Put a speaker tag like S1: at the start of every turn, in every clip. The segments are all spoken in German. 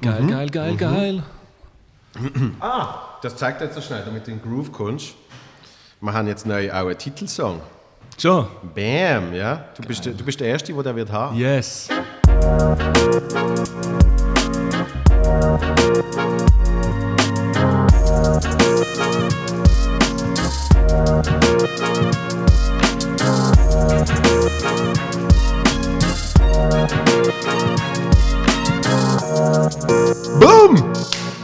S1: Geil, geil, geil, geil.
S2: Ah, das zeigt jetzt so schnell, damit du in den Groove kommst. Wir haben jetzt neu auch einen Titelsong.
S1: Schon?
S2: Bam, ja. Du, bist, der- du bist der Erste, der den wird haben.
S1: Yes.
S2: Boom!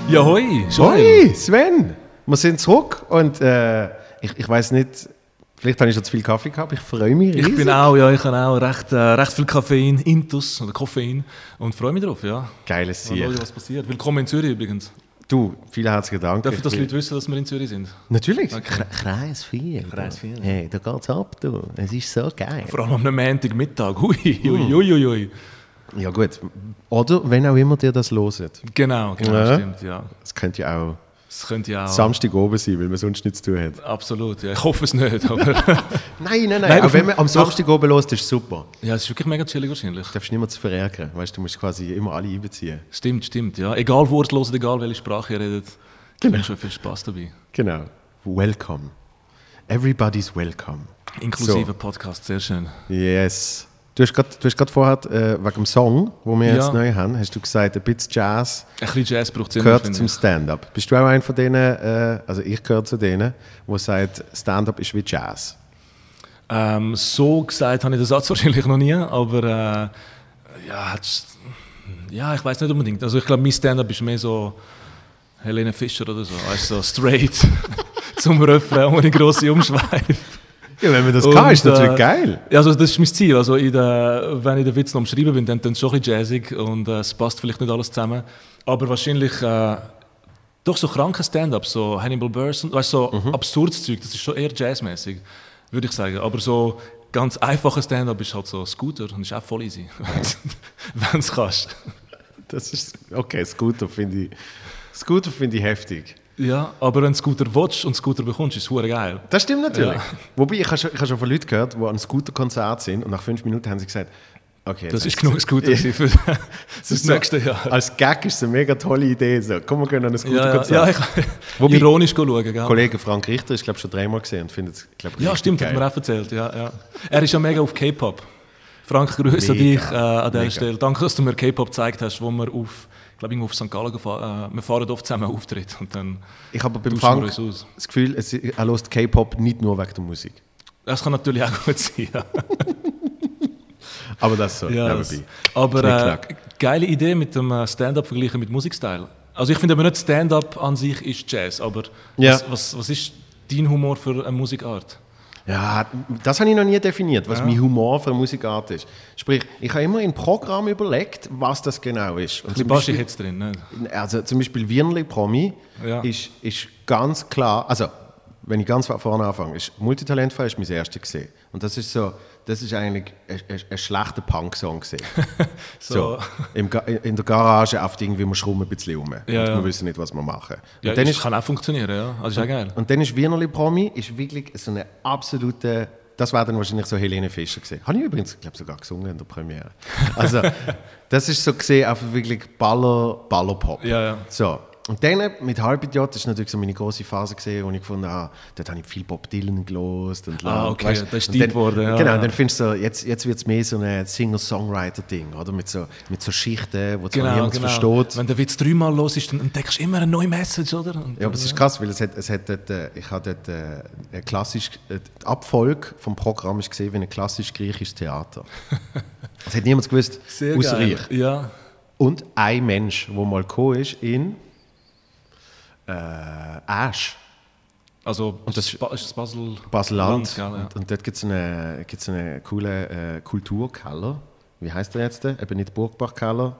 S1: Ja, hoi. schon.
S2: Hoi, Sven! Wir sind zurück und äh, ich, ich weiß nicht, vielleicht habe ich schon zu viel Kaffee gehabt, ich freue mich riesig.
S1: Ich bin auch, ja, ich habe auch recht, äh, recht viel Koffein, Intus oder Koffein und freue mich drauf, ja.
S2: Geiles
S1: Mal schauen,
S2: Ziel.
S1: was passiert. Willkommen in Zürich übrigens.
S2: Du, vielen herzlichen Dank.
S1: Darf ich, dass
S2: bin-
S1: Leute wissen, dass wir in Zürich sind?
S2: Natürlich.
S1: Okay.
S2: Kre- Kreis 4.
S1: Kreis vier.
S2: Hey, da geht's ab, du. Es ist so geil.
S1: Vor allem am Montagmittag. Hui, hui, hui, hui, hui.
S2: Ja gut. Oder wenn auch immer dir das loset.
S1: Genau, genau,
S2: Ja.
S1: stimmt, ja.
S2: Es könnte ja auch
S1: Das könnte ja auch.
S2: Samstag oben sein, weil man sonst nichts zu tun hat.
S1: Absolut, ja. Ich hoffe es nicht, aber.
S2: Nein, nein, nein.
S1: Nein,
S2: auch
S1: auf-
S2: wenn man am
S1: doch.
S2: Samstag oben loset, ist super.
S1: ja, es ist wirklich mega chillig wahrscheinlich.
S2: Du darfst niemanden zu verärgern. Weißt, du musst quasi immer alle einbeziehen.
S1: Stimmt, stimmt, ja. Egal, wo ihr es hört, egal, welche Sprache ihr redet. Genau. Ich schon viel Spaß dabei.
S2: Genau. Welcome. Everybody's welcome.
S1: Inklusive Podcast, sehr schön.
S2: Yes. Du hast grad- du hast gerade vorher, äh, wegen dem Song, den wir
S1: Ja.
S2: jetzt neu haben, hast du gesagt, ein bisschen Jazz
S1: Ein bisschen Jazz braucht es immer,
S2: gehört
S1: finde
S2: zum
S1: ich.
S2: Stand-up. Bist du auch einer von denen, äh, also ich gehöre zu denen, wo sagt, Stand-up ist wie Jazz.
S1: Ähm, so gesagt habe ich den Satz wahrscheinlich noch nie, aber äh, ja, hat's- ja, ich weiß nicht unbedingt. Also ich glaube, mein Stand-up ist mehr so Helene Fischer oder so, weißt du, so straight zum Refrain ohne grosse Umschweife.
S2: Ja, wenn man das
S1: Und,
S2: kann, ist natürlich
S1: äh,
S2: geil.
S1: Ja, also das ist mein Ziel. Also in der, wenn ich den Witz noch am Schreiben bin, dann dann schon ein bisschen jazzig und äh, es passt vielleicht nicht alles zusammen. Aber wahrscheinlich äh, doch so kranke Stand-up, so Hannibal Buress und weißt, so
S2: Mhm.
S1: absurdes Zeug, das ist schon eher jazzmäßig, würde ich sagen. Aber so ganz einfaches Stand-up ist halt so Scooter und ist auch voll easy, wenn es kannst.
S2: Das ist, okay, Scooter finde ich, Scooter finde ich heftig.
S1: Ja, aber wenn du Scooter willst und Scooter bekommst, ist es verdammt geil.
S2: Das stimmt natürlich.
S1: Ja.
S2: Wobei, ich habe schon, ich habe schon von Leuten gehört, die an einem Scooter-Konzert sind und nach fünf Minuten haben sie gesagt, okay,
S1: Das
S2: jetzt-
S1: ist genug Scooter gewesen für das
S2: so-
S1: nächste Jahr.
S2: Als Gag ist es eine mega tolle Idee. So, komm, wir gehen an
S1: Ja,
S2: ein
S1: ja,
S2: Scooter-Konzert.
S1: ja, ich,
S2: Wobei-
S1: ironisch schauen, gell?
S2: Kollege Frank Richter ist, glaube ich, schon dreimal gesehen und findet es, glaube ich,
S1: Ja,
S2: richtig
S1: stimmt,
S2: geil.
S1: hat mir auch erzählt. Ja, ja. Er ist ja mega auf K-Pop. Frank, grüße
S2: Mega,
S1: dich äh, an dieser
S2: mega.
S1: Stelle. Danke, dass du mir K-Pop gezeigt hast, wo wir auf, glaub ich, auf St. Gallen gefahren äh, Wir fahren oft zusammen einen Auftritt und dann
S2: Ich habe beim
S1: tauschen wir uns
S2: Frank
S1: aus.
S2: das Gefühl, es, er hört K-Pop nicht nur wegen der Musik.
S1: Das kann natürlich auch gut sein. Ja.
S2: Aber das so,
S1: Ja, das-
S2: nebenbei.
S1: aber äh,
S2: Knickknack.
S1: geile Idee mit dem äh, Stand-up vergleichen mit Musikstyle. Also ich finde aber nicht Stand-up an sich ist Jazz, aber
S2: Ja.
S1: was, was, was ist dein Humor für eine Musikart?
S2: Ja, das habe ich noch nie definiert, was mein Humor für Musikart ist. Sprich, ich habe immer im Programm überlegt, was das genau ist. Und
S1: Ein bisschen
S2: zum
S1: Baschi
S2: Beispiel,
S1: hat es drin. Ne?
S2: also zum Beispiel Wirnli Promi
S1: Ja.
S2: ist, ist ganz klar, also wenn ich ganz vorne anfange, ist Multitalentfall ist mein erstes gesehen. Und das ist so, das ist eigentlich ein, ein, ein schlechter Punk-Song gesehen.
S1: So.
S2: So. Im Ga- in der Garage auf irgendwie wir schrauben ein bisschen rum.
S1: Ja,
S2: und wir
S1: ja.
S2: wissen nicht, was wir machen. Und,
S1: Ja,
S2: dann,
S1: das
S2: ist,
S1: kann auch funktionieren, ja. Also ist auch geil.
S2: und dann ist Wienerli Promi ist wirklich so eine absolute. Das war dann wahrscheinlich so Helene Fischer gesehen. Habe ich übrigens, glaube sogar gesungen in der Premiere. Also, das ist so gesehen auf wirklich Baller, Ballerpop.
S1: Ja, ja.
S2: So. Und dann mit Halbidiot, das ist natürlich so meine große Phase gesehen, wo ich gefunden habe, ah, dort habe ich viel Bob Dylan gelost und
S1: Ah,
S2: lang,
S1: okay,
S2: weißt du.
S1: das ist
S2: Und
S1: deep
S2: dann-
S1: geworden, ja,
S2: Genau,
S1: ja.
S2: dann findest du, so, jetzt, jetzt wird es mehr so ein Singer-Songwriter-Ding, oder? Mit so, mit so Schichten, wo zwar niemand versteht.
S1: Genau, Wenn der Witz dreimal los ist, dann entdeckst du immer eine neue Message, oder? Und
S2: Ja, aber das ist krass, weil es hat, es hat dort, äh, ich habe dort äh, eine klassisch, äh, die Abfolge vom Programm ist gesehen wie ein klassisch griechisches Theater. Das hat niemand gewusst,
S1: sehr
S2: außer
S1: geil.
S2: ich.
S1: Ja.
S2: Und ein Mensch, der mal gekommen ist in äh, Asch,
S1: Also, und
S2: das-
S1: das ist das Basel.
S2: Basel-Land.
S1: Land, gell, ja.
S2: und, und dort gibt es einen gibt's einen coolen äh, Kulturkeller. Wie heißt der jetzt? Eben nicht Burgbachkeller,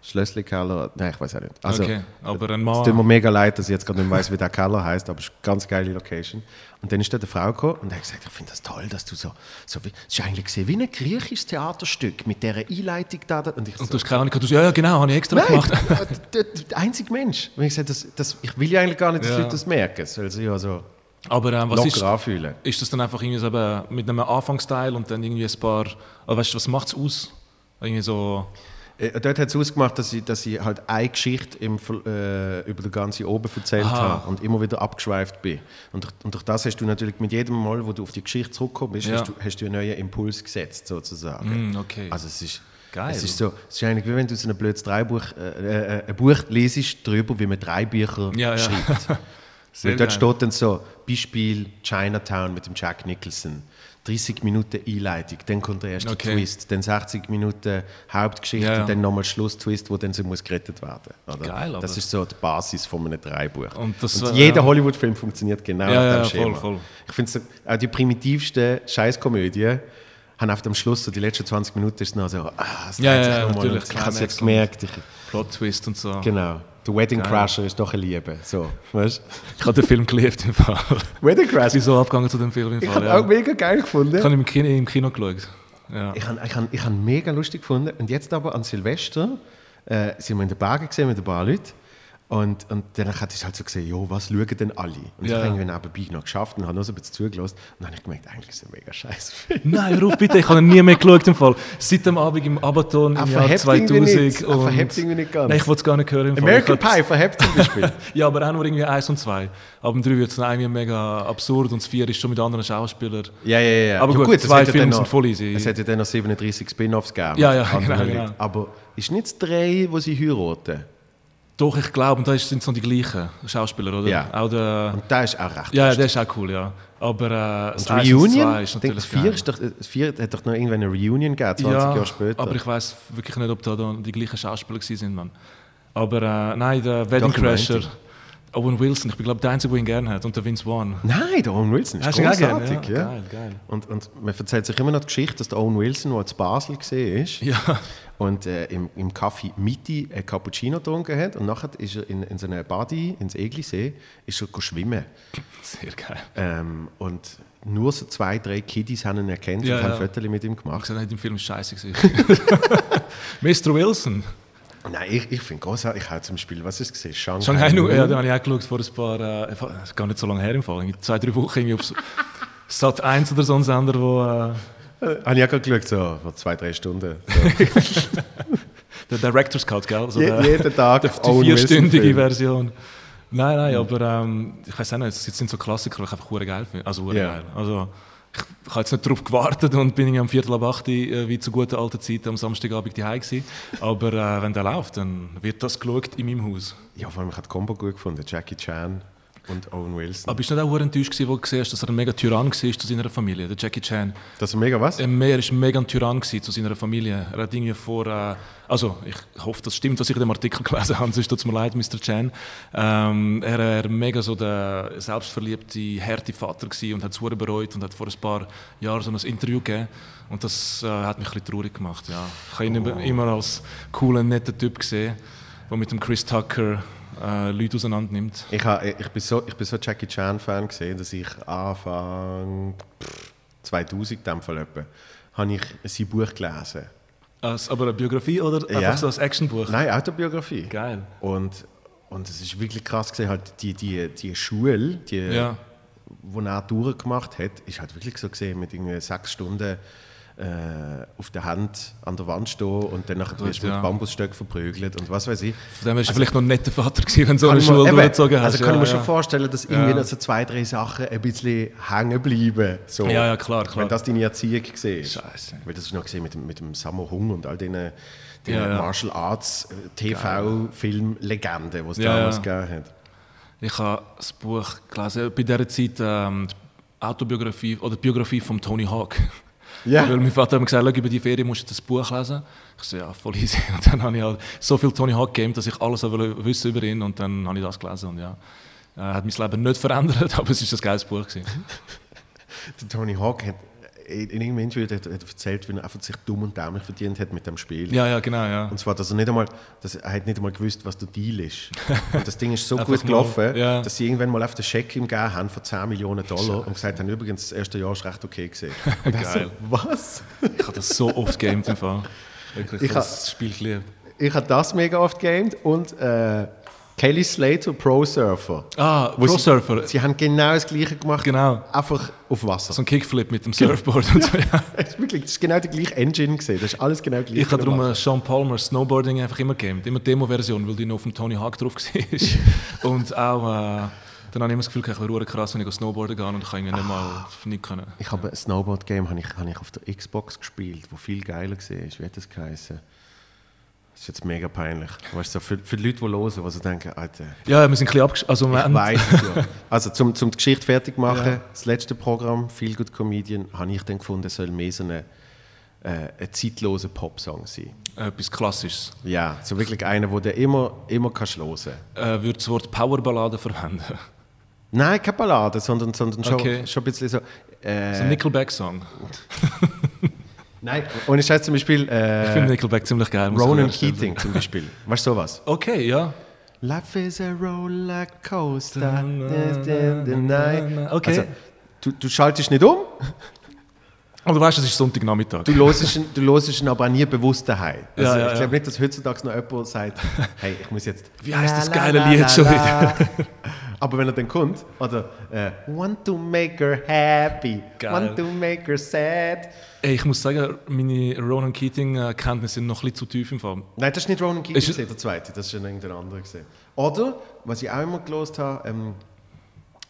S2: Schlössli-Keller, nein, ich weiß auch nicht. Also,
S1: okay, aber ein
S2: Es tut mir
S1: Mann.
S2: mega leid, dass ich jetzt gerade nicht weiß, wie der Keller heißt, aber es ist eine ganz geile Location. Und dann ist da eine Frau gekommen und hat gesagt, ich finde das toll, dass du so, so wie, es ist eigentlich gesehen wie ein griechisches Theaterstück mit dieser Einleitung da. da. Und ich so,
S1: Und du hast keine Ahnung, du hast, ja, ja, genau, habe ich extra
S2: nein, äh,
S1: gemacht.
S2: der, der einzige Mensch. Und ich gesagt, das, das, ich will ja eigentlich gar nicht, dass
S1: Ja.
S2: Leute das merken. Soll sich ja so
S1: Aber ähm, was
S2: locker
S1: ist,
S2: anfühlen.
S1: ist das dann einfach irgendwie so eben mit einem Anfangsteil und dann irgendwie ein paar. Aber weißt du, was macht es aus? Irgendwie so.
S2: Äh, dort hat es ausgemacht, dass ich, dass ich halt eine Geschichte im, Ver- äh, über den ganzen Oben erzählt
S1: Aha.
S2: habe und immer wieder abgeschweift bin. Und, durch- und durch das hast du natürlich mit jedem Mal, wo du auf die Geschichte zurückgekommen bist,
S1: Ja.
S2: hast, du, hast du einen neuen Impuls gesetzt, sozusagen.
S1: Mm, okay.
S2: Also es ist...
S1: Geil.
S2: Es ist so, es ist eigentlich wie wenn du so ein blödes Dreibuch, äh, äh, ein Buch lesest darüber, wie man drei Bücher
S1: Ja, ja.
S2: schreibt.
S1: Sehr
S2: Und
S1: geil.
S2: dort steht dann so, Beispiel Chinatown mit dem Jack Nicholson. 30 Minuten Einleitung, dann kommt der erste
S1: Okay.
S2: Twist, dann 60 Minuten Hauptgeschichte,
S1: Ja, ja.
S2: und dann nochmal Schlusstwist, wo dann so muss gerettet werden. Oder?
S1: Geil, aber-
S2: das ist so die Basis von einem Dreibuch.
S1: Und das äh, war-
S2: jeder
S1: ja.
S2: Hollywood-Film funktioniert genau
S1: Ja,
S2: nach
S1: ja,
S2: dem
S1: voll,
S2: Schema.
S1: voll.
S2: Ich finde so, auch die primitivsten Scheißkomödien haben auf dem Schluss so die letzten 20 Minuten ist noch so, ah, es
S1: Ja,
S2: dreht
S1: ja,
S2: sich
S1: ja,
S2: noch mal
S1: natürlich,
S2: und ich habe es
S1: Climax
S2: jetzt gemerkt. Ich,
S1: Plot Twist und so.
S2: genau. Der Wedding Crasher ist doch ein Liebe. So, weißt?
S1: Ich habe den Film geliebt im Fall.
S2: Wedding
S1: Ich bin
S2: Crasher.
S1: so abgegangen zu dem Film im
S2: Ich
S1: Fall.
S2: habe
S1: ja.
S2: auch mega geil gefunden.
S1: Ich habe ihn im Kino, im Kino geschaut. Ja.
S2: Ich habe ich hab, ich hab mega lustig gefunden. Und jetzt aber an Silvester äh, sind wir in der Bar gesehen mit ein paar Leuten. Und, und dann hatte ich halt so gesehen, jo, was schauen denn alle?
S1: Ja.
S2: Und ich habe irgendwie nebenbei noch geschafft und habe noch so ein bisschen zugelassen. Und dann habe ich gemerkt, eigentlich ist es ein mega scheiß Film.
S1: Nein, ruf bitte, ich habe ihn nie mehr geschaut im Fall. Seit dem Abend im Abaton
S2: Ah,
S1: im Jahr
S2: verhebt irgendwie
S1: 2000.
S2: nicht. Ah, verhebt irgendwie nicht ganz.
S1: Nein, ich wollte es gar nicht hören im Fall.
S2: American
S1: Ich hab-
S2: Pie verhebt zum Beispiel.
S1: Ja, aber auch nur irgendwie eins und zwei. Ab dem drei wird es dann irgendwie mega absurd und das vier ist schon mit anderen Schauspielern.
S2: ja, ja, ja.
S1: Aber
S2: Ja,
S1: gut, zwei
S2: es hat ja
S1: Filme
S2: dann
S1: sind voll easy.
S2: Es hätte dann noch 37 Spin-Offs gegeben.
S1: Ja, ja,
S2: mit anderen
S1: genau,
S2: Leuten.
S1: genau.
S2: Aber ist nicht das drei, wo sie heiraten?
S1: Doch, ich glaube, und da ist- sind so die gleichen Schauspieler, oder?
S2: Ja.
S1: Auch der,
S2: Und da ist auch recht
S1: ja, ja, der ist auch cool, ja. Aber äh, das
S2: Und
S1: eins und
S2: Reunion?
S1: zwei ist
S2: Ich
S1: natürlich
S2: denke, das vier,
S1: geil.
S2: ist doch, das vier hat doch noch irgendwann eine Reunion gegeben, 20
S1: ja,
S2: Jahre später.
S1: Aber ich weiß wirklich nicht, ob da da die gleichen Schauspieler gewesen sind, Mann. Aber äh, nein, der Wedding
S2: Doch, ich meinte.
S1: Crasher, Owen Wilson, ich bin glaube der Einzige, der ihn gerne hat, und der Vince Vaughn.
S2: Nein, der Owen Wilson ist
S1: Hast du ihn auch gern?
S2: großartig.
S1: Ja,
S2: Ja,
S1: geil, geil.
S2: Und, und man erzählt sich immer noch die Geschichte, dass der Owen Wilson, der zu Basel war,
S1: Ja.
S2: und äh, im, im Café Miti ein Cappuccino getrunken hat und nachher ist er in, in so einer Body, ins Eglisee, ist er go schwimmen.
S1: Sehr geil.
S2: Ähm, und nur so zwei, drei Kiddies haben ihn erkannt
S1: Ja,
S2: und
S1: ja.
S2: haben Fotos mit ihm
S1: Ich
S2: gemacht.
S1: gesagt, nein, im Film ist scheiße gewesen. Mr. Wilson.
S2: Oh, Nein, ich, ich finde großartig. Ich habe zum Beispiel, was ist es gesehen? Shanghai,
S1: Shanghai Noon, ja,
S2: Noon.
S1: den habe ich auch geschaut vor ein paar, äh, vor- gar nicht so lange her im Fall, irgendwie zwei, drei Wochen irgendwie auf Sat 1 oder so ein Sender, wo äh,
S2: Habe ich auch gerade geschaut, so vor zwei, drei Stunden. Also
S1: der Director's Cut, gell? Also
S2: Je,
S1: der-
S2: jeden Tag
S1: Die
S2: Owen Wilson
S1: vierstündige
S2: Film.
S1: Version. Nein, nein, aber ähm, ich weiß auch nicht, es sind so Klassiker, die ich einfach hure geil finde. Also, hure
S2: Ja.
S1: geil. also ich, ich habe jetzt nicht darauf gewartet und bin irgendwie am Viertel ab 8 äh, wie zu guten alten Zeiten am Samstagabend daheim gewesen. Aber äh, wenn der läuft, dann wird das geschaut in meinem Haus.
S2: Ja, vor allem, ich habe die Combo gut gefunden. Jackie Chan und Owen Wilson.
S1: Aber bist du nicht auch hure enttäuscht gewesen, wo du gesehen hast, dass er ein mega Tyrann war zu seiner Familie, der Jackie Chan?
S2: Das ist mega was?
S1: Er war mega ein Tyrann gewesen zu seiner Familie. Er hat irgendwie vor. Äh, also, ich hoffe, das stimmt, was ich in dem Artikel gelesen habe. Sonst tut es mir leid, Mr. Chan. Ähm, er war mega so der selbstverliebte, harte Vater gewesen und hat es verdammt bereut und hat vor ein paar Jahren so ein Interview gegeben. Und das äh, hat mich ein bisschen traurig gemacht. Ja. Ich habe ihn immer- immer als coolen, netten Typ gesehen, der mit dem Chris Tucker äh, Leute auseinander nimmt.
S2: Ich, ha, ich, bin so, ich bin so Jackie Chan-Fan gesehen, dass ich Anfang pff, 2000 in dem Fall etwa, habe ich sein Buch gelesen.
S1: Also- Als, aber eine Biografie oder einfach
S2: Ja.
S1: so als Actionbuch?
S2: Nein, Autobiografie.
S1: Geil.
S2: Und, und es ist wirklich krass gesehen, halt die, die, die Schule, die,
S1: Ja.
S2: wo er durchgemacht hat, ist halt wirklich so gesehen mit irgendwie sechs Stunden äh, auf der Hand an der Wand stehen und dann nachher wirst du
S1: ja.
S2: mit Bambusstöcken verprügelt und was weiß ich.
S1: Von dem warst du vielleicht noch ein netter Vater, gewesen, wenn du so
S2: Also- Kann
S1: eine
S2: ich
S1: Schule
S2: mir- eben,
S1: durchgezogen hast.
S2: Also kann
S1: Ja,
S2: ich mir
S1: ja.
S2: schon vorstellen, dass irgendwie noch so zwei, drei Sachen ein bisschen hängen bleiben. So.
S1: Ja, ja, klar, klar.
S2: Wenn das deine Erziehung gesehen
S1: Scheiße.
S2: Weil das ist noch gesehen mit, dem- mit dem Sammo Hung und all den, den
S1: Ja, ja.
S2: Martial Arts TV-Film-Legenden, die es
S1: Ja,
S2: damals
S1: ja.
S2: gegeben hat.
S1: Ich habe das Buch gelesen, bei dieser Zeit ähm, die Autobiografie oder die Biografie von Tony Hawk.
S2: Ja.
S1: Weil mein Vater hat mir gesagt, «Schau, über die Ferien musst du das Buch lesen. Ich so, ja, voll easy. Und dann habe ich halt so viel Tony Hawk gegeben, dass ich alles wollte wissen über ihn und dann habe ich das gelesen und ja. Äh, hat mein Leben nicht verändert, aber es war ein geiles Buch. Gewesen.
S2: Der Tony Hawk hat in in irgendeinem Interview hat, hat erzählt, wie er einfach sich dumm und dämlich verdient hat mit dem Spiel.
S1: Ja, ja, genau, ja.
S2: Und zwar, dass er nicht einmal, dass er hat nicht einmal gewusst, was der Deal ist. Und das Ding ist so
S1: Einfach
S2: gut gelaufen,
S1: mal, ja.
S2: dass sie irgendwann mal auf den Scheck ihm gegeben haben von 10 Millionen Dollar und gesagt haben, übrigens, das erste Jahr ist recht okay gesehen. Also,
S1: Geil.
S2: was?
S1: Ich habe das so oft gegamed im Fall. Wirklich, ich
S2: Ich
S1: habe das Spiel geliebt.
S2: Ich habe das mega oft gamed und äh, Kelly Slater, Pro Surfer.
S1: Ah,
S2: Wo
S1: Pro Surfer.
S2: Sie haben genau das Gleiche gemacht,
S1: Genau.
S2: einfach auf Wasser.
S1: So ein Kickflip mit
S2: Genau.
S1: dem Surfboard und so. Ja.
S2: Das ist wirklich, das ist genau die gleiche Engine gesehen. Das ist alles genau gleich.
S1: Ich habe darum äh, Sean Palmer Snowboarding einfach immer gegeben. Immer die Demo-Version, weil die noch auf dem Tony Hawk drauf war. und auch, äh, dann habe ich immer das Gefühl, ich wäre krass, wenn ich snowboarden gehe und ich kann irgendwie nicht
S2: Ah.
S1: mal nicht können.
S2: Ich habe ein Snowboard Game habe ich, habe ich auf der Xbox gespielt, wo viel geiler war. Wie hat das geheißen? Das ist jetzt mega peinlich. Weißt du, so für, für die Leute, die hören, die so denken, Alter,
S1: Ja, wir sind ein bisschen abgesch... Also, wir
S2: ich
S1: haben-
S2: weiss es ja. Also, zum, zum die Geschichte fertig machen,
S1: Ja.
S2: das letzte Programm, Feel Good Comedian, habe ich dann gefunden, soll mehr so ein, äh, ein zeitloser Popsong sein.
S1: etwas Klassisches.
S2: Ja, so wirklich einer, wo der immer, immer kannst hören
S1: Äh, würde das Wort Powerballade verwenden.
S2: Nein, keine Ballade, sondern, sondern schon,
S1: Okay.
S2: schon ein bisschen so. Äh,
S1: So ein Nickelback-Song.
S2: nein, ohne Scheiß zum Beispiel
S1: Ich finde
S2: äh,
S1: Nickelback ziemlich geil. muss ich an
S2: Ronan
S1: der Stelle
S2: Keating zum Beispiel. Weißt du sowas?
S1: sagen. Okay, ja.
S2: Life is a roller coaster.
S1: Na, na, na, na,
S2: Nein.
S1: na. Okay.
S2: Also, du, du schaltest nicht um,
S1: Aber du Also, weißt, es ist Sonntagnachmittag.
S2: du hörst ihn, du hörst ihn aber nie bewusst daheim. Also,
S1: Ja, ja,
S2: ich
S1: ja.
S2: glaube nicht, dass heutzutage noch jemand sagt, hey, ich muss jetzt.
S1: Wie heisst das
S2: La,
S1: geile
S2: la,
S1: Lied
S2: la,
S1: schon
S2: la.
S1: wieder?
S2: Aber wenn er dann kommt, oder äh, Want to make her happy,
S1: Geil.
S2: want to make her sad.
S1: Ey, ich muss sagen, meine Ronan Keating-Kenntnisse sind noch ein bisschen zu tief im Fall.
S2: Nein, das ist nicht Ronan Keating,
S1: Ist-
S2: gewesen, der zweite, das ist schon irgendein anderer. Gewesen. Oder, was ich auch immer gelost habe, ähm,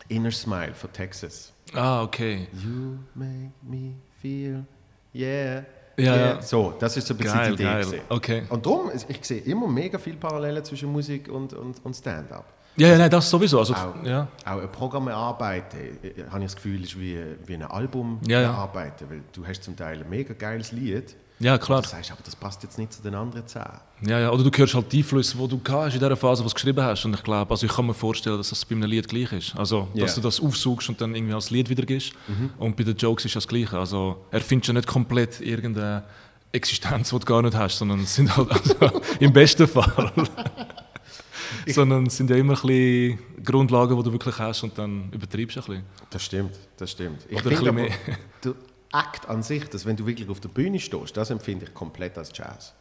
S2: Inner Smile von Texas.
S1: Ah, okay.
S2: You make me feel, yeah.
S1: Ja,
S2: yeah.
S1: ja.
S2: So, das ist so ein bisschen
S1: Geil,
S2: die Idee.
S1: geil.
S2: gewesen.
S1: Okay.
S2: Und darum, ich sehe immer mega viele Parallelen zwischen Musik und, und, und Stand-up.
S1: Ja, ja, nein, das sowieso. Also,
S2: Auch.
S1: ja.
S2: Auch ein Programm erarbeiten, äh, äh, habe ich das Gefühl, ist wie, wie ein Album
S1: Ja, ja.
S2: erarbeiten, weil du hast zum Teil ein mega geiles Lied,
S1: ja,
S2: du
S1: klar.
S2: sagst, aber das passt jetzt nicht zu den anderen zehn.
S1: Ja, ja. Oder du hörst halt die Einflüsse, die du gehabt hast in dieser Phase, die du geschrieben hast. Und ich glaube, also ich kann mir vorstellen, dass das bei einem Lied gleich ist. Also, dass
S2: Ja. Mhm.
S1: du das aufsuchst und dann irgendwie als Lied wiedergibst. Und bei den Jokes ist das Gleiche. Also, er findet ja nicht komplett irgendeine Existenz, die du gar nicht hast, sondern es sind halt also, im besten Fall. sondern es sind ja immer ein bisschen Grundlagen, die du wirklich hast und dann übertreibst du ein bisschen.
S2: Das stimmt, das stimmt. Ich
S1: Oder ein
S2: finde aber,
S1: bisschen
S2: der Akt an sich, dass wenn du wirklich auf der Bühne stehst, das empfinde ich komplett als Jazz.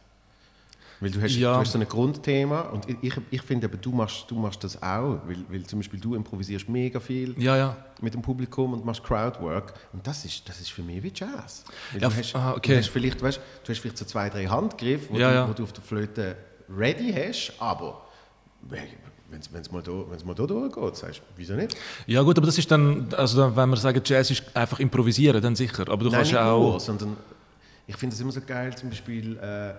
S2: Weil du hast,
S1: Ja.
S2: du hast so ein Grundthema und ich- ich, ich finde aber, du machst, du machst das auch, weil, weil zum Beispiel du improvisierst mega viel
S1: Ja, ja.
S2: mit dem Publikum und machst Crowdwork und das ist, das ist für mich wie Jazz. Weil
S1: Ja,
S2: du,
S1: f-
S2: hast,
S1: ah, okay.
S2: du hast vielleicht, weißt, du hast vielleicht so zwei, drei Handgriffe, wo,
S1: Ja,
S2: du,
S1: ja.
S2: wo du auf der Flöte ready hast, aber wenn es mal, da- wenn's mal da durchgeht, sagst du, wieso nicht?
S1: Ja gut, aber das ist dann, also dann, wenn wir sagen, Jazz ist einfach improvisieren, dann sicher. Aber du
S2: Nein,
S1: kannst
S2: nicht
S1: ja auch...
S2: nur, sondern ich finde es immer so geil, zum Beispiel, äh,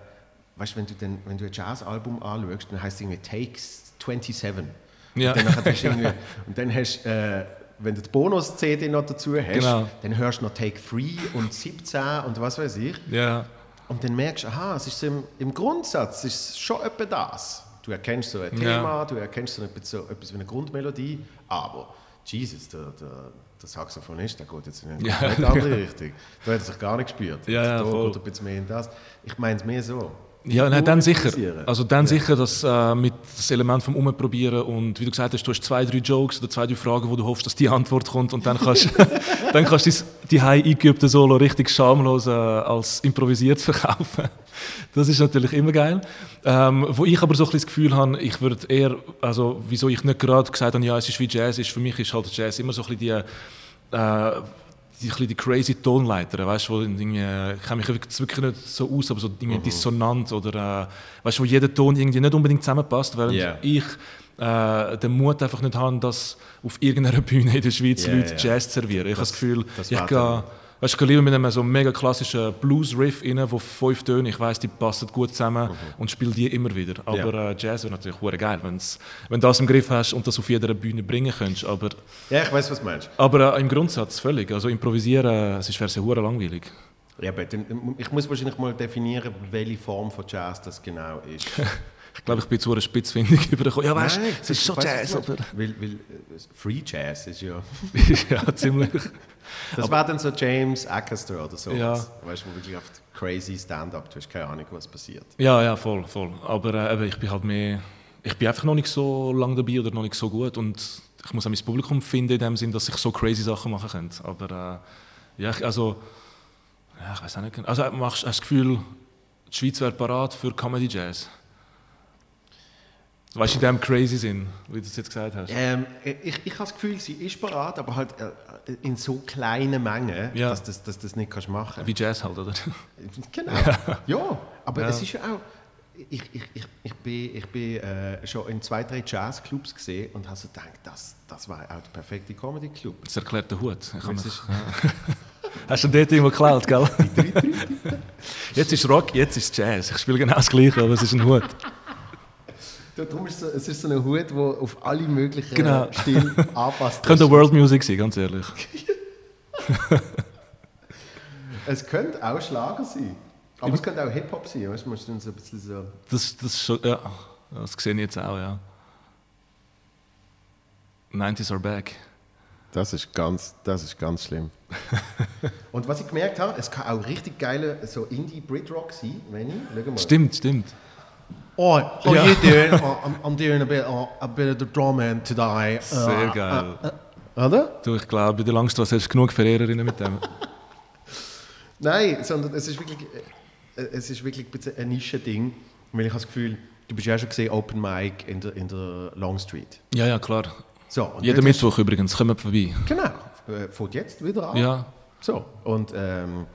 S2: weißt du, wenn du, dann, wenn du ein Jazz-Album anschaust, dann heißt es irgendwie Takes 27.
S1: Ja.
S2: Dann nachher hast du irgendwie, und dann hast äh, wenn du die Bonus-CD noch dazu hast,
S1: Genau.
S2: dann hörst du noch Take 3 und 17 und was weiß ich.
S1: ja.
S2: Und dann merkst du, aha, es ist so im, im Grundsatz ist es schon etwa das. Du erkennst so ein
S1: Ja.
S2: Thema, du erkennst so etwas, so etwas wie eine Grundmelodie, aber Jesus, der, der, der Saxophonist, der geht jetzt in eine
S1: Ja.
S2: komplett andere Richtung. Da hat er sich gar nicht gespürt.
S1: Ja, ja,
S2: da
S1: voll.
S2: geht er ein bisschen mehr in das. Ich meine es mehr so.
S1: Ja, nein,
S2: Nur
S1: dann sicher.
S2: improvisieren.
S1: Also dann sicher, dass äh, mit das Element vom Umprobieren und wie du gesagt hast, du hast zwei, drei Jokes oder zwei, drei Fragen, wo du hoffst, dass die Antwort kommt und dann kannst, dann kannst du dein- die high eingeübte Solo richtig schamlos äh, als improvisiert verkaufen. Das ist natürlich immer geil. Ähm, wo ich aber so ein bisschen das Gefühl habe, ich würde eher, also wieso ich nicht gerade gesagt habe, ja, es ist wie Jazz, ist für mich ist halt Jazz immer so ein bisschen die äh, die, ein bisschen die crazy Tonleiter, weißt du, wo irgendwie, ich kenne mich jetzt wirklich nicht so aus, aber so irgendwie
S2: Mhm.
S1: dissonant oder, äh, weißt du, wo jeder Ton irgendwie nicht unbedingt zusammenpasst, während
S2: Yeah.
S1: ich äh, den Mut einfach nicht habe, dass auf irgendeiner Bühne in der Schweiz
S2: Yeah,
S1: Leute
S2: yeah.
S1: Jazz servieren. Ich habe das Gefühl,
S2: das
S1: ich
S2: war
S1: gehe,
S2: dann-
S1: weißt du, ich gehe lieber mit einem so mega klassischen Blues-Riff rein, wo fünf Töne, ich weiß, die passen gut zusammen
S2: Mhm.
S1: und spiele die immer wieder. Aber äh, Jazz wäre natürlich hure geil, wenn's, wenn du das im Griff hast und das auf jeder Bühne bringen könntest, aber...
S2: Ja, ich weiß, was du meinst.
S1: Aber äh, im Grundsatz völlig. Also improvisieren, äh, es ist wäre sehr hure langweilig.
S2: Ja, aber dann, ich muss wahrscheinlich mal definieren, welche Form von Jazz das genau ist.
S1: Ich glaube, ich bin zu einer Spitzfindig übergekommen. Ja, weißt du,
S2: Nein,
S1: es ist schon
S2: ich weiss,
S1: Jazz,
S2: was du
S1: aber.
S2: meinst. Weil, weil äh, Free Jazz ist ja...
S1: ja, ziemlich.
S2: Das war dann so James Acaster oder so.
S1: Ja.
S2: Weißt du, wo wirklich auf crazy Stand-up, du hast keine Ahnung, was passiert.
S1: Ja, ja, voll, voll. Aber äh, eben, ich bin halt mehr. Ich bin einfach noch nicht so lange dabei oder noch nicht so gut. Und ich muss auch mein Publikum finden, in dem Sinn, dass ich so crazy Sachen machen könnte. Aber äh, ja, ich, also. Ja, ich weiß auch nicht. genau. Also, äh, machst, hast du das Gefühl, die Schweiz wäre parat für Comedy Jazz? Weißt du, in dem crazy Sinn, wie du es jetzt gesagt hast.
S2: Ähm, ich ich habe das Gefühl, sie ist parat, aber halt äh, in so kleinen Mengen,
S1: Ja.
S2: dass du das, dass das nicht kannst machen
S1: Wie Jazz halt, oder?
S2: Genau. ja, aber
S1: Ja.
S2: es ist ja auch. Ich, ich, ich, ich bin, ich bin äh, schon in zwei, drei Jazzclubs gesehen und habe so gedacht, das, das war auch der perfekte Comedy-Club.
S1: Das erklärt den Hut. Ich kann
S2: Das
S1: mich,
S2: ist-
S1: hast du den dort irgendwo geklaut, gell? jetzt ist Rock, jetzt ist Jazz. Ich spiele genau das Gleiche, aber es ist ein Hut.
S2: Darum ist so, es ist so ein Hut, der auf alle möglichen
S1: Genau.
S2: Stile anpasst.
S1: Könnte World Music sein, ganz ehrlich.
S2: Es könnte auch Schlager sein. Aber es könnte auch Hip-Hop sein. Weißt, du, man muss dann so ein bisschen so.
S1: Das, das, ist schon, ja, das sehe ich jetzt auch, ja. 90s are back.
S2: Das ist ganz, das ist ganz schlimm. und was ich gemerkt habe, es kann auch richtig geiler so Indie-Brit-Rock sein, wenn ich. Schau mal.
S1: Stimmt, stimmt.
S2: Oh, how
S1: Ja.
S2: you doing? Oh, I'm, I'm doing a bit, uh, a bit of the drum and today. Uh,
S1: Sehr geil.
S2: ah. Oder?
S1: Du, ich glaube, bei der Langstrasse hast du genug Verehrerinnen mit dem.
S2: Nein, sondern es ist wirklich, äh, es ist wirklich ein bisschen ein Nische-Ding, weil ich habe das Gefühl, du bist ja schon gesehen Open Mic in der, in der Long Street.
S1: Ja, ja, klar.
S2: So, und
S1: Jeden
S2: dort hast-
S1: Mittwoch übrigens, kommt vorbei.
S2: Genau, äh, fängt jetzt wieder an.
S1: Ja,
S2: So, und, ähm,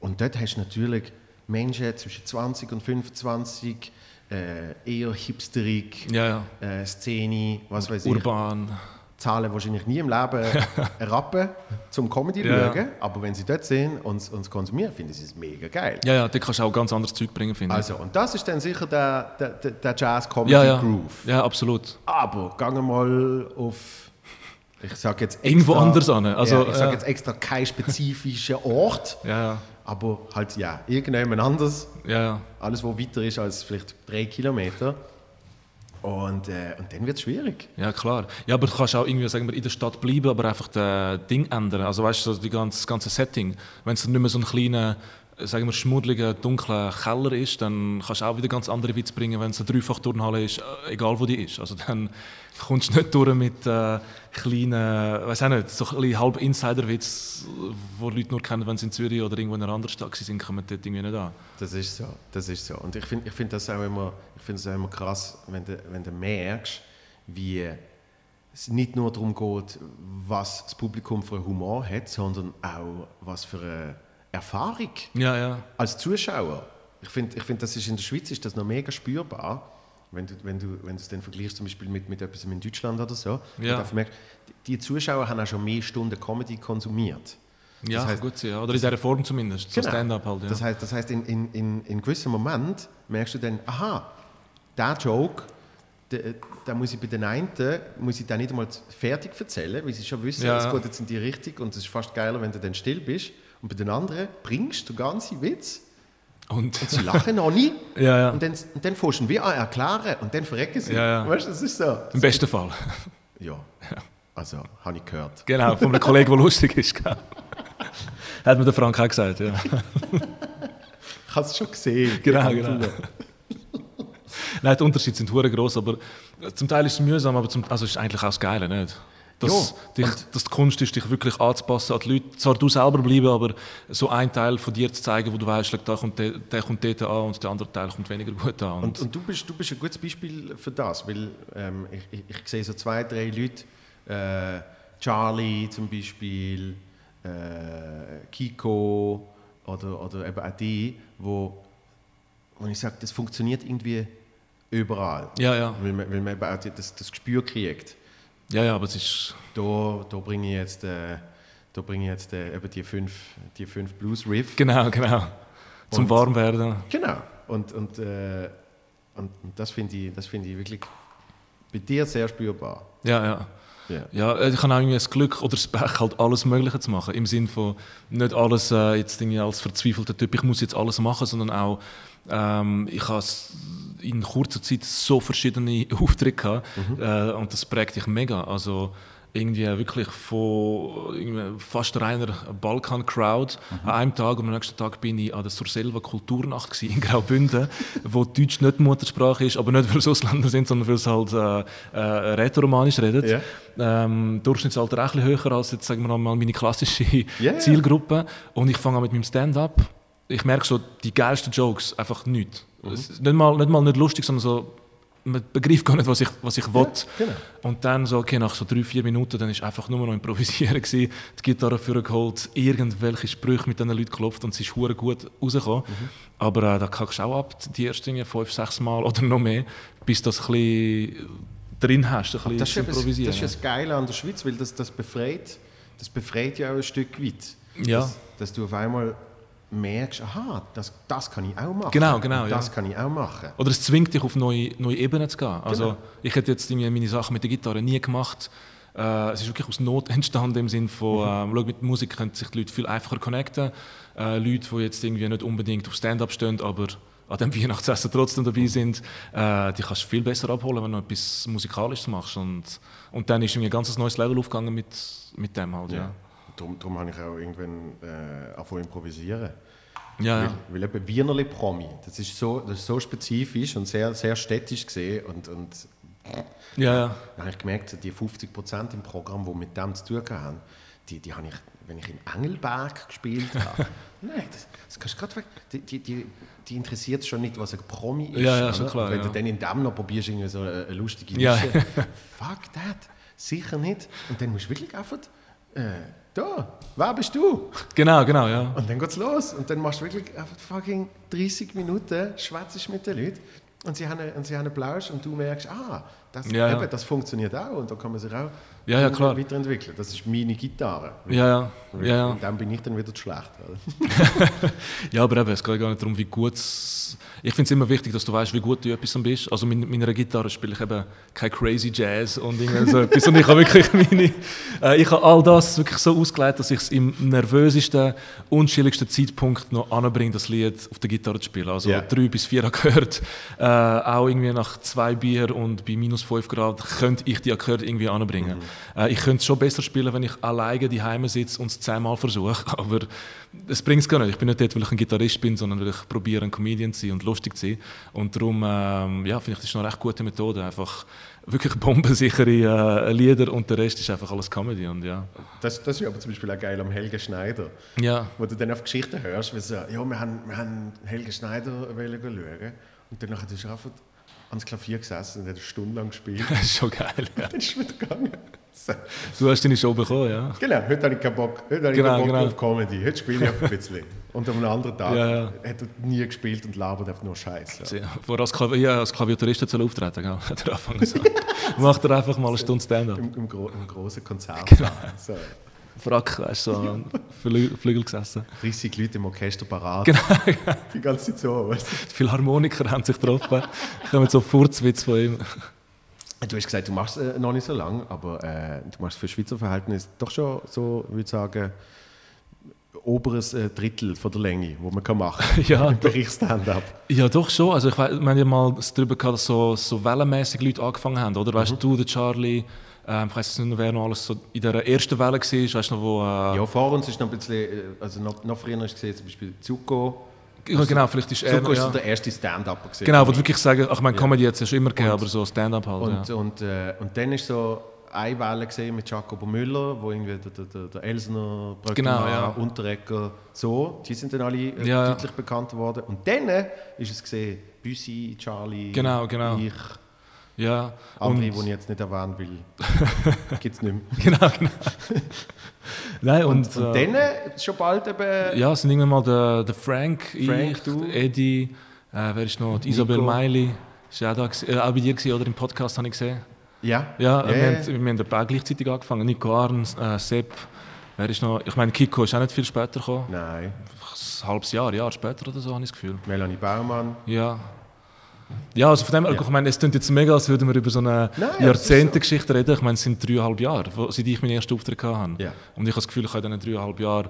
S2: und dort hast du natürlich Menschen zwischen 20 und 25, äh, eher hipsterig,
S1: ja, ja.
S2: äh, Szene, was weiß ich.
S1: Urban.
S2: zahlen wahrscheinlich nie im Leben einen Rappen zum Comedy
S1: Ja.
S2: schauen, aber wenn sie dort sind und es konsumieren, finden sie es mega geil.
S1: Ja, ja, da kannst du auch ganz anderes Zeug bringen, finde ich.
S2: Also, und das ist dann sicher der, der, der- der Jazz-Comedy
S1: ja, ja.
S2: Groove.
S1: Ja, absolut.
S2: Aber gehen wir mal auf, ich sage jetzt extra...
S1: Irgendwo anders an. Also,
S2: ja, ich sage
S1: ja.
S2: jetzt extra keinen spezifischen Ort,
S1: Ja,
S2: aber halt ja, irgendjemand anders,
S1: ja, ja, ja.
S2: alles, was weiter ist als vielleicht drei Kilometer. Und, äh, und dann wird es schwierig.
S1: Ja, klar. Ja, aber du kannst auch irgendwie sagen wir, in der Stadt bleiben, aber einfach das Ding ändern. Also weißt du, so die ganze, das ganze Setting. Wenn es dann nicht mehr so ein kleiner, äh, sagen wir, schmuddeliger, dunkler Keller ist, dann kannst du auch wieder ganz andere Witze bringen, wenn es eine Dreifach-Turnhalle ist, äh, egal wo die ist. Also dann kommst du nicht durch mit äh, kleinen, weiß auch nicht, so ein bisschen halb Insider-Witz, wo Leute nur kennen, wenn sie in Zürich oder irgendwo in einer anderen Stadt sind, kommen dort irgendwie nicht an.
S2: Das ist so, das ist so. Und ich finde ich find das, auch immer- ich find das auch immer krass, wenn du, wenn du merkst, wie es nicht nur darum geht, was das Publikum für einen Humor hat, sondern auch, was für eine Erfahrung
S1: Ja, ja.
S2: als Zuschauer. Ich finde, ich find, das ist in der Schweiz ist das noch mega spürbar, wenn du, wenn du, wenn du es dann vergleichst zum Beispiel mit, mit etwas in Deutschland oder so.
S1: Ja.
S2: Und einfach merkst, die die Zuschauer haben auch schon mehr Stunden Comedy konsumiert.
S1: Ja,
S2: heisst-
S1: gut, ja. Oder in dieser Form zumindest. So
S2: Genau.
S1: Stand-up halt, ja.
S2: Das heißt, das heißt in, in, in, in gewissem Moment merkst du dann, aha, der Joke, der- da muss ich bei den einen, muss ich dann nicht einmal fertig erzählen, weil sie schon wissen,
S1: Ja.
S2: es geht jetzt in die Richtung und es ist fast geiler, wenn du dann still bist. Und bei den anderen bringst du den ganzen Witz
S1: Und,
S2: und sie lachen noch nie.
S1: ja, ja.
S2: Und dann, und dann fährst du ihn wie an erklären und dann verrecken sie.
S1: Ja, ja.
S2: Weißt du, das ist so.
S1: Im besten Fall.
S2: Ja, also, habe ich gehört.
S1: Genau, von einem Kollegen, der lustig ist. gell? Hat mir der Frank auch gesagt, ja.
S2: Ich habe es schon gesehen.
S1: Genau, genau. Nein, die Unterschiede sind hure groß, aber zum Teil ist es mühsam, aber zum, also ist eigentlich auch das Geile, nicht? Dass, dich, dass die Kunst ist, dich wirklich anzupassen an die Leute. Zwar du selber bleiben, aber so ein Teil von dir zu zeigen, wo du weißt, schau, der kommt, der, der kommt dort an und der andere Teil kommt weniger gut an.
S2: Und, und du, bist, du bist ein gutes Beispiel für das, weil ähm, ich, ich, ich sehe so zwei, drei Leute, äh, Charlie zum Beispiel, äh, Kiko oder, oder eben auch die, wo, wo ich sage, das funktioniert irgendwie überall,
S1: ja, ja,
S2: weil, man, weil man eben auch die- das, das Gespür kriegt.
S1: ja, ja, aber es ist.
S2: Da, da bringe ich jetzt, äh, da bringe ich jetzt äh, eben die fünf, die fünf Blues-Riff.
S1: Genau, genau. Zum
S2: Und-
S1: Warmwerden.
S2: Genau. Und, und, äh, und und das finde ich, das finde ich wirklich bei dir sehr spürbar.
S1: Ja, ja.
S2: Ja.
S1: Ja, äh, ich habe auch irgendwie das Glück oder das Pech, halt alles Mögliche zu machen. Im Sinne von nicht alles äh, jetzt irgendwie als verzweifelter Typ, ich muss jetzt alles machen, sondern auch, ähm, ich habe s- in kurzer Zeit so verschiedene Aufträge gehabt, äh, und das prägt dich mega. Also irgendwie wirklich von irgendwie fast reiner Balkan-Crowd. An einem Tag und am nächsten Tag bin ich an der Surselva Kulturnacht gewesen, in Graubünden, wo Deutsch nicht die Muttersprache ist, aber nicht, weil es Ausländer sind, sondern weil es halt äh, äh, Rätoromanisch redet.
S2: Ja.
S1: Ähm, Durchschnittsalter auch ein bisschen höher als jetzt, sagen wir mal, meine klassische
S2: Ja, ja.
S1: Zielgruppe. Und ich fange an mit meinem Stand-up.
S2: Mhm.
S1: Dus Ich merke so, die geilsten Jokes, einfach nichts. Es- Nicht, mal, nicht mal nicht lustig, sondern so man begreift gar nicht, was ich, was ich will.
S2: genau.
S1: Und dann, so, okay, nach so drei, vier Minuten, dann war einfach nur noch improvisieren. Gewesen, die Gitarre vorgeholt, irgendwelche Sprüche mit diesen Leuten geklopft und es ist hure gut
S2: Mhm.
S1: rausgekommen. Aber äh, da kackst du auch ab, die ersten Dinge, fünf, sechs Mal oder noch mehr, bis du das ein bisschen drin hast, ein bisschen
S2: Das ist,
S1: zu
S2: eben das, das
S1: improvisieren.
S2: ist das Geile an der Schweiz, weil das, das, befreit, das befreit ja auch ein Stück weit.
S1: Ja.
S2: Dass, dass du auf einmal merkst, aha, das, das kann ich auch machen.
S1: Genau, genau,
S2: Und Das
S1: ja.
S2: kann ich auch machen.
S1: Oder es zwingt dich auf neue, neue Ebenen zu gehen. Also
S2: Genau.
S1: ich hätte jetzt irgendwie meine Sachen mit der Gitarre nie gemacht. Äh, es ist wirklich aus Not entstanden im Sinne von, ähm, schau, mit Musik können sich die Leute viel einfacher connecten. Äh, Leute, die jetzt irgendwie nicht unbedingt auf Stand-up stehen, aber an dem Weihnachtsessen trotzdem dabei sind, äh, die kannst du viel besser abholen, wenn du etwas Musikalisches machst. Und, und dann ist irgendwie ein ganz neues Level aufgegangen mit, mit dem halt. Ja,
S2: Darum, darum habe ich auch irgendwann äh, angefangen improvisieren.
S1: ja. ja.
S2: Weil, weil eben Wienerli Promi, das ist so, das ist so spezifisch und sehr, sehr städtisch gesehen und, und
S1: ja, ja.
S2: Da habe ich gemerkt, die 50% im Programm, die mit dem zu tun haben, die, die habe ich, wenn ich in Engelberg gespielt habe, nein, das, das kannst du gerade weg. Die, die, die, die interessiert schon nicht, was ein Promi ist.
S1: Ja, ja,
S2: oder?
S1: schon klar,
S2: Und wenn
S1: ja.
S2: du dann in dem noch probierst, irgendwie so eine, eine lustige
S1: Ja.
S2: Nische, fuck that, sicher nicht. Und dann musst du wirklich einfach, äh, da, wer bist du?
S1: Genau, genau, ja.
S2: Und dann geht's los. Und dann machst du wirklich einfach fucking 30 Minuten, schwätzt mit den Leuten. Und sie haben, einen- und sie haben einen Plausch und du merkst, ah, das,
S1: Ja, ja.
S2: eben, das funktioniert auch. Und da kann man sich auch
S1: Ja, ja, klar.
S2: weiterentwickeln. Das ist meine Gitarre.
S1: Ja, ja. ja, ja.
S2: Und dann bin ich dann wieder zu schlecht. Oder?
S1: Ja, aber eben, es geht gar nicht darum, wie gut Ich finde es immer wichtig, dass du weißt, wie gut du in etwas bist. Also mit meiner Gitarre spiele ich eben kein crazy Jazz und irgendwie so etwas. Und ich habe wirklich meine... Äh, ich habe all das wirklich so ausgelegt, dass ich es im nervösesten, unschilligsten Zeitpunkt noch anbringe, das Lied auf der Gitarre zu spielen. Also
S2: Ja.
S1: drei bis vier Akkorde, äh, auch irgendwie nach zwei Bier und bei minus fünf Grad könnte ich die Akkorde irgendwie anbringen. Äh, ich könnte es schon besser spielen, wenn ich alleine daheim sitze und es zehnmal versuche, aber es bringt es gar nicht. Ich bin nicht dort, weil ich ein Gitarrist bin, sondern weil ich probiere, ein Comedian zu sein und lustig zu sein. Und darum ähm, ja, finde ich, das ist eine recht gute Methode. Einfach wirklich bombensichere äh, Lieder und der Rest ist einfach alles Comedy. Und ja.
S2: Das, das ist aber zum Beispiel auch geil am Helge Schneider.
S1: Ja.
S2: Wo du dann auf Geschichten hörst, wie so, ja, wir haben, wir haben Helge Schneider wollen gehen schauen. Und dann hast du einfach ans Klavier gesessen und hat eine Stunde lang gespielt.
S1: Das ist schon geil. Ja.
S2: dann ist er wieder gegangen. So.
S1: Du hast deine Show bekommen, ja?
S2: Genau, heute habe ich keinen Bock, heute habe ich
S1: Genau,
S2: keinen Bock
S1: genau.
S2: auf Comedy. Heute spiele ich einfach ein bisschen. Und an einem anderen Tag
S1: Ja, ja.
S2: hat er nie gespielt und labert einfach nur Scheiße.
S1: Sie- Wo er als, Klav ja, als Klaviertourist soll auftreten soll, hat er angefangen zu sagen. Macht er einfach mal eine Stunde Stand-up.
S2: Im, im, gro im großen Konzert.
S1: Genau.
S2: So,
S1: Frack, weißt du, so am Flü Flügel gesessen.
S2: 30 Leute im Orchester parat.
S1: Genau.
S2: Die ganze Zeit so. Weißt
S1: Die Philharmoniker haben sich getroffen. Kommen so Furzwitz von ihm.
S2: du? du hast gesagt, du machst es äh, noch nicht so lange, aber äh, du machst für Schweizer Verhältnis doch schon so, würde ich sagen, oberes äh, Drittel von der Länge, wo man kann machen kann.
S1: Ja,
S2: Im Bereich Stand-up.
S1: Ja, doch schon. Also ich weiß, wir haben ja mal darüber gehabt, dass so, so wellenmäßig Leute angefangen haben, oder? Weißt du, der Charlie, ähm, ich weiß jetzt nicht mehr, wer noch alles so in der ersten Welle war, weißt du noch, wo... Äh,
S2: Ja, vor uns ist noch ein bisschen, äh, also noch, noch früher ist gesehen, zum Beispiel Zuko.
S1: ja, genau, vielleicht ist er... noch,
S2: Zuko ist
S1: Ja.
S2: so der erste Stand-Upper. gewesen.
S1: Genau, wo du wirklich sagen, ach, ich meine, Comedy hat es ja schon immer gegeben, aber so Stand-up halt,
S2: Und,
S1: ja.
S2: und, äh, und dann ist so eine Welle gesehen mit Jacobo Müller, wo irgendwie der, der- der, der Elsner, Bröckner,
S1: Genau, ja.
S2: Unterrecker, so, die sind dann alle äh,
S1: Ja, ja.
S2: deutlich bekannt worden. Und dann äh, ist es gesehen, Büssi, Charlie,
S1: Genau, genau.
S2: ich,
S1: ja.
S2: andere, die ich jetzt nicht erwähnen will, gibt es nicht mehr.
S1: genau, genau. Nein, und,
S2: Und, und
S1: äh,
S2: dann äh, schon bald eben
S1: ja, es sind irgendwann mal der, der Frank,
S2: Frank,
S1: ich,
S2: du.
S1: der Eddie, äh, wer ist noch? Die Isabel
S2: Nico.
S1: Meili. Ist ja auch, da, gewesen. äh, auch bei dir gewesen, oder? Im Podcast habe ich gesehen.
S2: Ja,
S1: Ja,
S2: ja,
S1: wir,
S2: ja.
S1: Haben, wir haben ein paar gleichzeitig angefangen. Nico Arns, äh, Sepp, wer ist noch? Ich meine, Kiko ist auch nicht viel später gekommen.
S2: Nein,
S1: Ein halbes Jahr, Jahr später oder so, habe ich das Gefühl.
S2: Melanie Baumann.
S1: Ja. Ja, also von dem her,
S2: Ja.
S1: ich meine, es klingt jetzt mega, als würden wir über so eine
S2: Nein, aber es ist
S1: Jahrzehnte-Geschichte reden. Ich meine, es sind dreieinhalb Jahre, wo- seit ich meinen ersten Auftritt hatte.
S2: Ja.
S1: Und ich habe das Gefühl, ich habe in diesen dreieinhalb Jahren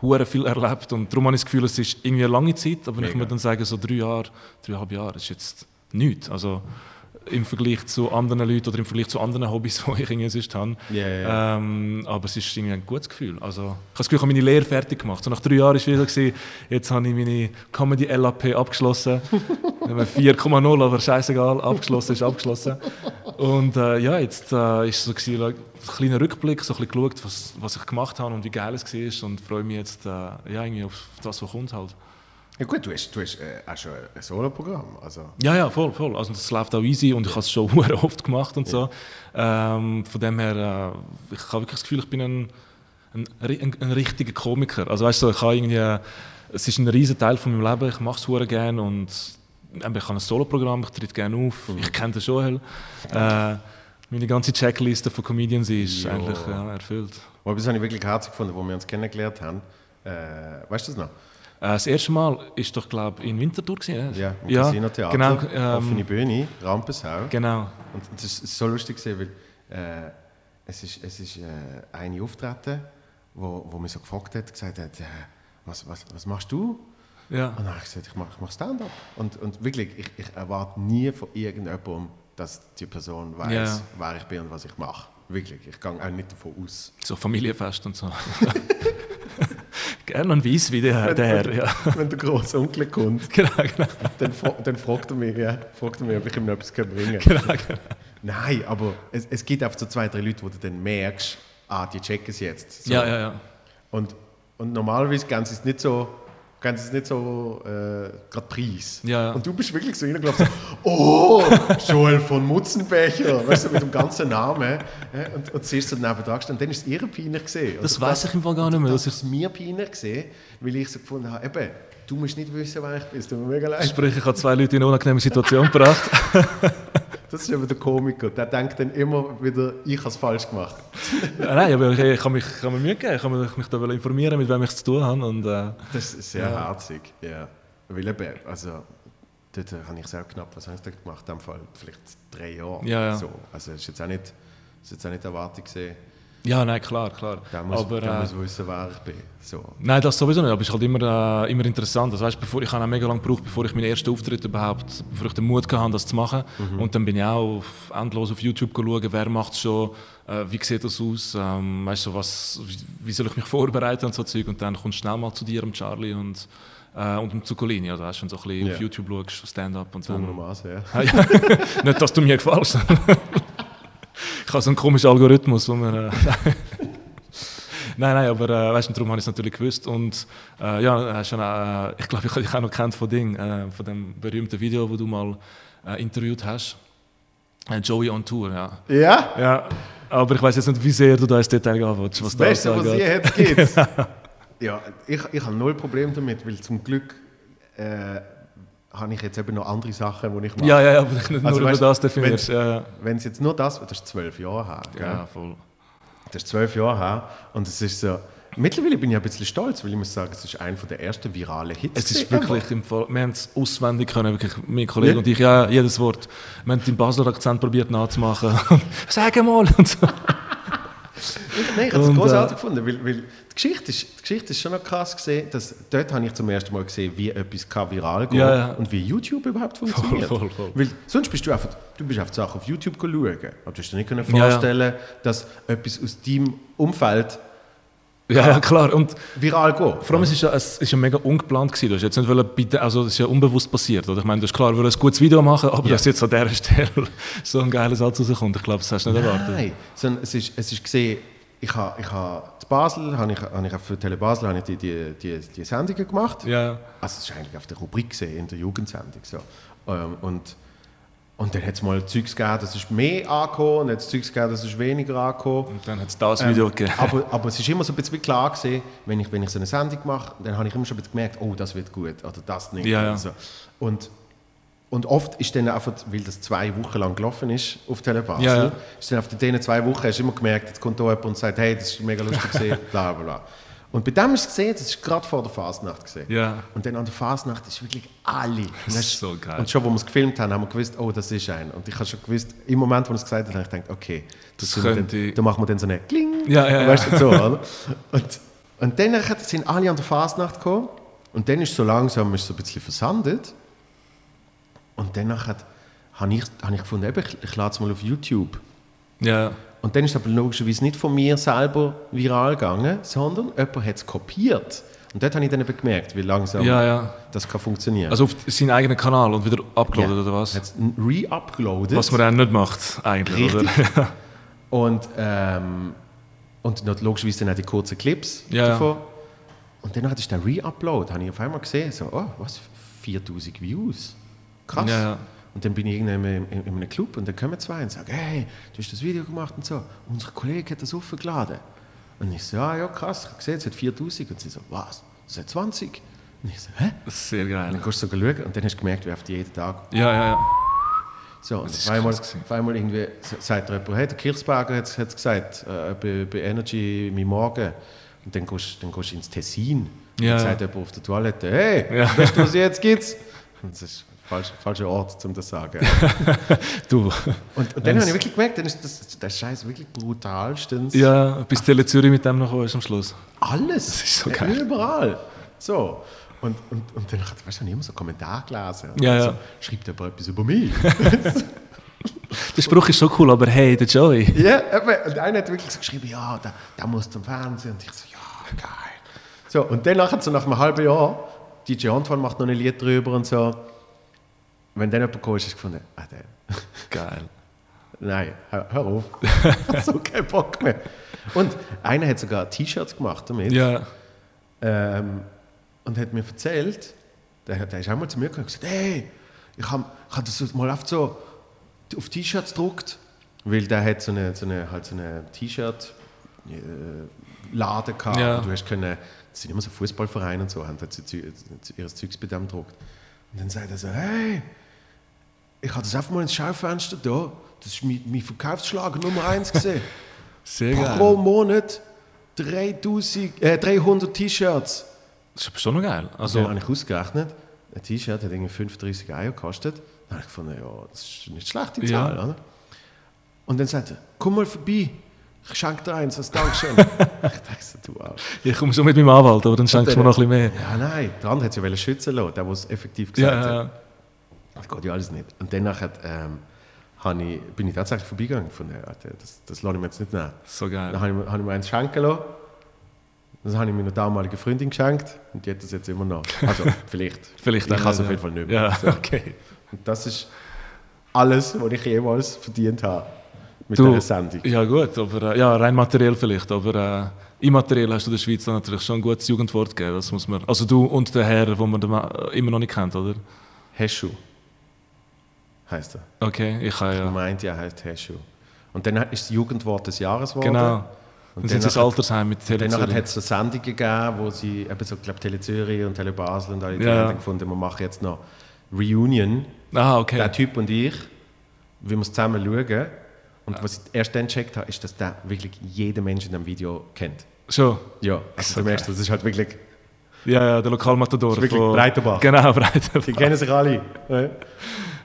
S1: hure viel erlebt. Und darum habe ich das Gefühl, es ist irgendwie eine lange Zeit. Aber wenn ich
S2: Mega.
S1: mir dann sage, so drei Jahre, dreieinhalb Jahre, ist jetzt nichts. Also im Vergleich zu anderen Leuten oder im Vergleich zu anderen Hobbys, die ich irgendwie sonst habe.
S2: Ja, ja, ja.
S1: Ähm, aber es ist irgendwie ein gutes Gefühl. Also, ich habe das Gefühl, ich habe meine Lehre fertig gemacht. So nach drei Jahren war es wieder, gewesen, jetzt habe ich meine Comedy-LAP abgeschlossen. Dann haben wir 4,0, aber scheißegal, abgeschlossen ist abgeschlossen. Und äh, ja, jetzt äh, ist so gewesen, like, ein kleiner Rückblick, so ein bisschen geschaut, was, was ich gemacht habe und wie geil es war. Und freue mich jetzt äh, ja, irgendwie auf das, was kommt halt.
S2: Ja gut, du hast, du hast äh, auch schon ein Solo-Programm. Also,
S1: Ja, ja, voll, voll. Also das läuft auch easy und ich habe es schon sehr oft gemacht und so. Ähm, von dem her, äh, ich habe wirklich das Gefühl, ich bin ein, ein, ri- ein, ein richtiger Komiker. Also weißt du, ich habe irgendwie, äh, es ist ein riesen Teil von meinem Leben, ich mache es sehr gerne und eben, ich habe ein Solo-Programm, ich tritt gerne auf, ich kenne den Joel. Äh, meine ganze Checkliste von Comedians ist
S2: Ja.
S1: eigentlich ja, erfüllt.
S2: aber das habe ich wirklich herzig gefunden, wo wir uns kennengelernt haben. Äh, weißt du das noch?
S1: Äh, das erste Mal ist doch, glaube ich, in Winterthur gewesen, oder?
S2: Ja, im Casino-Theater,
S1: Genau,
S2: offene
S1: ähm,
S2: Bühne, Rampensau.
S1: genau.
S2: Und das war so lustig, gewesen, weil äh, es ist, es ist äh, eine auftreten, wo, wo mich so gefragt hat, gesagt hat, äh, was, was, was machst du?
S1: Ja.
S2: Und dann habe ich gesagt, ich mache ich mach Stand-up. Und, und wirklich, ich, ich erwarte nie von irgendjemandem, dass die Person weiß,
S1: Ja.
S2: wer ich bin und was ich mache. Wirklich, ich gehe auch nicht davon aus.
S1: So Familienfest und so. Gerne ein Weiss wie der Herr, der Herr ja.
S2: Wenn der große Onkel kommt,
S1: Genau, genau.
S2: dann, fra- dann fragt, er mich, ja, fragt er mich, ob ich ihm noch etwas bringen kann.
S1: Genau,
S2: Nein, aber es, es gibt einfach so zwei, drei Leute, wo du dann merkst, ah, die checken es jetzt. So.
S1: Ja, ja, ja.
S2: Und, und normalerweise gehen sie es nicht so, gehen sie es nicht so äh, gerade preis.
S1: Ja, ja.
S2: Und du bist wirklich so hingelaufen, so, oh, Joel von Mutzenbecher, weißt du, mit dem ganzen Namen. äh, Und, und siehst so daneben dran gestanden. und dann ist es ihre peinlich gesehen.
S1: Das weiß ich im Fall gar nicht mehr.
S2: Das
S1: Das ich,
S2: ist mir peinlich gesehen, weil ich so gefunden habe, eben, du musst nicht wissen, wer ich bin, es tut mir mega leid.
S1: sprich, ich habe zwei Leute in eine unangenehme Situation gebracht.
S2: Das ist eben der Komiker, der denkt dann immer wieder, ich habe es falsch gemacht.
S1: Äh, Nein, aber ich, ich habe mich, ich habe mir Mühe gegeben. Ich habe mich, mich da wollen informieren, mit wem ich zu tun habe. Und, äh,
S2: Das ist sehr
S1: Ja.
S2: herzig, ja. Weil eben, also, dort äh, habe ich es auch knapp, was habe ich da gemacht, in dem Fall vielleicht drei Jahre.
S1: Ja, ja.
S2: So. Also es ist jetzt auch nicht, es ist jetzt auch nicht erwartet gesehen,
S1: ja, nein, klar, klar.
S2: der muss,
S1: aber,
S2: der
S1: äh,
S2: muss wissen, wer ich bin. So.
S1: Nein, das sowieso nicht, aber es ist halt immer, äh, immer interessant. Das weißt, bevor, ich habe auch mega lange gebraucht, bevor ich meinen ersten Auftritt überhaupt, bevor ich den Mut hatte, das zu machen. Und dann bin ich auch auf, endlos auf YouTube geschaut, wer macht es schon, äh, wie sieht das aus, ähm, weißt du, was, wie, wie soll ich mich vorbereiten und so Zeug. Und dann kommst du schnell mal zu dir, dem Charlie und, äh, und dem Zuccolini. Also, weißt, du, wenn du so ein bisschen
S2: Ja.
S1: auf YouTube schaust, Stand-up und so.
S2: Dummermaßen, ja.
S1: Ah, ja. Nicht, dass du mir gefällst. ich habe so einen komischen Algorithmus, wo man. Äh, nein, nein, aber äh, weißt du, darum habe ich es natürlich gewusst. Und äh, ja, hast schon, äh, ich glaube, ich habe dich auch noch kennt von Ding, äh, von dem berühmten Video, wo du mal äh, interviewt hast. Äh, Joey on Tour, ja.
S2: Ja,
S1: Ja, aber ich weiß jetzt nicht, wie sehr du da ins Detail gehen willst, was
S2: das
S1: da
S2: Beste, was
S1: angeht.
S2: je jetzt gibt. ja, ich, ich habe null Problem damit, weil zum Glück äh, habe ich jetzt eben noch andere Sachen, die ich mache.
S1: Ja, ja, ja, aber ich nicht
S2: Also,
S1: nur
S2: weißt,
S1: über das definierst. Ja, ja.
S2: Wenn es jetzt nur das, das ist zwölf Jahre her, gell?
S1: ja, voll.
S2: Das ist zwölf Jahre her und es ist so. Mittlerweile bin ich ein bisschen stolz, weil ich muss sagen, es ist einer der ersten viralen Hits.
S1: Es ist
S2: gewesen.
S1: wirklich im Fall, wir haben es auswendig können, wirklich, mein Kollege
S2: Ja.
S1: und ich, ja, jedes Wort. Wir haben den Basler Akzent probiert nachzumachen. Sag mal! Und so.
S2: Nein, ich habe es
S1: Und,
S2: großartig
S1: äh,
S2: gefunden, weil, weil die, Geschichte ist, die Geschichte ist schon noch krass gesehen, dass dort habe ich zum ersten Mal gesehen, wie etwas kann viral geht
S1: Ja, ja.
S2: und wie YouTube überhaupt funktioniert.
S1: voll, voll.
S2: Weil sonst bist du einfach, du bist auf die Sache auf YouTube schauen, aber du hast dir nicht können
S1: Ja, ja.
S2: vorstellen, dass etwas aus deinem Umfeld
S1: Ja, ja, klar. Und
S2: viral geht.
S1: vor allem, es ist ja, es ist ja mega ungeplant gewesen. Du hast jetzt nicht wollen, bitte, also es ist ja unbewusst passiert. Oder? Ich meine, du hast klar wollen ein gutes Video machen, aber dass jetzt an dieser Stelle so ein geiler Satz rauskommt, ich glaube, das hast du nicht erwartet.
S2: Nein, sondern es ist, es ist gesehen, ich habe ich ha in Basel, habe ich, habe ich auch für Tele Basel habe ich die, die, die, die Sendungen gemacht.
S1: Ja,
S2: Also es ist eigentlich auf der Rubrik gesehen, in der Jugendsendung. So. Ähm, und, und dann hat es mal Zeugs gegeben, das ist mehr angekommen, und dann hat es Zeugs gegeben, das ist weniger angekommen.
S1: und dann hat es das Video gegeben.
S2: Ähm, aber, aber es ist immer so ein bisschen wie klar gesehen, wenn ich, wenn ich so eine Sendung mache, dann habe ich immer schon ein bisschen gemerkt, oh, das wird gut oder das nicht.
S1: Ja, ja.
S2: Also, und, und oft ist dann einfach, weil das zwei Wochen lang gelaufen ist auf Telebasel,
S1: Ja, ja.
S2: ist dann auf diesen zwei Wochen hast du immer gemerkt, jetzt kommt da jemand und sagt, hey, das ist mega lustig gesehen, bla bla bla. Und bei dem hast du gesehen, das ist gerade vor der Fasnacht gesehen.
S1: Ja.
S2: Und dann an der Fasnacht ist wirklich alle. Und
S1: Das ist
S2: hast-
S1: so geil.
S2: Und schon, wo wir es gefilmt haben, haben wir gewusst, oh, das ist ein. Und ich habe schon gewusst, im Moment, wo wir es gesagt haben, habe ich gedacht, okay, das, sind wir
S1: könnte-
S2: Dann, da machen wir dann so eine Kling.
S1: Ja, ja, ja.
S2: weißt du, so, oder? Und, und dann nachher sind alle an der Fasnacht gekommen und dann ist so langsam ist so ein bisschen versandet. Und dann nachher habe ich, habe ich gefunden, eben, ich, ich lade es mal auf YouTube.
S1: Ja,
S2: Und dann ist es aber logischerweise nicht von mir selber viral gegangen, sondern jemand hat es kopiert. Und dort habe ich dann eben gemerkt, wie langsam
S1: ja, ja.
S2: das kann funktionieren.
S1: Also auf seinen eigenen Kanal und wieder
S2: Ja.
S1: uploaden, oder was?
S2: Hat es re-uploaded.
S1: Was man dann nicht macht, eigentlich,
S2: Richtig.
S1: oder?
S2: Und, ähm, und dann logischerweise dann auch die kurzen Clips
S1: Ja, ja.
S2: davon. Und dann ist der Re-Upload, habe ich auf einmal gesehen, so, oh, was, 4000 Views? Krass.
S1: Ja, ja.
S2: Und dann bin ich irgendwann in, in, in einem Club und dann kommen zwei und sagen, hey, du hast das Video gemacht und so, unser Kollege hat das hochgeladen. Und ich so, ah, ja, ja, krass, ich habe gesehen, es hat 4000. Und sie so, was, es hat 20? Und ich so, hä?
S1: Sehr
S2: Und
S1: geil.
S2: dann gehst du so schauen und dann hast du gemerkt, wie oft jeden Tag
S1: Ja, ja, ja.
S2: so, und auf
S1: ist
S2: einmal,
S1: krass gewesen.
S2: auf einmal irgendwie s- sagt er jemand, hey, der Kirchsberger hat es gesagt, äh, bei, bei Energy mein Morgen. Und dann gehst du dann gehst du ins Tessin. Und
S1: Ja, ja.
S2: dann sagt jemand auf der Toilette, hey,
S1: Ja.
S2: weißt du, was jetzt gibt's? Und das ist falsch, falscher Ort, um das zu sagen.
S1: Du.
S2: Und, und dann habe ich wirklich gemerkt, dann ist das, der Scheiß wirklich brutalstens.
S1: Ja, bis Tele Zürich mit dem noch ist am Schluss.
S2: Alles. Das
S1: ist so geil.
S2: Überall. So. Und, und, und dann hat weißt du, ich habe immer so Kommentare gelesen.
S1: Ja,
S2: so,
S1: ja.
S2: Schreibt jemand etwas über mich?
S1: Der Spruch ist so cool, aber hey, der Joey.
S2: Ja, eben. Und einer hat wirklich so geschrieben, ja, der, der muss zum Fernsehen. Und ich so, ja, geil. So, und dann nachher, so nach einem halben Jahr, DJ Antoine macht noch ein Lied drüber und so. Wenn dann jemand kam, ist es gefunden, ah, der,
S1: Geil.
S2: nein, hör, hör auf. Ich hab so keinen Bock mehr. Und einer hat sogar T-Shirts gemacht damit.
S1: Ja,
S2: Ähm, und hat mir erzählt, der, hat- der ist auch mal zu mir gekommen und gesagt, hey, ich habe ich hab das so mal oft so auf T-Shirts gedruckt, weil der hat so eine, so eine, halt so eine T-Shirt äh, Laden gehabt.
S1: Ja.
S2: Und du hast können, das sind immer so Fußballvereine und so, haben halt sie Zü- ihr Zeugs bei dem gedruckt. Und dann sagt er so, hey, ich habe das einfach mal ins Schaufenster da, das ist mein, mein Verkaufsschlager Nummer 1 gesehen.
S1: sehr geil.
S2: Pro Monat 3000, äh, 300 T-Shirts.
S1: Das ist schon noch geil. Also,
S2: So habe ich ausgerechnet, ein T-Shirt hat irgendwie 35 Euro gekostet. Dann habe ich gefunden, ja, das ist nicht schlecht, die
S1: Ja.
S2: Zahl, oder? Und dann sagt er, komm mal vorbei, ich schenke dir eins als Dankeschön. ich dachte, so, du auch.
S1: ich komme schon mit meinem Anwalt, aber dann schenkst du mir noch ein bisschen mehr.
S2: Ja, nein, der andere hat es ja wollen schützen lassen, der, der es effektiv gesagt
S1: Ja,
S2: hat.
S1: ja, ja.
S2: Das geht ja alles nicht. Und danach hat, ähm, habe ich, bin ich tatsächlich vorbeigegangen von der, das, das lasse ich mir jetzt nicht nehmen.
S1: So
S2: Dann
S1: geil.
S2: habe ich, mir- habe ich mir eins schenken lassen. Das habe ich meiner damaligen Freundin geschenkt und die hat das jetzt immer noch. Also, vielleicht.
S1: Vielleicht
S2: ich
S1: auch
S2: kann es
S1: nicht,
S2: auf jeden Fall nicht mehr.
S1: Ja, okay.
S2: Und das ist alles, was ich jemals verdient habe mit
S1: Du-
S2: dieser Sendung.
S1: Ja, gut, aber äh, ja, rein materiell vielleicht, aber äh, immateriell hast du der Schweiz dann natürlich schon ein gutes Jugendwort gegeben. Das muss man, also du und der Herr, den man den Ma- äh, immer noch nicht kennt, oder?
S2: Heschu heißt er.
S1: Okay, ich kann
S2: Ja.
S1: ja.
S2: Meint ja, heißt Heschu. Und dann ist das Jugendwort des Jahres geworden.
S1: Genau.
S2: Und
S1: Dann sind sie ins
S2: danach-
S1: Altersheim mit Tele
S2: Danach
S1: Zürich.
S2: hat es so Sendungen gegeben, wo sie, eben so, glaube Tele Zürich und Tele Basel und alle die
S1: Ja.
S2: haben dann gefunden, wir machen jetzt noch Reunion.
S1: Ah, okay.
S2: Der Typ und ich, wir müssen zusammen schauen. Und was ich erst dann gecheckt habe, ist, dass der wirklich jeden Menschen in dem Video kennt.
S1: Schon.
S2: Ja, also du merkst, das ist halt wirklich,
S1: Ja, ja, der Lokalmatador.
S2: Das ist wirklich Breitenbach.
S1: Genau,
S2: die
S1: Breitenbach.
S2: kennen sich alle. ne?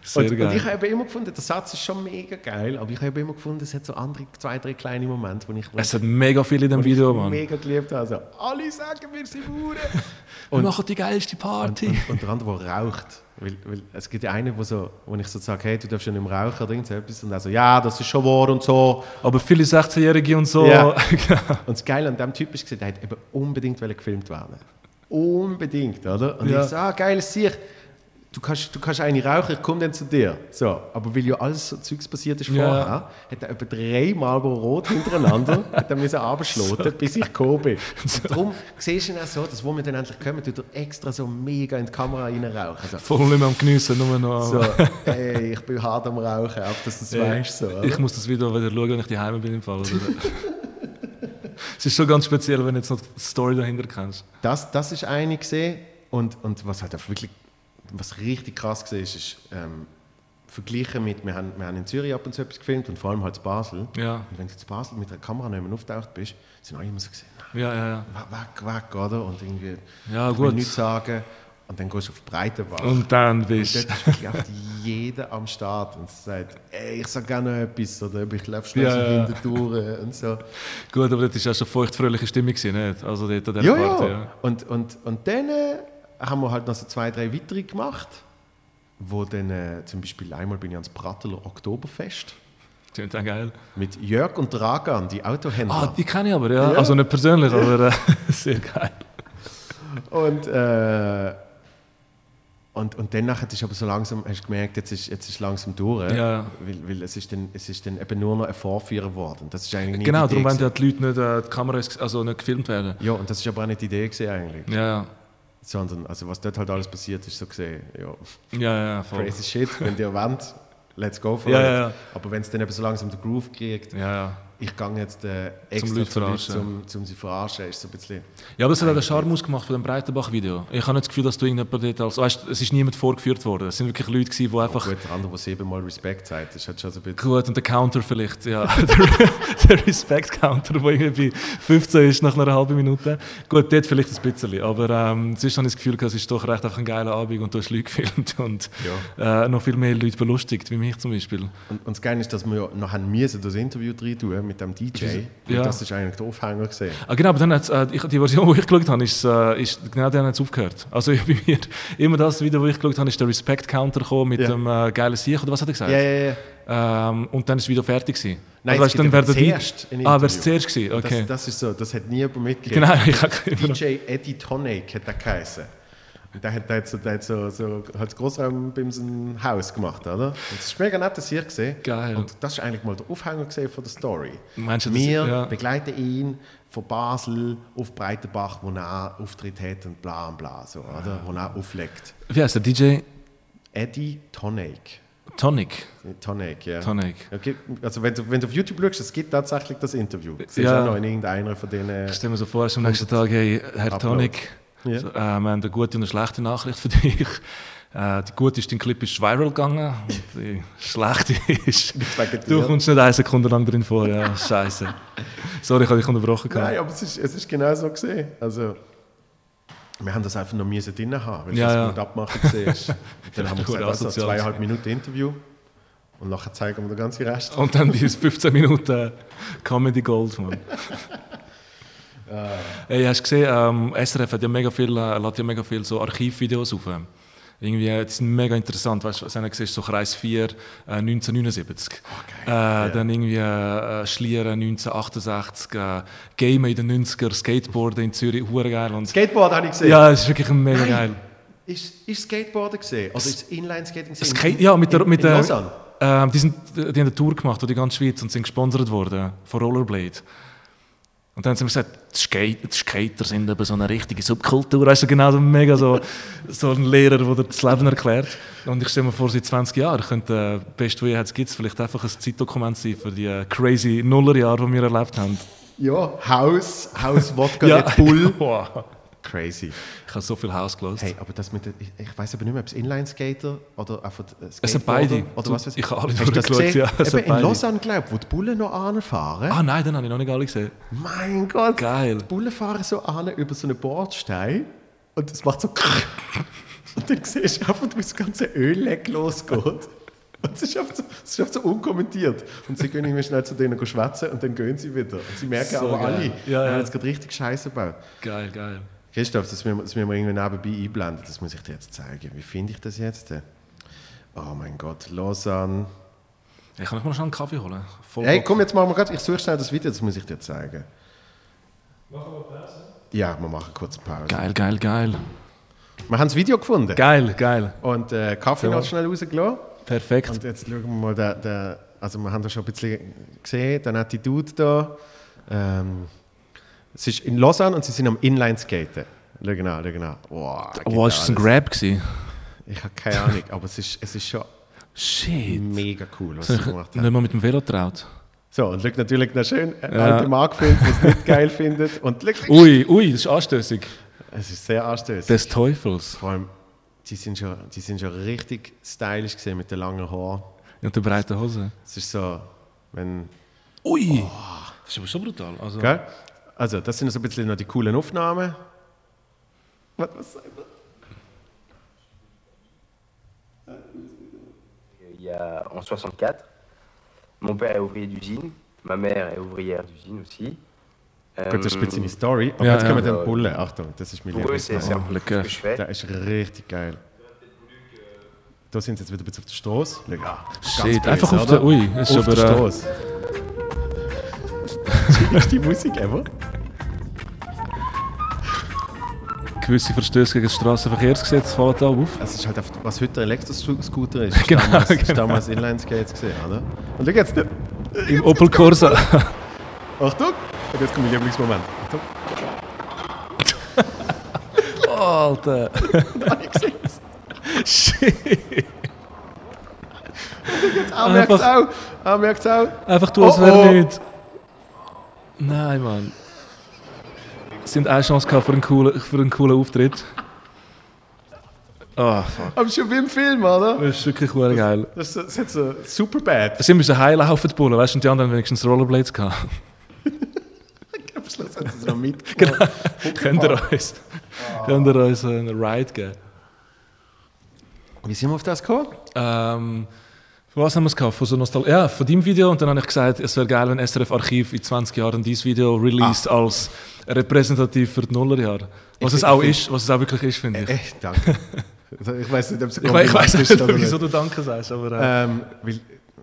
S1: Sehr
S2: Und, und ich
S1: geil.
S2: habe eben immer gefunden, der Satz ist schon mega geil, aber ich habe eben immer gefunden, es hat so andere, zwei, drei kleine Momente, wo ich, wo
S1: Es hat mega viel in dem Video,
S2: ich
S1: Mann.
S2: mega geliebt habe. Also, alle sagen, wir sind Bauern.
S1: Wir machen Oh, die geilste Party.
S2: Und, unter anderem, der raucht. Weil, weil es gibt ja einen, wo, so, wo ich so sage, hey, du darfst ja nicht mehr rauchen oder irgendetwas. Und er so, ja, das ist schon wahr und so.
S1: Aber viele 16-Jährige und so.
S2: Ja.
S1: Genau.
S2: Und das Geile an dem Typ ist, er hat eben unbedingt wollen gefilmt werden. Unbedingt, oder? Und
S1: Ja.
S2: ich so, ah, geiles Sieg. Du kannst, du kannst eine rauchen, ich komme dann zu dir. So, aber weil ja alles so Zeugs passiert ist
S1: Ja.
S2: vorher, hat er etwa dreimal rot hintereinander, hat er müssen abschloten, bis ich gekommen bin. Und darum siehst du ihn auch so, dass wo wir dann endlich kommen, tut er extra so mega in die Kamera reinrauchen. So,
S1: Voll nicht mehr am Geniessen, nur noch.
S2: so hey, ich bin hart am Rauchen, auch dass du es
S1: nou. Ja. dus
S2: weißt. So, oder?
S1: ich muss das Video wieder schauen, wenn ich daheim bin im Fall. oder? es ist schon ganz speziell, wenn du jetzt noch die Story dahinter kennst.
S2: Das, das ist eine gesehen und, und was halt auch wirklich, was richtig krass gesehen ist, ist ähm, verglichen mit, wir haben, wir haben in Zürich ab und zu etwas gefilmt und vor allem halt in Basel.
S1: Ja,
S2: Und wenn du in Basel mit einer Kamera nicht mehr auftaucht bist, sind alle immer so gesehen,
S1: ja, ja. ja.
S2: weg, weg, weg, oder? Und irgendwie,
S1: Ja,
S2: ich will
S1: Ah, gut.
S2: nichts sagen und dann gehst du auf die Breitenbach. Und
S1: Und dann
S2: dort
S1: bist
S2: ist wirklich einfach jeder am Start und sagt, ey, ich sag gerne noch etwas oder ich laufe schnell
S1: Ja,
S2: so
S1: ja.
S2: hinter durch und so.
S1: Gut, aber das war auch schon feuchtfröhliche Stimmung, gewesen, nicht? Also dort an dieser
S2: Ja,
S1: Party.
S2: ja. Und, und, und dann äh, haben wir halt noch so zwei, drei weitere gemacht, wo dann äh, zum Beispiel einmal bin ich ans Pratteler Oktoberfest
S1: Klingt auch geil.
S2: mit Jörg und Dragan, die
S1: Ah,
S2: Autohändler.
S1: die kenne ich aber, ja.
S2: Ja.
S1: Also nicht persönlich, aber äh, sehr geil.
S2: und, äh, Und, und dann nachher ist aber so langsam, hast du gemerkt, jetzt ist, jetzt ist langsam durch. äh,
S1: Ja.
S2: Weil, weil es, ist dann, es ist dann eben nur noch ein Vorführer geworden. Das ist eigentlich nicht
S1: Genau,
S2: die Idee
S1: darum wollen
S2: gewesen.
S1: ja die Leute nicht, äh, die Kameras also nicht gefilmt werden.
S2: Ja, und das ist aber auch nicht die Idee gewesen eigentlich.
S1: Ja, ja.
S2: Sondern, also was dort halt alles passiert ist, so gesehen, ja,
S1: Ja, ja, voll.
S2: crazy shit, wenn ihr wollt, let's go for
S1: Ja,
S2: it.
S1: ja, ja.
S2: Aber wenn es dann eben so langsam den Groove kriegt,
S1: Ja, ja.
S2: ich gehe jetzt äh, extra
S1: Leute
S2: zu Leuten,
S1: verarschen.
S2: zum, zum sie verarschen, ist so ein bisschen...
S1: ja, aber das hat auch den Charme ausgemacht von dem Breitenbach-Video. Ich habe nicht das Gefühl, dass du irgendjemand dort als. Weißt, es ist niemand vorgeführt worden. Es sind wirklich Leute, gewesen, die
S2: Einfach
S1: einfach.
S2: gut, der andere, der siebenmal Respekt sagt, ist halt schon so ein bisschen...
S1: Gut, und der Counter vielleicht, ja. der, der Respect-Counter, der irgendwie bei 15 ist nach einer halben Minute. Gut, dort vielleicht ein bisschen, aber ähm, sonst habe ich das Gefühl, gehabt, es ist doch recht einfach ein geiler Abend und du hast Leute gefilmt und äh, noch viel mehr Leute belustigt, wie mich zum Beispiel.
S2: Und, und das Geile ist, dass wir ja noch haben müssen, das Interview rein tun mit dem DJ.
S1: Ja.
S2: Und das ist eigentlich der Aufhänger gesehen.
S1: Ah, genau, aber dann hat's, äh, ich, die Version, die ich geschaut habe, ist, äh, ist genau dann hat's aufgehört. Also ich, bei mir, immer das Video, das ich geschaut habe, ist der Respect-Counter gekommen mit
S2: Ja.
S1: dem äh, geilen Sieg, oder was hat er gesagt?
S2: Ja, ja, ja.
S1: Ähm, und dann ist das Video fertig gewesen.
S2: Nein,
S1: Also,
S2: es
S1: weißt du,
S2: gibt
S1: dann
S2: aber
S1: wäre der
S2: zuerst
S1: DJ Ah,
S2: ein
S1: wäre es
S2: Interview.
S1: zuerst gewesen?
S2: Und
S1: Okay.
S2: Das, das ist so, das hat niemand mitgekriegt.
S1: genau, ich habe immer noch-
S2: DJ Eddie Tonic hat er geheißen. Und der hat, der hat so, der hat so, so halt Großraumbimsen Haus gemacht, oder? Und das ist mega nett, das hier gesehen.
S1: Geil.
S2: Und das ist eigentlich mal der Aufhänger gesehen von der Story.
S1: Meinst du, das-
S2: Wir
S1: ja.
S2: begleiten ihn von Basel auf Breitenbach, wo er Auftritt hat und bla und bla, so, oder? Wo er auflegt.
S1: Wie heißt der? DJ
S2: Eddie Tonic.
S1: Tonic.
S2: Tonic, ja.
S1: Tonic.
S2: Okay, also wenn du, wenn du auf YouTube schaust, es gibt tatsächlich das Interview. Siehst du
S1: Ja.
S2: auch noch in irgendeiner von äh, denen.
S1: Ich stelle mir so vor, es ist am nächsten Tag, hey, Herr
S2: Upload.
S1: Tonic,
S2: Ja.
S1: so, äh, wir haben eine gute und eine schlechte Nachricht für dich. Äh, die gute ist, dein Clip ist viral gegangen und die schlechte ist,
S2: wegen dir.
S1: du kommst nicht eine Sekunde lang drin vor. Ja, scheiße. Sorry, ich habe dich unterbrochen. gehabt.
S2: Nein, aber es ist, es ist genau so gesehen. Also, wir haben das einfach noch müssen drin haben, weil
S1: Ja,
S2: das
S1: ja.
S2: mit Abmachen gesehen ist. Dann haben wir
S1: Gut,
S2: gesagt, also
S1: asozial.
S2: zweieinhalb Minuten Interview und nachher zeigen wir den ganzen Rest.
S1: Und dann dieses 15 Minuten Comedy Gold, Mann. Hey, hast du gesehen, ähm, SRF hat ja mega viel, äh, lädt ja mega viel so Archivvideos auf. Irgendwie, äh, die sind mega interessant. Weißt du, was einer gesehen ist, so Kreis 4 äh, 1979. äh, Dann irgendwie äh, äh, Schlieren 1968, äh, Gamen in den 90er, Skateboarden in Zürich, hure geil. Und,
S2: Skateboard habe ich gesehen.
S1: ja, es ist wirklich mega
S2: Nein.
S1: geil.
S2: Ist, ist Skateboarden gesehen? Also ist Inline-Skating gesehen?
S1: Skate, ja, mit der,
S2: in-
S1: mit
S2: in
S1: der,
S2: Lausanne?
S1: ähm, die, sind, die haben eine Tour gemacht durch die ganze Schweiz und sind gesponsert worden von Rollerblade. Und dann haben sie mir gesagt, die, Skate, die Skater sind eben so eine richtige Subkultur. Weißt du, genau so mega so, so ein Lehrer, der dir das Leben erklärt. Und ich stelle mir vor, seit 20 Jahren könnte äh, Best, was jetzt gibt, vielleicht einfach ein Zeitdokument sein für die äh, crazy Nullerjahre, die wir erlebt haben.
S2: Ja, Haus, Haus, Wodka, Red Bull.
S1: Wow.
S2: Crazy.
S1: Ich habe so viel Haus gelöst.
S2: Hey, aber das mit der, ich, ich weiß aber nicht mehr, ob es Inline-Skater oder einfach äh, Skateboarder
S1: Es sind beide.
S2: oder was weiß
S1: Ich habe alle
S2: Hast du das
S1: durchgeschaut,
S2: gesehen?
S1: ja, es sind
S2: Eben in
S1: beide.
S2: Lausanne, glaube ich, wo die Bullen noch anfahren.
S1: Ah nein, den habe ich noch nicht alle gesehen.
S2: Mein Gott.
S1: Geil.
S2: Die Bullen fahren so an über so einen Bordstein und es macht so krrr. Und dann siehst du einfach, wie das ganze Ölleck losgeht. Und es ist einfach so, es ist einfach so unkommentiert. Und sie gehen irgendwie schnell zu denen schwätzen und dann gehen sie wieder. Und sie merken
S1: So
S2: aber
S1: geil.
S2: alle,
S1: Ja,
S2: wir haben
S1: ja.
S2: jetzt gerade richtig Scheiße gebaut.
S1: Geil, geil.
S2: Christoph, das müssen, wir- das müssen wir irgendwie nebenbei einblenden. Das muss ich dir jetzt zeigen. Wie finde ich das jetzt? denn? Oh mein Gott, Lausanne.
S1: Ich kann ich mal schnell einen Kaffee holen. Voll
S2: Hey,
S1: Bock.
S2: komm, jetzt machen wir gerade. Ich suche schnell das Video, das muss ich dir zeigen. Machen wir Pause? Ja, wir machen kurz eine Pause.
S1: Geil, geil, geil.
S2: Wir haben das Video gefunden
S1: Geil, geil.
S2: und äh, Kaffee
S1: Ja.
S2: noch schnell rausgelassen.
S1: Perfekt.
S2: Und jetzt schauen wir mal, der, der, also wir haben da schon ein bisschen gesehen, dann hat die Dude da. Ähm, es ist in Lausanne und sie sind am Inline-Skaten. Schau an, schau genau. an. Wow,
S1: Oh, ist das ein
S2: alles.
S1: Grab gewesen?
S2: Ich habe keine Ahnung, aber es ist, es ist schon
S1: Shit.
S2: mega cool, was
S1: So,
S2: sie
S1: ich
S2: gemacht
S1: nicht
S2: haben.
S1: mal mit dem Velo traut.
S2: So, und schau natürlich noch schön, äh, einen
S1: Ja. Uh.
S2: alten Mann gefunden, der es nicht geil findet. Und schau, schau.
S1: Ui, ui, das ist anstößig.
S2: es ist sehr anstößig.
S1: Des Teufels.
S2: Vor allem, die sind schon, die sind schon richtig stylisch gesehen mit den langen Haaren.
S1: Und der breiten Hose. Oh.
S2: Es ist so, wenn.
S1: Ui. Das ist aber schon brutal. Also,
S2: Gell? Also, das sind so ein bisschen noch die coolen Aufnahmen. Was, was sagt man?
S3: il y a, en 64. Mon père est ouvrier d'usine, ma mère est ouvrière d'usine aussi.
S2: Gut, das ist ein bisschen die Story. Aber
S1: Ja,
S2: jetzt kommen
S3: ja.
S2: wir den Bullen. Achtung, das ist mein
S3: Euh, Pour eux, c'est c'est un
S2: Lieblingsteil.
S3: peu
S1: le
S3: ce que
S1: keuf.
S3: je fais.
S2: Der ist richtig geil. Da sind sie jetzt wieder ein bisschen auf der Straße. Schau, ah, ganz
S1: Shit,
S2: böse,
S1: einfach auf
S2: oder?
S1: der- ui, das ist
S2: auf der
S1: aber, äh,
S2: Straße. Chilligste Musik ever.
S1: gewisse Verstöße gegen das Straßenverkehrsgesetz fallen da auf.
S2: Es ist halt einfach, was heute ein Elektroscooter ist.
S1: Genau,
S2: damals,
S1: genau.
S2: Ist damals Inline-Skates gesehen, oder? Und schau jetzt,
S1: Im Opel Corsa.
S2: Achtung! Und jetzt kommt mein Lieblingsmoment. Achtung,
S1: Alter.
S2: ah, ich seh's.
S1: Shit.
S2: Ah, merkt's
S1: Einfach-
S2: auch! Ah, merkt's auch!
S1: Einfach du, als
S2: Oh,
S1: wäre
S2: oh.
S1: nichts. Nein, Mann. Sie haben eine Chance gehabt für einen coolen, für einen coolen Auftritt. Ah, fuck.
S2: Aber schon wie im Film, oder?
S1: Das ist wirklich cool geil.
S2: Das ist, so- das ist jetzt so super bad.
S1: Sie müssen heilaufen, die Bullen, weißt du, und die anderen haben wenigstens Rollerblades gehabt.
S2: Am Schluss hat sie es noch mit.
S1: Genau. Könnt
S2: Ah.
S1: ihr uns, könnt ihr uns einen Ride geben?
S2: Wie sind wir auf das gekommen?
S1: Ähm, von was haben wir es gehabt? Von, so Nostal ja, von deinem Video. Und dann habe ich gesagt, es wäre geil, wenn SRF Archiv in 20 Jahren dieses Video released als repräsentativ für die Nullerjahre. Was
S2: Ah. Ich-
S1: es auch
S2: ich- Äh,
S1: ist, was es auch wirklich ist, finde ich.
S2: Echt, danke. Ich weiß nicht, ob es ein
S1: Ich, we- ich weiß
S2: Kompliment
S1: nicht,
S2: ist oder
S1: wieso du Danke sagst, aber äh,
S2: Ähm, weil,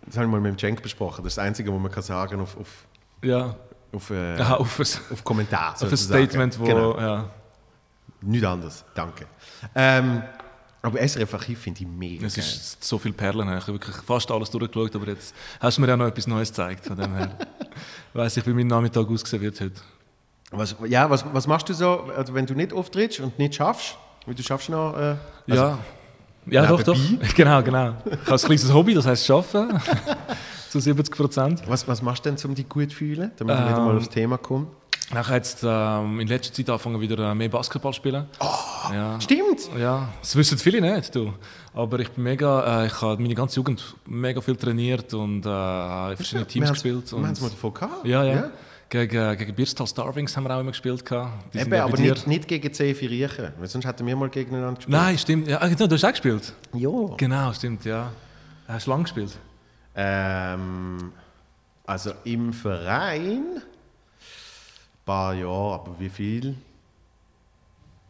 S2: das haben wir mit dem Cenk besprochen. Das ist das Einzige, was man kann sagen auf, auf,
S1: äh, ja,
S2: auf, äh,
S1: ja auf, ein, auf
S2: auf Kommentar. Auf
S1: ein Statement, wo.
S2: Genau.
S1: Ja,
S2: Nichts anderes. Danke. Ähm, aber SRF Archiv finde ich mega.
S1: es
S2: geil.
S1: ist so viel Perlen. Ich habe wirklich fast alles durchgeschaut, aber jetzt hast du mir ja noch etwas Neues gezeigt. Von dem her weiss ich, wie mein Nachmittag ausgesehen wird heute.
S2: Was, ja, was, was machst du so, also wenn du nicht auftrittst und nicht schaffst? Weil du schaffst noch. Äh,
S1: ja. Ja, doch, doch. Genau, genau. Ich habe ein kleines Hobby, das heisst Arbeiten. zu 70 Prozent.
S2: was, was machst du denn, um dich gut zu fühlen? Damit wir wieder mal aufs Thema kommen.
S1: Ich habe jetzt ähm, in letzter Zeit angefangen, wieder äh, mehr Basketball zu spielen. Ja.
S2: Stimmt!
S1: Ja, das wissen viele nicht, du. Aber ich bin mega, äh, ich habe meine ganze Jugend mega viel trainiert und äh, in verschiedenen Teams
S2: wir
S1: gespielt.
S2: Wir haben es mal
S1: Und,
S2: davon gehabt.
S1: ja, eh, ja. Gegen, gegen Birstal Starvings haben wir auch immer gespielt. gehabt. Die sind
S2: Eben,
S1: ja bei
S2: aber
S1: dir.
S2: nicht, nicht gegen C4 Riechen. Weil sonst hätten wir mal gegeneinander gespielt.
S1: Nein, stimmt. Ja, ah, genau, du hast auch gespielt.
S2: Jo.
S1: Genau, stimmt, ja. Hast du lang gespielt?
S2: Ähm, also im Verein ein paar Jahre, aber wie viel?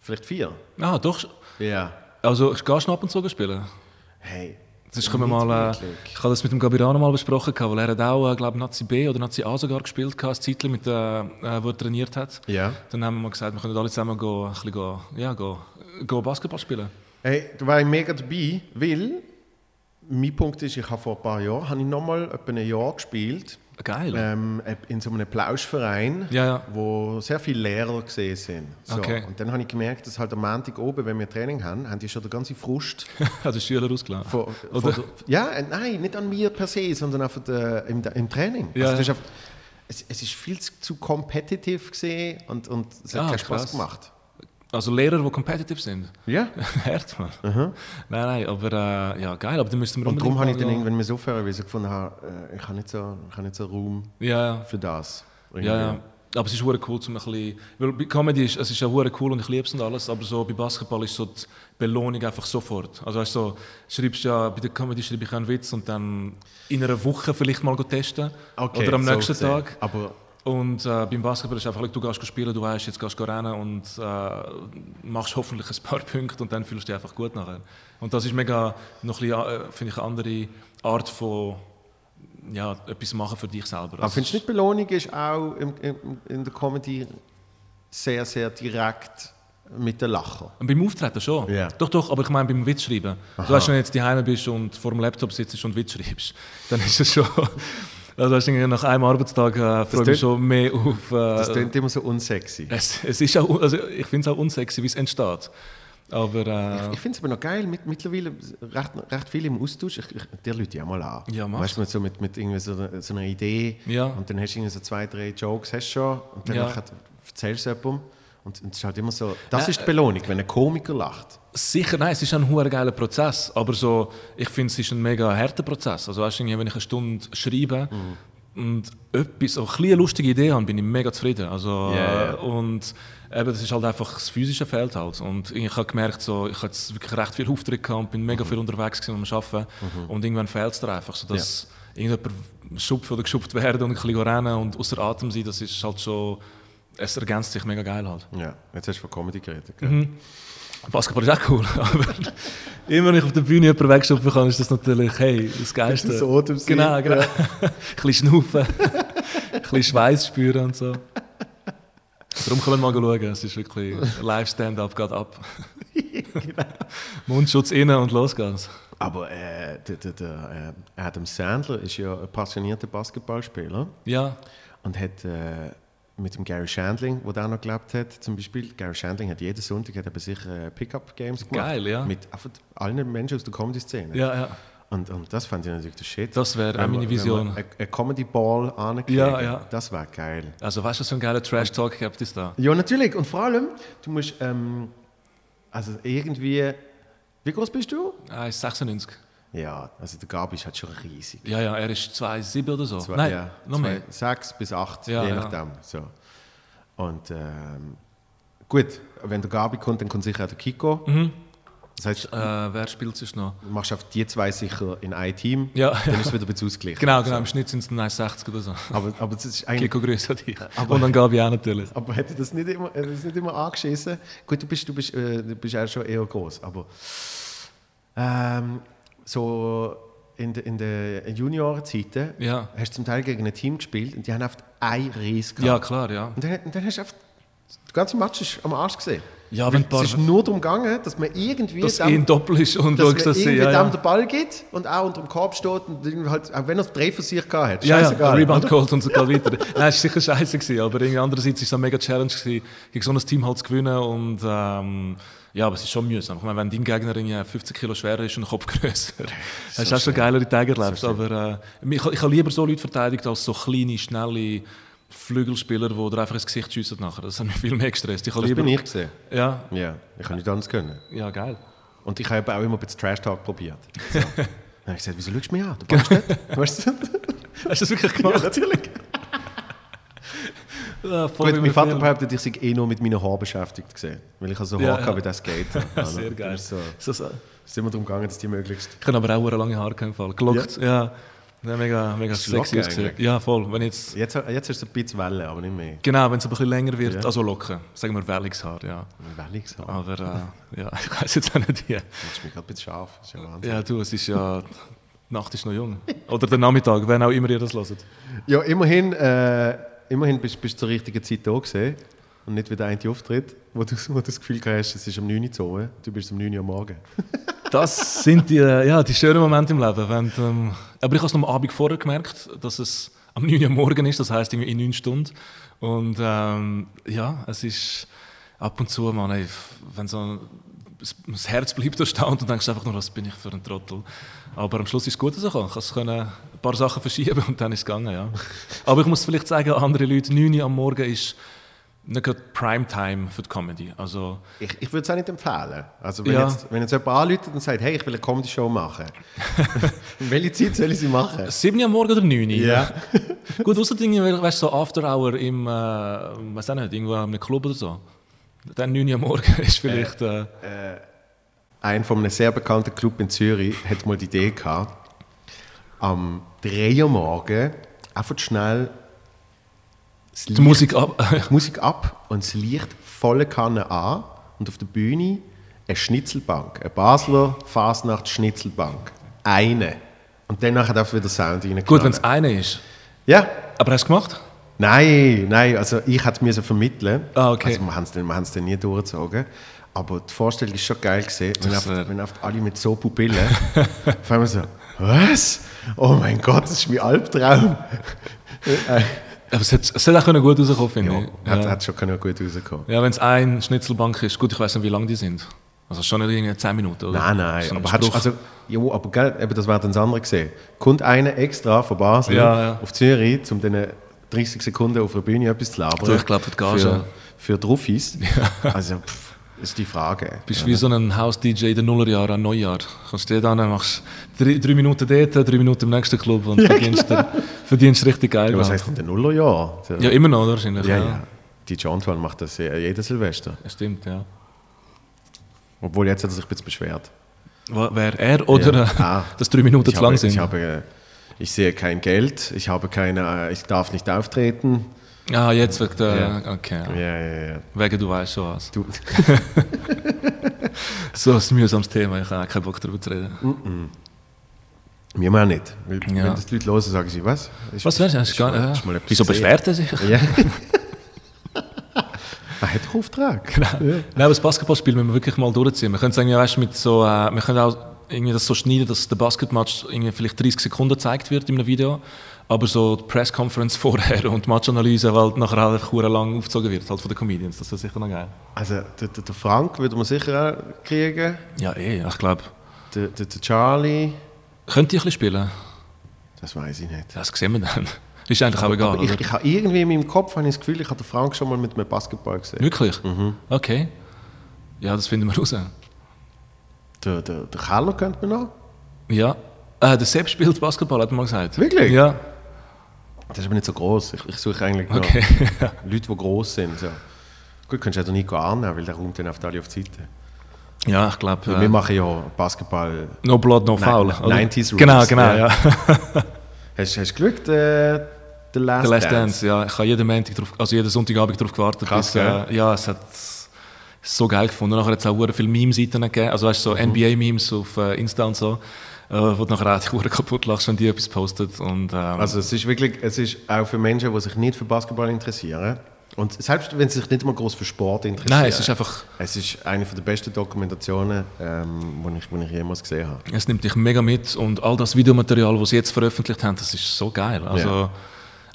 S2: Vielleicht vier.
S1: Ah, doch.
S2: Ja.
S1: Also, ich gehe schon ab und zu spielen.
S2: Hey.
S1: Das können wir
S2: Nicht
S1: mal, äh,
S2: wirklich.
S1: ich habe das mit dem Gabirano mal besprochen, gehabt, weil er hat auch, äh, glaube Nazi B oder Nazi A sogar gespielt, gehabt, ein Zeitchen, mit, äh, äh, wo er trainiert hat.
S2: Ja.
S1: Dann haben wir mal gesagt, wir können alle zusammen go, ein bisschen go, ja, go, go Basketball spielen.
S2: Hey, da war ich mega dabei, weil mein Punkt ist, ich habe vor ein paar Jahren, habe ich nochmal etwa ein Jahr gespielt,
S1: Geil.
S2: ähm, in so einem Plauschverein,
S1: Genau. Ja, ja.
S2: wo sehr viele Lehrer gesehen sind. So.
S1: Okay.
S2: Und dann habe ich gemerkt, dass halt am Montag oben, wenn wir Training haben, haben die schon den ganzen Frust
S1: Hat der Schüler rausgelassen.
S2: Von,
S1: Oder?
S2: von der, ja, äh, nein, nicht an mir per se, sondern einfach äh, im, im Training.
S1: Ja,
S2: Also, das
S1: ja.
S2: ist einfach, es, es ist viel zu zu competitive gesehen und, und es hat
S1: Ah,
S2: keinen Spaß
S1: krass.
S2: gemacht.
S1: Also Lehrer, die competitive sind.
S2: Ja.
S1: Hört man. Nein, nein, aber äh, ja, geil, aber dann müssten wir
S2: Und darum habe ich dann
S1: mal
S2: irgendwann mir aufhören, weil ich so gefunden habe, äh, ich habe nicht, so, ich habe nicht so Raum
S1: gehen. Ja,
S2: für das.
S1: ja, ja.
S2: Irgendwie.
S1: Aber es ist hure cool, zum ein bisschen, weil bei Comedy ist, es ist ja hure cool und ich liebe es und alles, aber so bei Basketball ist so die Belohnung einfach sofort. Also weißt du, so, schreibst ja, bei der Comedy schreibe ich einen Witz und dann in einer Woche vielleicht mal go testen
S2: Okay,
S1: oder am
S2: so
S1: nächsten
S2: gesehen.
S1: Tag.
S2: Aber
S1: Und äh, beim Basketball ist einfach, look, du gehst spielen, du weißt, jetzt gehst du rennen und äh, machst hoffentlich ein paar Punkte und dann fühlst du dich einfach gut nachher. Und das ist mega, noch ein bisschen, äh, finde ich, eine andere Art von ja, etwas machen für dich selber.
S2: Aber Ah, findest du nicht, Belohnung ist auch im, im, in der Comedy sehr, sehr direkt mit den Lachen.
S1: Und Also, Beim Auftreten schon.
S2: Ja.
S1: Doch, doch, aber ich meine beim Witz schreiben. Du weißt, wenn du jetzt daheim bist und vor dem Laptop sitzt und Witz schreibst, dann ist es schon. Also, weißt du, irgendwie nach einem Arbeitstag äh, freue ich
S2: tönt-
S1: mich schon mehr auf.
S2: Das
S1: Äh,
S2: klingt immer so unsexy.
S1: es, es ist auch, also ich finde es auch unsexy, wie es entsteht. Aber. Äh,
S2: Ich finde es aber noch geil, mit, mittlerweile recht, recht viel im Austausch. Ich, ich, der Leute ja mal an.
S1: Ja, mach's.
S2: weißt du, mit so, mit, mit irgendwie so, einer- so einer Idee.
S1: Ja.
S2: Und dann hast du irgendwie so zwei, drei Jokes hast du schon. Und dann
S1: Ja.
S2: nachher erzählst du jemandem. Und, und es ist halt immer so. Das
S1: Äh,
S2: ist die Belohnung, wenn ein Komiker lacht.
S1: Sicher, nein, es ist ein hoher geiler Prozess, aber so, ich finde, es ist ein mega harter Prozess. Also weißt, du, irgendwie, wenn ich eine Stunde schreibe
S2: Mhm.
S1: und etwas, auch ein bisschen eine lustige Idee habe, bin ich mega zufrieden. Also,
S2: Ja, ja.
S1: äh, Und eben, das ist halt einfach das physische Feld halt. Und ich habe gemerkt, so, ich habe jetzt wirklich recht viel Auftritt gehabt und bin mega
S2: Mhm.
S1: viel unterwegs gewesen am Arbeiten und irgendwann fehlt es dir einfach, so dass irgendjemand schupft oder geschupft werden und ein bisschen rennen und außer Atem sein, das ist halt schon, es ergänzt sich mega geil halt.
S2: Ja, jetzt hast du von Comedy geredet.
S1: Mhm.
S2: Gell?
S1: Basketball ist auch cool, aber immer wenn ich auf der Bühne jemanden wegschupfen kann, ist das natürlich, hey, das Geilste.
S2: Mit dem Atem sein,
S1: Genau, genau.
S2: ja.
S1: ein bisschen schnaufen, ein bisschen Schweiß spüren und so. Darum können wir mal schauen. Es ist wirklich Live-Stand-up, geht ab.
S2: Genau.
S1: Mundschutz innen und los geht's.
S2: Aber äh, der, der, der äh, Adam Sandler ist ja ein passionierter Basketballspieler
S1: Ja,
S2: und hat äh, mit dem Gary Shandling, wo der noch gelebt hat, zum Beispiel, Gary Shandling hat jeden Sonntag hat aber sicher äh, Pickup-Games gemacht.
S1: Geil, ja.
S2: Mit einfach allen Menschen aus der Comedy-Szene.
S1: ja, ja.
S2: Und, und das fand ich natürlich der Shit.
S1: Das wäre auch
S2: Wenn man-
S1: meine
S2: wenn
S1: Vision.
S2: man Ein ein Comedy-Ball ankriegen,
S1: Ja, ja.
S2: das wäre geil.
S1: Also weißt du, so einen geilen Trash-Talk gibt es da.
S2: Ja, natürlich. Und vor allem, du musst ähm, also irgendwie. Wie groß bist du?
S1: Ah, ist 96.
S2: Ja, also der Gabi ist halt schon riesig.
S1: Ja, ja, er ist 2,7 oder so.
S2: Zwei-
S1: Nein,
S2: ja,
S1: noch
S2: zwei-
S1: mehr.
S2: Sechs bis acht,
S1: Ja,
S2: je
S1: ja.
S2: nachdem. So. Und ähm, gut, wenn der Gabi kommt, dann kommt sicher auch der Kiko. Das heißt, du
S1: Mhm. Äh, wer spielt es noch?
S2: machst auf die zwei sicher in ein Team,
S1: Ja,
S2: dann ist es wieder ein bisschen ausgeglichen.
S1: Genau, genau, im Schnitt sind es 1,60 oder so.
S2: Aber, aber das ist eigentlich.
S1: Kiko, grüß an dich. und dann Gabi auch natürlich.
S2: Aber hätte das nicht immer, hätte das nicht immer angeschissen? Gut, du bist, du bist, äh, du bist auch schon eher groß, aber ähm, so in der in der Juniorenzeiten
S1: Ja.
S2: hast du zum Teil gegen ein Team gespielt und die haben oft ein Ries
S1: Ja,
S2: gehabt.
S1: klar, ja.
S2: Und, dann, und dann hast du oft die ganze Match ist am Arsch gesehen.
S1: Ja,
S2: Weil
S1: wenn ein paar-
S2: es ist nur darum gegangen, dass man irgendwie
S1: Dass
S2: dem-
S1: ihn doppel ist und
S2: dass man
S1: schaust, dass sie.
S2: irgendwie
S1: Ja,
S2: dem
S1: ja.
S2: den Ball gibt und auch unter dem Korb steht und irgendwie halt, auch wenn er es drei für sich gehabt hat.
S1: Ja, ja,
S2: scheißegal,
S1: der Rebound
S2: oder?
S1: geholt und so geht weiter. Nein, es war sicher scheiße, gewesen, aber irgendwie andererseits war es eine mega Challenge, gewesen, gegen so ein Team halt zu gewinnen. Und ähm, ja, aber es ist schon mühsam. Ich meine, wenn dein Gegner irgendwie 15 Kilo schwerer ist und ein Kopf grösser, hast du auch schon geilere Tage erlebt. aber äh, ich, ich habe lieber so Leute verteidigt als so kleine, schnelle Flügelspieler, die dir einfach ins Gesicht schiessen nachher. Das hat mich viel mehr gestresst. Ich habe
S2: Das
S1: lieber,
S2: bin ich gesehen.
S1: Ja,
S2: Ja, ich kann nicht anders können.
S1: ja, geil.
S2: Und ich habe auch immer ein bisschen Trash-Talk probiert. So. Dann habe ich gesagt, wieso schaust du mich an? Du passt nicht. Weißt du?
S1: Hast du das wirklich gemacht?
S2: natürlich.
S1: Ja, voll
S2: Gut,
S1: wie
S2: mein
S1: im
S2: Vater
S1: Film.
S2: behauptet, ich sei eh nur mit meinen Haaren beschäftigt gesehen. Weil ich also Haare
S1: Ja,
S2: hatte,
S1: ja.
S2: wie das geht. Also,
S1: Sehr geil.
S2: So,
S1: So, so.
S2: es ist immer darum gegangen, dass die möglichst...
S1: Ich kann aber auch eine lange Haare gehabt im Fall. Gelockt, ja. ja. Mega, mega
S2: Ist locker
S1: sexy ausgesehen.
S2: eigentlich.
S1: Ja, voll. Wenn jetzt,
S2: Jetzt, jetzt ist es ein bisschen Welle, aber nicht mehr.
S1: genau, wenn es ein bisschen länger wird,
S2: Ja.
S1: also locken. Sagen wir welliges Haar, ja.
S2: Welle so. Ah.
S1: Aber äh, ja, ich weiß jetzt auch nicht wie.
S2: Das ist mir gerade ein bisschen scharf. Das ist ja Wahnsinn.
S1: Ja, du, es ist ja... Die Nacht ist noch jung. Oder der Nachmittag, wenn auch immer ihr das hört.
S2: Ja, immerhin, äh, immerhin bist bist du zur richtigen Zeit da gesehen. Und nicht wie der eine Auftritt, wo du, wo du das Gefühl gehabt hast, es ist um 9 Uhr zu Hause, du bist um 9 Uhr am Morgen.
S1: Das sind die, äh, ja, die schönen Momente im Leben. Wenn, du, ähm, aber ich habe es noch am Abend vorher gemerkt, dass es am 9 Uhr morgen ist, das heisst irgendwie in 9 Stunden. Und ähm, ja, es ist ab und zu, man, ey, wenn so ein, das Herz bleibt erstaunt und denkst einfach nur, was bin ich für ein Trottel. Aber am Schluss ist es gut, dass ich kann. Ich kann's können ein paar Sachen verschieben und dann ist es gegangen, ja. Aber ich muss vielleicht sagen, andere Leute, 9 Uhr am Morgen ist nicht gerade Primetime für die Comedy. Also,
S2: Ich, ich würde es auch nicht empfehlen. Also wenn,
S1: Ja.
S2: jetzt, wenn jetzt jemand anruft und sagt, hey, ich will eine Comedy-Show machen, welche Zeit soll ich sie machen?
S1: 7 Uhr am Morgen oder 9 Uhr?
S2: Ja.
S1: Gut, außer Dinge, we- weißt du, so After Hour im, äh, weiß auch nicht, irgendwo in einem Club oder so. Dann 9 Uhr am Morgen ist vielleicht. Äh,
S2: Ein von einem sehr bekannten Club in Zürich hat mal die Idee gehabt, am 3 Uhr morgen einfach schnell das
S1: die Musik ab.
S2: die Musik ab und das Licht volle Kanne an und auf der Bühne eine Schnitzelbank, eine Basler Fasnacht-Schnitzelbank. Eine. Und danach darf wieder Sound rein.
S1: Gut, wenn es eine ist.
S2: Ja,
S1: Aber hast du es gemacht?
S2: Nein, nein, also ich hätte mir so vermitteln.
S1: Ah, okay.
S2: Also wir haben es dann, wir haben's dann nie durchgezogen. Aber die Vorstellung ist schon geil gesehen, wenn,
S1: Das
S2: oft,
S1: wär-
S2: wenn oft alle mit so Pupillen, auf einmal so, was? Oh mein Gott, das ist mein Albtraum.
S1: Aber es hätte es hätte auch können gut rauskommen
S2: Ja,
S1: finde ich.
S2: Hat,
S1: ja.
S2: hat schon können gut rausgekommen.
S1: ja wenn es eine Schnitzelbank ist. Gut, ich weiß nicht, wie lang die sind. Also schon nicht irgendwie 10 Minuten, oder?
S2: Nein, nein,
S1: So ein
S2: aber hat,
S1: Spruch.
S2: also, jo, aber gell, eben, das wäre dann das andere gesehen. Kommt einer extra von Basel
S1: Ja, ja.
S2: auf Zürich, um dann 30 Sekunden auf der Bühne etwas zu labern.
S1: Du, ich glaub, für die Gage.
S2: Für, für die Ruffis. Also, pff, ist die Frage.
S1: Bist wie so ein House-DJ der Nullerjahre an Neujahr. Kannst du dann machst drei, drei Minuten dort, drei Minuten im nächsten Club und verdienst, dir- verdienst richtig geil.
S2: genau. Ja, was
S1: Geld.
S2: heißt denn der Nullerjahr? Der-
S1: ja, immer noch, oder? wahrscheinlich.
S2: ja,
S1: ja.
S2: ja. Die John macht das ja jeden Silvester.
S1: Ja, Stimmt, ja.
S2: Obwohl jetzt hat er sich ein bisschen beschwert.
S1: Wa- Wer er oder
S2: Ja.
S1: äh,
S2: Ah.
S1: dass drei Minuten
S2: Ich
S1: zu lang
S2: habe,
S1: sind?
S2: ich, habe, äh, ich sehe kein Geld, ich habe keine, äh, ich darf nicht auftreten.
S1: ah, jetzt wegen der.
S2: Ja.
S1: Okay.
S2: Ja, ja, ja.
S1: Wegen du weißt schon was.
S2: Du,
S1: So ein mühsames Thema, ich habe auch keinen Bock darüber zu reden.
S2: wir machen nicht. Weil,
S1: Ja.
S2: Wenn das die Leute hören, sagen sie, was? Ist-
S1: Was wärst du? Hast du
S2: ist
S1: gar
S2: mal-
S1: ja.
S2: ist mal etwas
S1: Wieso
S2: gesehen.
S1: beschwert er sich?
S2: Ja. Er hat doch Auftrag.
S1: Nein, aber das Basketballspiel müssen wir wirklich mal durchziehen. Wir können es irgendwie, weißt, du, mit so, äh, wir können auch irgendwie das so schneiden, dass der Basketmatch irgendwie vielleicht 30 Sekunden gezeigt wird in einem Video, aber so die Pressconference vorher und die Matchanalyse, weil nachher halt einfach verdammt lang aufgezogen wird, halt von den Comedians. Das wäre sicher noch geil.
S2: Also, der, der, der Frank würde man sicher auch kriegen.
S1: Ja, eh, ich glaube.
S2: Der, der, der Charlie.
S1: Könnt ihr ein bisschen spielen?
S2: Das weiß ich nicht.
S1: Das sehen wir dann. Ist eigentlich auch egal,
S2: Aber ich,
S1: oder?
S2: ich habe irgendwie in meinem Kopf habe ich das Gefühl, ich habe den Frank schon mal mit einem Basketball gesehen.
S1: Wirklich?
S2: Mhm.
S1: Okay. Ja, das finden wir raus.
S2: Der, der, der Keller kennt man noch.
S1: Ja. Äh, der Sepp spielt Basketball, hat man mal gesagt.
S2: Wirklich?
S1: Ja.
S2: Das ist aber nicht so gross. Ich, ich suche eigentlich noch
S1: Okay.
S2: Leute, die gross sind. So. Gut, könntest du auch den Nico annehmen, weil der räumt dann auf alle auf die Seite.
S1: ja, ich glaube.
S2: Wir
S1: Äh,
S2: machen ja Basketball.
S1: no blood, no
S2: Nein,
S1: foul.
S2: nein,
S1: oder?
S2: 90s Rules,
S1: Genau, genau,
S2: ja.
S1: ja.
S2: Hast hast du Glück, äh, der Last,
S1: The Last
S2: Dance?
S1: Dance, ja. Ich habe jeden, Montag drauf, also jeden Sonntagabend darauf gewartet.
S2: Krass, gell?
S1: äh, ja, es hat es so geil gefunden. Nachher hat es auch hure viele Meme-Seiten gegeben. Also weißt du, so
S2: Mhm.
S1: NBA-Memes auf äh, Insta und so. Äh, wo du nachher auch die Hure kaputt lachst, wenn die etwas postet. Und, ähm,
S2: Also es ist wirklich, es ist auch für Menschen, die sich nicht für Basketball interessieren. Und selbst wenn sie sich nicht mal groß für Sport interessieren.
S1: nein, es ist einfach...
S2: Es ist eine der besten Dokumentationen, ähm, die ich, die ich jemals gesehen habe.
S1: Es nimmt dich mega mit und all das Videomaterial, das sie jetzt veröffentlicht haben, das ist so geil. Also,
S2: Ja.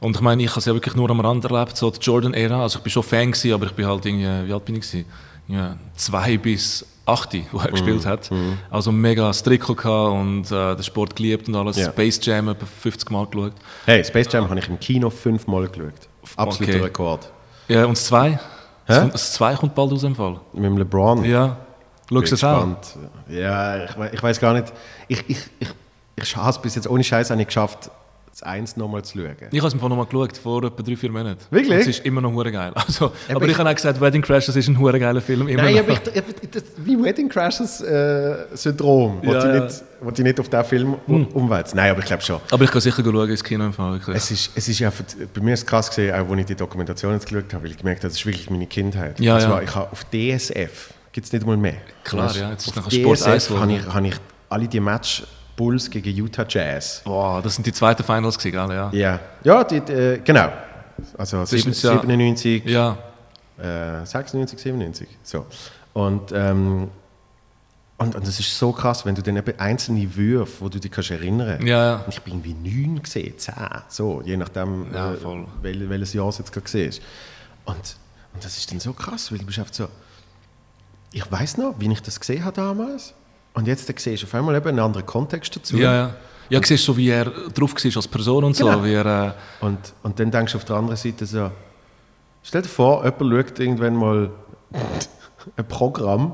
S1: Und ich meine, ich habe es ja wirklich nur am Rand erlebt, so die Jordan-Ära. Also ich bin schon Fan, gewesen, aber ich bin halt irgendwie, wie alt bin ich? Gewesen? Ja, zwei bis acht, wo
S2: Mhm.
S1: er gespielt hat. Also mega das Trikot gehabt und äh, den Sport geliebt und alles.
S2: Ja.
S1: Space Jam etwa 50 Mal geschaut.
S2: Hey, Space Jam habe ich im Kino fünfmal geschaut. Absoluter
S1: Okay.
S2: Rekord.
S1: Ja, und das 2?
S2: Hä?
S1: Das 2 kommt bald aus dem Fall.
S2: Mit dem LeBron.
S1: Ja, schaust du es auch?
S2: Ja, ich, we- ich weiß gar nicht. Ich, ich, ich, ich habe es bis jetzt ohne Scheiß nicht geschafft, das Eins nochmal zu schauen.
S1: Ich habe es mir vorhin noch mal geschaut, vor etwa drei, vier Monaten.
S2: Wirklich?
S1: Und Es ist immer noch hure geil. Also, aber
S2: ich-
S1: ich, habe auch gesagt, Wedding Crash, das ist ein hure geiler Film. Immer
S2: Nein,
S1: noch.
S2: aber ich, ich, das, wie Wedding Crashers äh, Syndrom, wo
S1: Ja,
S2: die
S1: ja. Hm.
S2: nicht, wo die nicht auf diesen Film um- umwälzen. Nein, aber ich glaube schon.
S1: Aber ich kann sicher schauen ins Kino im Fall. wirklich.
S2: Es ist, es ist einfach, bei mir ist es krass gesehen, auch als ich die Dokumentation jetzt geschaut habe, weil ich gemerkt habe, das ist wirklich meine Kindheit.
S1: Ja,
S2: Und
S1: ja.
S2: zwar, ich habe auf DSF, gibt es nicht mal mehr.
S1: Klar,
S2: Weißt du,
S1: ja, jetzt ist
S2: auf
S1: nachher Sport eins
S2: DSF
S1: geworden.
S2: habe ich, habe ich alle die Match Bulls gegen Utah Jazz.
S1: Boah, das sind die zweiten Finals gewesen, gell? Ja.
S2: Ja, ja die, äh, genau. Also
S1: Zwischen-
S2: sieben- 97,
S1: ja.
S2: äh, 96, 97. So. Und, ähm, und, und das ist so krass, wenn du dann eben einzelne Würfe, wo du dich kannst erinnern
S1: Ja, ja.
S2: Und ich bin irgendwie neun gesehen, zehn, so, je nachdem,
S1: Ja,
S2: äh,
S1: voll.
S2: wel, welches Jahr es jetzt gerade gesehen ist. Und, und das ist dann so krass, weil du bist einfach so, ich weiß noch, wie ich das gesehen habe damals. Und jetzt dann siehst du auf einmal eben einen anderen Kontext dazu.
S1: Ja, ja. Ja, du siehst so, wie er drauf war als Person und so.
S2: Genau.
S1: Wie er, äh,
S2: Und, und dann denkst du auf der anderen Seite so, stell dir vor, jemand schaut irgendwann mal ein Programm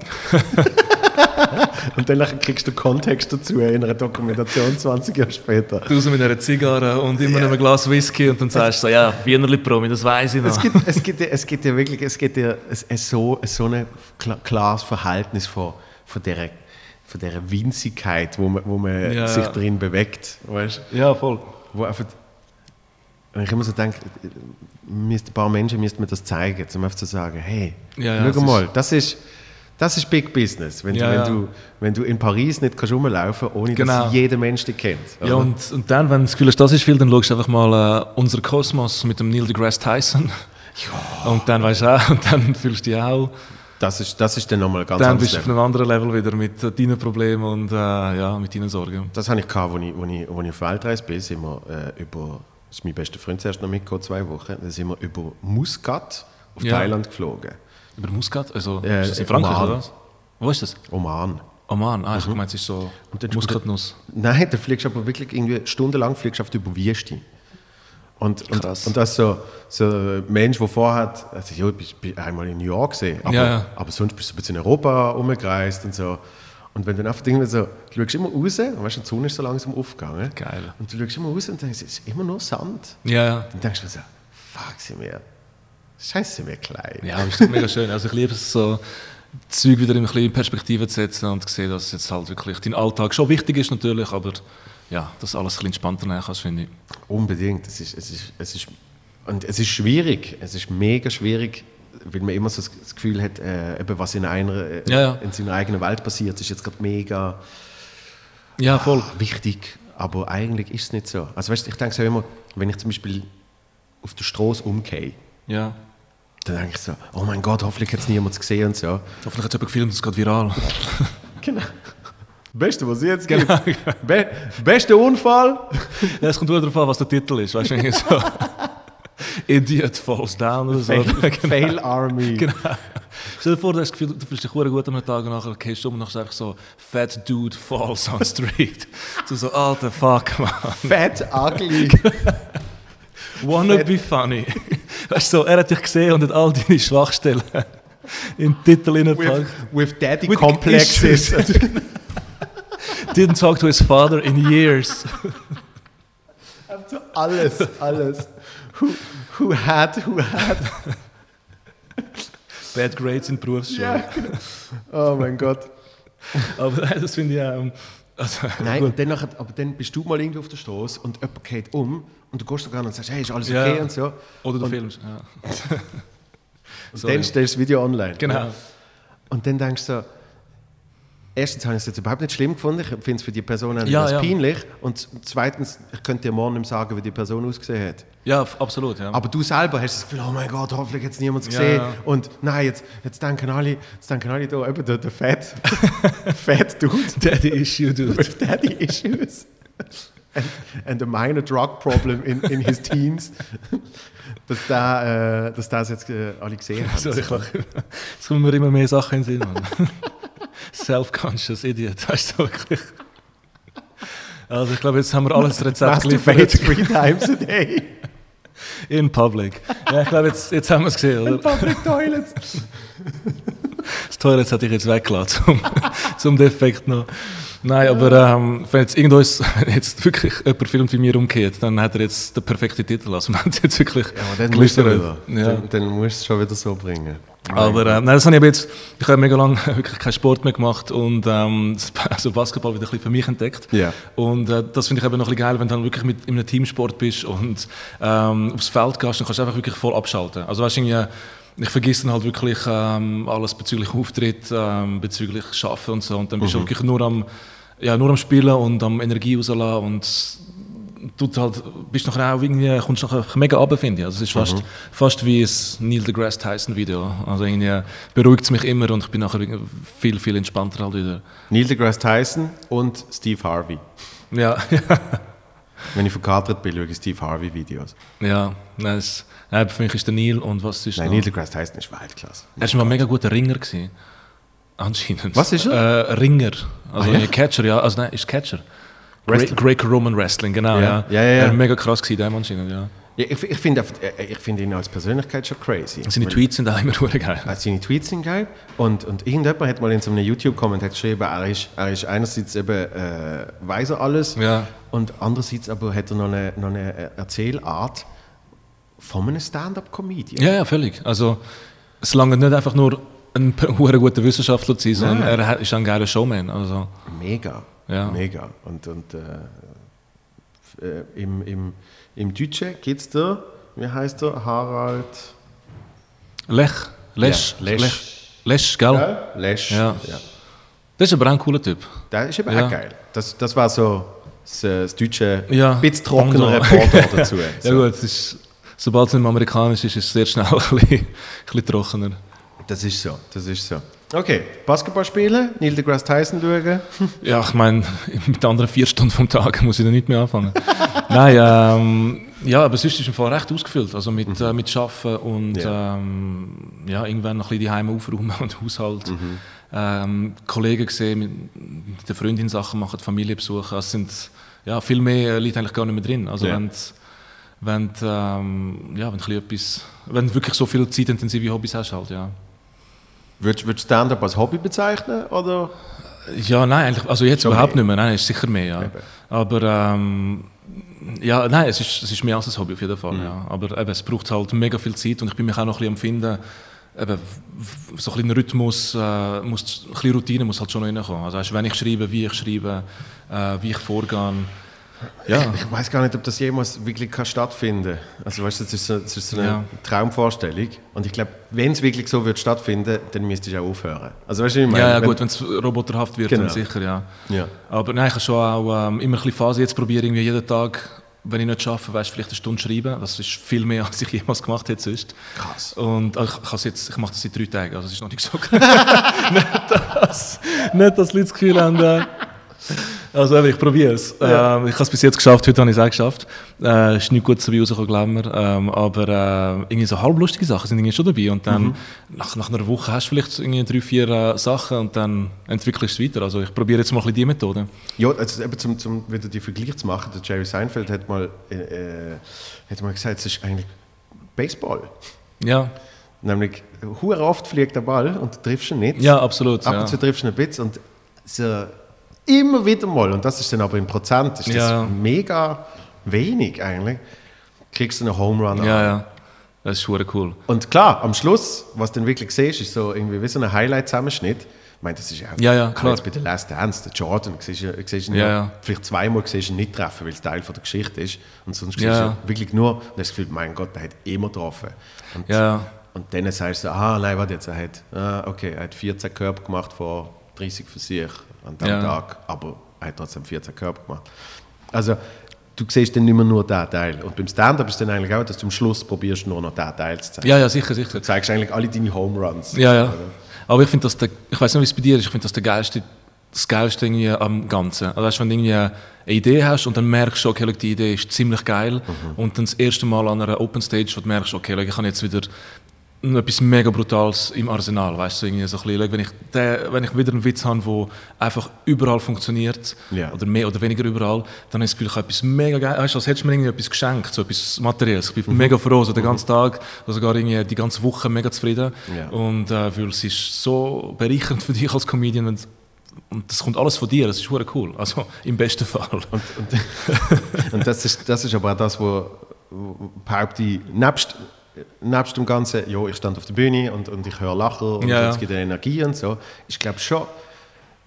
S2: und dann nachher kriegst du den Kontext dazu in einer Dokumentation 20 Jahre später.
S1: äh, raus mit einer Zigarre und immer einem Glas Whisky und dann sagst du so, ja, Wienerli Promi, das weiß ich
S2: Es
S1: noch.
S2: gibt, es, gibt, ja- es gibt ja wirklich es gibt ja es, es so, so ein kla- klares Verhältnis von, von, dieser, von dieser Winzigkeit, wo man, wo man
S1: Ja,
S2: sich
S1: ja.
S2: drin bewegt. Weißt?
S1: Ja, voll.
S2: wo einfach, wenn ich immer so denke, müsst ein paar Menschen müssten mir das zeigen, um einfach zu sagen, hey,
S1: Ja, ja,
S2: schau
S1: es
S2: mal, das ist, das ist Big Business, wenn,
S1: Ja,
S2: du, wenn,
S1: ja.
S2: du, wenn du in Paris nicht kannst rumlaufen ohne
S1: Genau.
S2: dass jeder Mensch dich kennt. Also,
S1: Ja, und, und dann, wenn du das Gefühl hast, das ist viel, dann schaust du einfach mal äh, «Unser Kosmos» mit dem Neil deGrasse Tyson. Und dann weißt du auch, und dann fühlst du dich auch.
S2: das, ist, das ist dann nochmal ein ganz
S1: Dann
S2: anderes
S1: bist du auf
S2: Level.
S1: einem anderen Level wieder mit äh, deinen Problemen und äh, ja, mit deinen Sorgen.
S2: Das hatte ich, gehabt, als ich, als ich, als ich auf Weltreise bin, sind wir äh, über, das ist mein bester Freund zuerst noch mitgekommen, zwei Wochen, dann sind wir über Muscat auf
S1: Ja.
S2: Thailand geflogen.
S1: Über Muscat? Also,
S2: Äh,
S1: ist das in Frankreich
S2: Oman.
S1: oder was? Wo ist das?
S2: Oman.
S1: Oman, ah, ich mhm. meine, es ist so
S2: Und dann-
S1: Muskatnuss.
S2: Nein, da fliegst du aber wirklich irgendwie stundenlang fliegst du auf die Wüste. Und, und,
S1: Krass.
S2: und das so, so ein Mensch, der vorhat, also ja, ich bin- bin einmal in New York gesehen, aber,
S1: Ja, ja.
S2: aber sonst bist du ein bisschen in Europa rumgereist und so. Und wenn du dann einfach irgendwie so, du schaust immer raus, und weißt du, die Sonne ist so langsam aufgegangen.
S1: Geil.
S2: Und du schaust immer raus und denkst, es ist immer nur Sand.
S1: Ja, ja.
S2: Dann denkst du mir so, fuck, sind wir, scheiße, sind wir klein.
S1: Ja, aber ist doch mega schön. Also, ich liebe es so, das Zeug wieder in ein bisschen in Perspektive zu setzen und zu sehen, dass jetzt halt wirklich dein Alltag schon wichtig ist, natürlich, aber ja, dass alles ein bisschen entspannter nehmen kannst, finde ich.
S2: Unbedingt. Es ist, es ist, es ist, und es ist schwierig. Es ist mega schwierig, weil man immer so das- das Gefühl hat, äh, eben was in, einer, äh,
S1: Ja, ja.
S2: in seiner eigenen Welt passiert, ist jetzt gerade mega ah,
S1: Ja, Ah, voll.
S2: wichtig. Aber eigentlich ist es nicht so. Also weißt, du, ich denke so immer, wenn ich zum Beispiel auf der Straße umgehe,
S1: Ja.
S2: Dann denke ich so, oh mein Gott, hoffentlich hat es niemand gesehen und so.
S1: Hoffentlich hat es jemand gefilmt, es geht viral.
S2: Genau. Beste, was jetzt gibt.
S1: Genau,
S2: Be beste Unfall.
S1: Ja, es kommt nur darauf an, was der Titel ist. Weißt du, irgendwie so. Idiot falls down oder so.
S2: Fail,
S1: genau.
S2: Fail Army.
S1: Stell dir vor, du hast das Gefühl, du fühlst dich verdammt gut am Tag und nachher gehst du um und nachher ist einfach so Fat Dude falls on street. so, so, alter Fuck, man.
S2: Fat, ugly.
S1: Genau. Wanna be funny. Weißt du, so, er hat dich gesehen und hat all deine Schwachstellen in den Titel
S2: with,
S1: reingepackt.
S2: with daddy
S1: With
S2: complexes.
S1: Didn't talk to his father in years.
S2: Also alles, alles. Who, who had, who had.
S1: Bad grades in Berufsschule.
S2: Ja, genau. Oh mein Gott.
S1: Aber nein, das finde ich auch. ähm, Also,
S2: Nein,
S1: gut.
S2: und dann, nachher- aber dann bist du mal irgendwo auf der Straße und jemand geht um und du gehst sogar und sagst, hey, ist alles
S1: Ja.
S2: okay und so.
S1: Oder du
S2: und
S1: filmst. Ja. Sorry.
S2: Dann stellst du das Video online.
S1: Genau.
S2: Und dann denkst du so, erstens habe ich es jetzt überhaupt nicht schlimm gefunden, ich finde es für die Person etwas
S1: Ja, ja.
S2: peinlich und z- zweitens, ich könnte dir morgen nicht mehr sagen, wie die Person ausgesehen hat.
S1: Ja, f- absolut. Ja.
S2: Aber du selber hast das Gefühl, oh mein Gott, hoffentlich hat es niemand
S1: Ja,
S2: gesehen.
S1: ja.
S2: Und nein, jetzt, jetzt denken alle, jetzt denken alle da, eben der, der Fett, Fett Dude
S1: Daddy Issue, dude.
S2: with daddy issues and, and a minor drug problem in, in his teens, dass, da, äh, dass das jetzt äh, alle gesehen haben.
S1: Sorry, Also, ich lache. Jetzt kommen mir immer mehr Sachen in den Sinn. Mann. Self-conscious Idiot, weißt du wirklich. Also ich glaube, jetzt haben wir alles Rezept
S2: Masturbate
S1: geliefert.
S2: three times a day
S1: In public. Ja, ich glaube, jetzt, jetzt haben wir es gesehen,
S2: in
S1: oder?
S2: public toilets.
S1: Das Toilette hätte ich jetzt weggelassen, zum, zum Defekt noch. Nein, aber ähm, wenn jetzt irgendwas, wenn jetzt wirklich jemand Film von mir umgeht, dann hat er jetzt den perfekten Titel. Also man hat jetzt wirklich geliefert. Ja.
S2: Dann, dann musst du es schon wieder so bringen.
S1: Aber äh, nein, das habe ich aber jetzt, ich habe mega lange wirklich keinen Sport mehr gemacht und ähm, das- also Basketball wieder ein bisschen für mich entdeckt.
S2: Ja.
S1: Und äh, das finde ich eben noch ein bisschen geil, wenn du dann wirklich mit in einem Teamsport bist und ähm, aufs Feld gehst, dann kannst du einfach wirklich voll abschalten. Also weißt du, irgendwie, ich vergesse dann halt wirklich ähm, alles bezüglich Auftritt, ähm, bezüglich Schaffen und so und dann bist du wirklich nur am, ja, nur am Spielen und am Energie rauslassen und tut halt, bist nachher auch irgendwie, kommst nachher mega runter, finde ich. Also es ist fast, fast wie ein Neil deGrasse Tyson Video. Also irgendwie beruhigt es mich immer und ich bin nachher irgendwie viel, viel entspannter halt wieder.
S2: Neil deGrasse Tyson und Steve Harvey.
S1: Ja,
S2: Wenn ich verkatert bin, schaue ich Steve Harvey Videos.
S1: ja. Nein, es, nein, für mich ist der Neil und was ist
S2: Nein,
S1: noch?
S2: Neil deGrasse Tyson ist Weltklasse.
S1: Er war mal ein mega guter Ringer. Gewesen. Anscheinend.
S2: Was ist er?
S1: Äh, Ringer. Also
S2: Ah, ja.
S1: ein Catcher, ja. Also nein, ist Catcher.
S2: Wrestler.
S1: Greco-Roman Wrestling, genau,
S2: Ja.
S1: ja.
S2: Ja, ja, ja.
S1: Er war mega krass gewesen, der anscheinend, ja.
S2: Ja, ich ich finde einfach- äh, ich finde ihn als Persönlichkeit schon crazy.
S1: Seine
S2: Weil-
S1: Tweets sind auch immer verdammt geil.
S2: Also seine Tweets sind geil und, und irgendjemand hat mal in so einem YouTube-Kommentar geschrieben, er ist, er ist einerseits eben, äh, weiß er alles
S1: Ja.
S2: und andererseits aber hat er noch eine, noch eine äh, Erzählart von einem Stand-Up-Comedian.
S1: Ja, ja, völlig. Also, es lange nicht einfach nur ein hoher guter Wissenschaftler zu sein, sondern
S2: Nein.
S1: er hat- ist auch ein geiler Showman. Also,
S2: Mega,
S1: Ja.
S2: mega. Und, und äh, f- äh, im, im, im Deutschen gibt es da, wie heißt er, Harald
S1: Lech, Lesch,
S2: Ja, Lesch.
S1: Lech, Lesch, gell?
S2: ja. Lesch.
S1: Ja. Das ist aber auch ein cooler Typ.
S2: Das ist eben
S1: Ja.
S2: auch geil. Das, das war so das, äh, das deutsche,
S1: Ja.
S2: bisschen trockenere
S1: Pendant.
S2: Pendant dazu. So.
S1: Ja, gut, es ist, sobald es nicht mehr amerikanisch ist, ist es sehr schnell ein bisschen, ein bisschen trockener.
S2: Das ist so, das ist so. Okay, Basketball spielen, Neil deGrasse Tyson schauen.
S1: Ja, ich meine, mit den anderen vier Stunden vom Tag muss ich dann nicht mehr anfangen. Nein, ähm, ja, aber sonst ist im Fall recht ausgefüllt. Also mit, äh, mit Arbeiten und
S2: Ja.
S1: ja. Ähm, ja, irgendwann noch ein bisschen die Heime aufräumen und Haushalt. Ähm, Kollegen gesehen, mit, mit der Freundin Sachen machen, die Familie besuchen. Also es sind, ja, viel mehr äh, liegt eigentlich gar nicht mehr drin. Also
S2: Ja.
S1: wenn, wenn, du, ähm, ja, wenn, du ein bisschen etwas, wenn du wirklich so viele zeitintensive Hobbys hast, halt, ja.
S2: Würdest du Stand-up als Hobby bezeichnen? Oder?
S1: Ja, nein, eigentlich, also jetzt
S2: Schon
S1: überhaupt
S2: mehr.
S1: nicht mehr. Nein, ist sicher mehr, ja.
S2: Eben.
S1: Aber ähm, ja, nein, es ist, es ist mehr als ein Hobby auf jeden Fall,
S2: Mhm.
S1: ja. Aber eben, es braucht halt mega viel Zeit und ich bin mich auch noch ein bisschen am Finden, eben, w- w- so ein bisschen Rhythmus, äh, muss, ein bisschen Routine muss halt schon noch reinkommen. Also weißt, wenn ich schreibe, wie ich schreibe, äh, wie ich vorgehe. Ja,
S2: Ich weiß gar nicht, ob das jemals wirklich kann stattfinden kann. Also, weißt du, das ist so, das ist so eine
S1: Ja.
S2: Traumvorstellung. Und ich glaube, wenn es wirklich so wird stattfinden, dann müsstest du auch aufhören. Also, weißt du, ich meine,
S1: ja, ja
S2: wenn-
S1: gut, wenn es roboterhaft wird,
S2: Genau.
S1: dann sicher, ja.
S2: Ja.
S1: Aber nein, ich habe schon auch ähm, immer ein bisschen Phase. Jetzt probiere ich irgendwie jeden Tag wenn ich nicht arbeite, weißt vielleicht eine Stunde schreiben. Das ist viel mehr, als ich jemals gemacht hätte sonst.
S2: Krass.
S1: Und äh, ich, kann's jetzt, ich mache das seit drei Tagen, also es ist noch nicht so nicht, dass, nicht, dass die Leute das Gefühl haben, äh, also eben, ich probiere es. Ähm, ich habe es bis jetzt geschafft, heute habe ich es auch geschafft. Äh, ist nicht gut dabei rausgekommen, glauben wir. Ähm, aber äh, irgendwie so halblustige Sachen sind irgendwie schon dabei. Und dann, nach, nach einer Woche hast du vielleicht irgendwie drei, vier äh, Sachen und dann entwickelst du es weiter. Also ich probiere jetzt mal ein bisschen die Methode.
S2: Ja, also eben zum, zum wieder die Vergleich zu machen, der Jerry Seinfeld hat mal, äh, äh, hat mal gesagt, es ist eigentlich Baseball.
S1: Ja,
S2: Nämlich, hure oft fliegt der Ball und du triffst ihn nicht.
S1: ja absolut.
S2: Ab
S1: ja.
S2: und zu triffst du ihn ein bisschen und so immer wieder mal, und das ist dann aber im Prozent, ist
S1: Ja.
S2: das mega wenig eigentlich, kriegst du einen Home Run.
S1: ja, ja. Das ist hure cool.
S2: Und klar, am Schluss, was du dann wirklich siehst, ist so irgendwie wie so ein Highlight-Zusammenschnitt. Ich meine, das ist ja,
S1: Ja, ja,
S2: auch
S1: klar.
S2: jetzt bei der Last Dance, der Jordan, siehst du siehst du ihn
S1: Ja,
S2: ja,
S1: ja.
S2: vielleicht zweimal siehst du ihn nicht treffen, weil es Teil von der Geschichte ist. Und sonst
S1: Ja,
S2: siehst
S1: ja.
S2: du wirklich nur, und hast das Gefühl, mein Gott, der hat immer getroffen. Und,
S1: Ja.
S2: und dann sagst du, ah, nein, warte jetzt, er hat, ah, okay, er hat 14 Körper gemacht vor 30 für sich an dem
S1: Ja.
S2: Tag, aber er hat trotzdem 14 Körper gemacht. Also, du siehst dann nicht mehr nur diesen Teil. Und beim Stand-Up ist es dann eigentlich auch, dass du am Schluss probierst, nur noch diesen Teil zu zeigen.
S1: Ja, ja, sicher, sicher.
S2: Du zeigst eigentlich alle deine Home Runs.
S1: Ja, ja. Aber ich finde das, der, ich weiß nicht, wie es bei dir ist, ich finde das der geilste, das geilste irgendwie am Ganzen. Also weißt, wenn du irgendwie eine Idee hast und dann merkst du, okay, look, die Idee ist ziemlich geil und dann das erste Mal an einer Open Stage, wo du merkst, okay, look, ich habe jetzt wieder etwas mega Brutales im Arsenal, weißt du, irgendwie so ein bisschen, look, wenn ich, den, wenn ich wieder einen Witz habe, der einfach überall funktioniert,
S2: Ja.
S1: oder mehr oder weniger überall, dann habe ich das Gefühl, ich habe etwas mega geil, weißt du, als hättest du mir irgendwie etwas geschenkt, so etwas Materielles. Ich bin
S2: Mhm.
S1: mega froh, so den ganzen Tag, oder sogar irgendwie die ganze Woche mega zufrieden.
S2: Ja.
S1: Und äh, weil es ist so bereichernd für dich als Comedian wenn, und das kommt alles von dir, das ist hure cool, also im besten Fall.
S2: Und das ist, das ist aber auch das, wo, wo behaupte ich, nebst, nebst dem Ganzen, ja, ich stand auf der Bühne und, und ich höre Lachen und
S1: Ja, ja.
S2: es gibt eine Energie und so, ist, glaube schon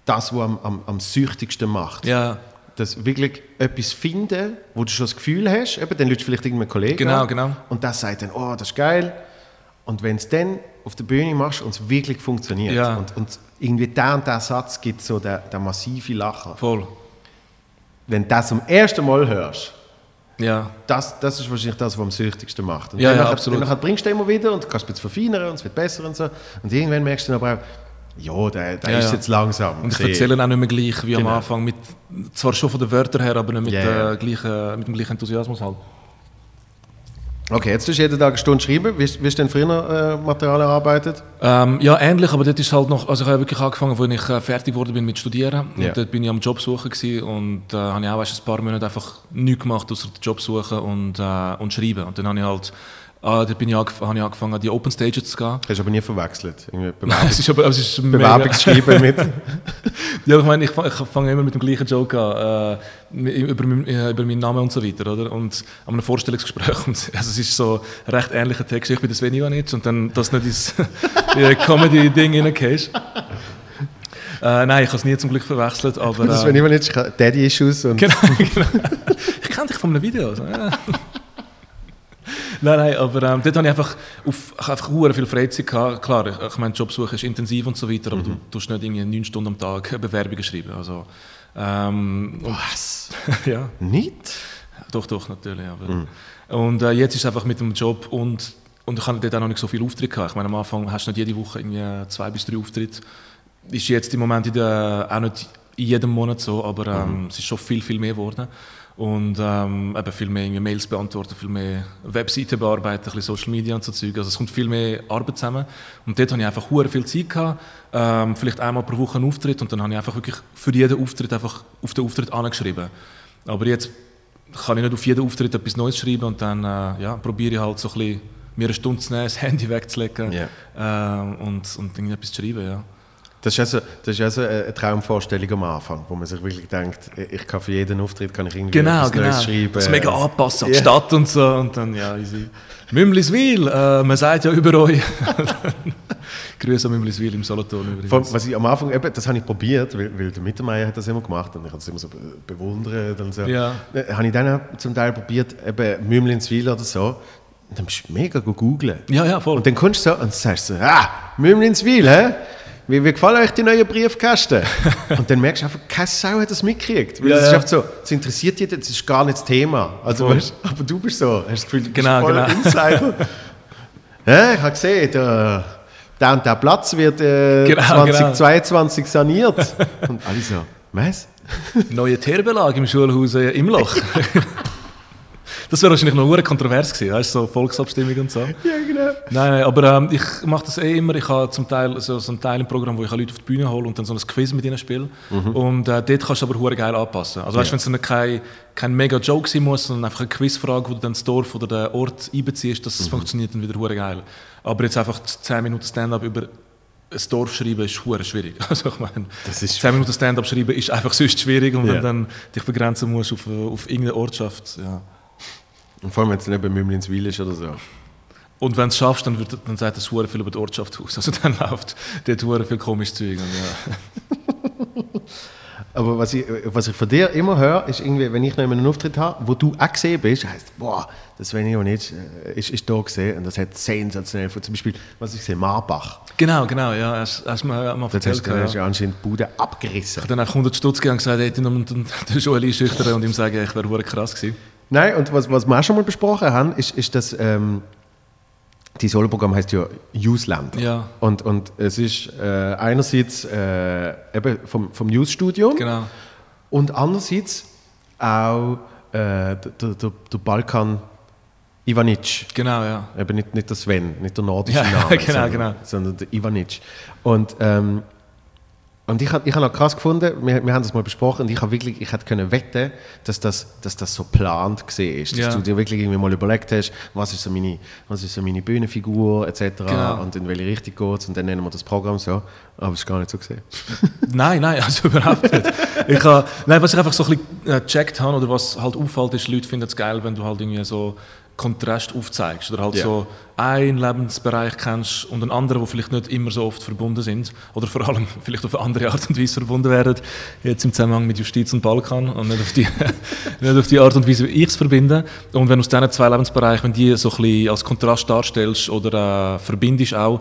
S2: das, was am, am, am süchtigsten macht.
S1: Ja,
S2: Dass wirklich etwas finden, wo du schon das Gefühl hast, eben, dann lügst vielleicht irgendeinen Kollegen
S1: Genau,
S2: an
S1: genau.
S2: und das sagt dann, oh, das ist geil. Und wenn es dann auf der Bühne machst und es wirklich funktioniert
S1: Ja.
S2: und, und irgendwie der und der Satz gibt so der, der massive Lachen.
S1: voll.
S2: Wenn du das zum ersten Mal hörst,
S1: Ja,
S2: das, das ist wahrscheinlich das, was am süchtigsten macht. Und
S1: Ja, ja,
S2: danach-
S1: absolut.
S2: Danach bringst du immer wieder und kannst es verfeinern und es wird besser und so. Und irgendwann merkst du dann aber auch, ja, der, der
S1: Ja,
S2: ist
S1: ja.
S2: jetzt langsam.
S1: und ich
S2: Sehr.
S1: erzähle auch nicht mehr gleich wie
S2: Genau.
S1: am Anfang, mit, zwar schon von den Wörtern her, aber nicht mit,
S2: Ja,
S1: der
S2: ja.
S1: Gleichen, mit dem gleichen Enthusiasmus halt.
S2: Okay, jetzt tust du jeden Tag eine Stunde schreiben. Wie hast wie hast du denn früher äh, Material erarbeitet?
S1: Ähm, ja, ähnlich, aber dort ist halt noch, also ich habe wirklich angefangen, als ich äh, fertig geworden bin mit Studieren.
S2: Ja.
S1: Und dort bin ich am Job suchen gewesen und äh, habe ich auch weißt, ein paar Monate einfach nichts gemacht, außer den Job suchen und, äh, und schreiben. Und dann habe ich halt, äh, dort bin ich angef habe ich angefangen, an die Open Stages zu gehen.
S2: Hast du aber nie verwechselt. Irgendwie
S1: es ist aber, es ist mega-
S2: Bewerbungsschreiben mit.
S1: Genau. Ja, ich meine, ich, fa- ich fange immer mit dem gleichen Joke an, äh, über, mein- äh, über meinen Namen und so weiter, oder? Und an einem Vorstellungsgespräch, und, also es ist so ein recht ähnlicher Text, ich bin der Sven Ivanic, und dann, dass nicht ins äh, Comedy-Ding reingehst. Äh, nein, ich habe es nie zum Glück verwechselt, aber...
S2: Das ist,
S1: äh,
S2: wenn ich mir nicht schra- Daddy-Issues und
S1: Genau, genau. Ich kenne dich von einem Video. So. ja. nein, nein, aber ähm, dort hatte ich einfach, auf, ich hatte einfach hure viel Freizeit. Gehabt. Klar, ich, ich meine, Jobsuche ist intensiv und so weiter, aber du tust nicht irgendwie neun Stunden am Tag Bewerbungen schreiben. Also, ähm, Was? ja,
S2: nicht.
S1: doch, doch, natürlich. Aber. Und äh, jetzt ist es einfach mit dem Job und, und ich hatte dort auch noch nicht so viele Auftritte. Gehabt. Ich meine, am Anfang hast du nicht jede Woche irgendwie zwei bis drei Auftritte. Ist jetzt im Moment in der, auch nicht in jedem Monat so, aber ähm, es ist schon viel, viel mehr geworden. Und ähm, eben viel mehr irgendwie Mails beantworten, viel mehr Webseiten bearbeiten, ein bisschen Social Media und so Zeug. Also es kommt viel mehr Arbeit zusammen. Und dort hatte ich einfach hure viel Zeit. Gehabt. Ähm, vielleicht einmal pro Woche einen Auftritt und dann habe ich einfach wirklich für jeden Auftritt einfach auf den Auftritt angeschrieben. Aber jetzt kann ich nicht auf jeden Auftritt etwas Neues schreiben und dann äh, ja, probiere ich halt so ein bisschen, mir eine Stunde zu nehmen, das Handy wegzulegen
S2: Ja.
S1: ähm, und, und irgendetwas zu schreiben, ja.
S2: Das ist also, das ist also eine Traumvorstellung am Anfang, wo man sich wirklich denkt, ich kann für jeden Auftritt kann ich irgendwie
S1: Genau,
S2: etwas
S1: genau.
S2: Neues schreiben.
S1: Das mega anpassen an die
S2: Ja.
S1: Stadt und so und dann, ja, easy. Mümliswil, äh, man sagt ja über euch. Grüße an Mümliswil im Solothurn übrigens.
S2: Vor allem, was ich am Anfang, eben, das habe ich probiert, weil, weil der Mittermeier hat das immer gemacht und ich habe es immer so be- bewundert und so.
S1: Ja.
S2: Dann Habe ich dann auch zum Teil probiert, eben Mümlinswil oder so. Und dann bist du mega gut googeln.
S1: ja, ja, voll.
S2: Und dann kommst du so und sagst so, ah, Mümlinswil, hä? Wie, wie gefallen euch die neuen Briefkästen? Und dann merkst du einfach, keine Sau hat das mitgekriegt. Weil
S1: Ja,
S2: es ist
S1: ja.
S2: einfach so, es interessiert dich, das ist gar nicht das Thema. Also,
S1: Voll.
S2: weißt, aber du bist so, hast das Gefühl, du bist
S1: Genau,
S2: voll
S1: genau.
S2: Insider. ja, ich habe gesehen, der, der und der Platz wird äh,
S1: Genau,
S2: 2022 saniert. Und alle so, was?
S1: Neue Teerbelag im Schulhaus äh, im Loch. das wäre wahrscheinlich noch hure kontrovers gewesen, weißt, du, so Volksabstimmung und so.
S2: Ja, genau.
S1: Nein, nein, aber ähm, ich mache das eh immer. Ich habe zum Teil so, so einen Teil im Programm, wo ich halt Leute auf die Bühne hole und dann so ein Quiz mit ihnen spiele.
S2: Mhm.
S1: Und äh, dort kannst du aber hure geil anpassen. Also weißt, wenn es dann kein, kein mega Joke sein muss, sondern einfach eine Quizfrage, wo du dann das Dorf oder den Ort einbeziehst, das
S2: Mhm.
S1: funktioniert dann wieder hure geil. Aber jetzt einfach 10 Minuten Stand-up über ein Dorf schreiben ist hure schwierig. Also ich meine,
S2: Das ist-
S1: 10 Minuten Stand-up schreiben ist einfach sonst schwierig und
S2: Ja.
S1: wenn du dann dich begrenzen musst auf, äh, auf irgendeine Ortschaft. Ja.
S2: Und vor allem, wenn es nicht bei Mümlinswil ist oder so.
S1: Und wenn du es schaffst, dann, wird, dann sagt das Huren viel über die Ortschaft aus. Also dann läuft dort Huren viel komisches Zeug. Und ja.
S2: Aber was ich, was ich von dir immer höre, ist irgendwie, wenn ich noch einen Auftritt habe, wo du auch gesehen bist, heißt, boah, das wenn ich auch nicht, äh, ist, ist da gesehen und das hat sensationell von, zum Beispiel, was ich sehe, Marbach.
S1: Genau, genau. Ja, hast, hast du mir mal
S2: Dort
S1: erzählt.
S2: hast du
S1: gehabt,
S2: hast
S1: ja.
S2: du anscheinend die Bude abgerissen.
S1: Ich habe dann auch 100 Stutz gegeben und gesagt, hey, und den Joel einschüchtern und ihm sagen, ich wäre Huren krass gewesen.
S2: Nein, und was, was wir auch schon mal besprochen haben, ist, ist dass ähm, die Soloprogramm heißt ja Useland.
S1: Ja.
S2: Und, und es ist äh, einerseits äh, eben vom, vom News-Studio.
S1: Genau.
S2: Und andererseits auch äh, der, der, der der Balkan Ivanic.
S1: Genau, ja.
S2: Eben nicht, nicht der Sven, nicht der nordische
S1: Ja,
S2: Name,
S1: genau,
S2: sondern,
S1: genau.
S2: sondern der Ivanic. Und, ähm, und ich habe ich hab noch krass gefunden, wir, wir haben das mal besprochen, und ich habe wirklich, ich hätte können wetten, dass das, dass das so geplant gesehen ist,
S1: Ja.
S2: dass du dir wirklich irgendwie mal überlegt hast, was ist so meine, was ist so meine Bühnenfigur etc.
S1: Genau.
S2: und in welche Richtung geht es und dann nennen wir das Programm so, aber es ist gar nicht so gesehen.
S1: Nein, nein, also überhaupt nicht. Ich ha, nein, was ich einfach so ein bisschen äh, gecheckt habe oder was halt auffällt, ist, Leute finden es geil, wenn du halt irgendwie so Kontrast aufzeigst oder halt
S2: Ja.
S1: so einen Lebensbereich kennst und einen anderen, wo vielleicht nicht immer so oft verbunden sind oder vor allem vielleicht auf eine andere Art und Weise verbunden werden, jetzt im Zusammenhang mit Justiz und Balkan und nicht auf die, nicht auf die Art und Weise, wie ich es verbinde. Und wenn aus diesen zwei Lebensbereichen, wenn die so ein bisschen als Kontrast darstellst oder äh, verbindest auch,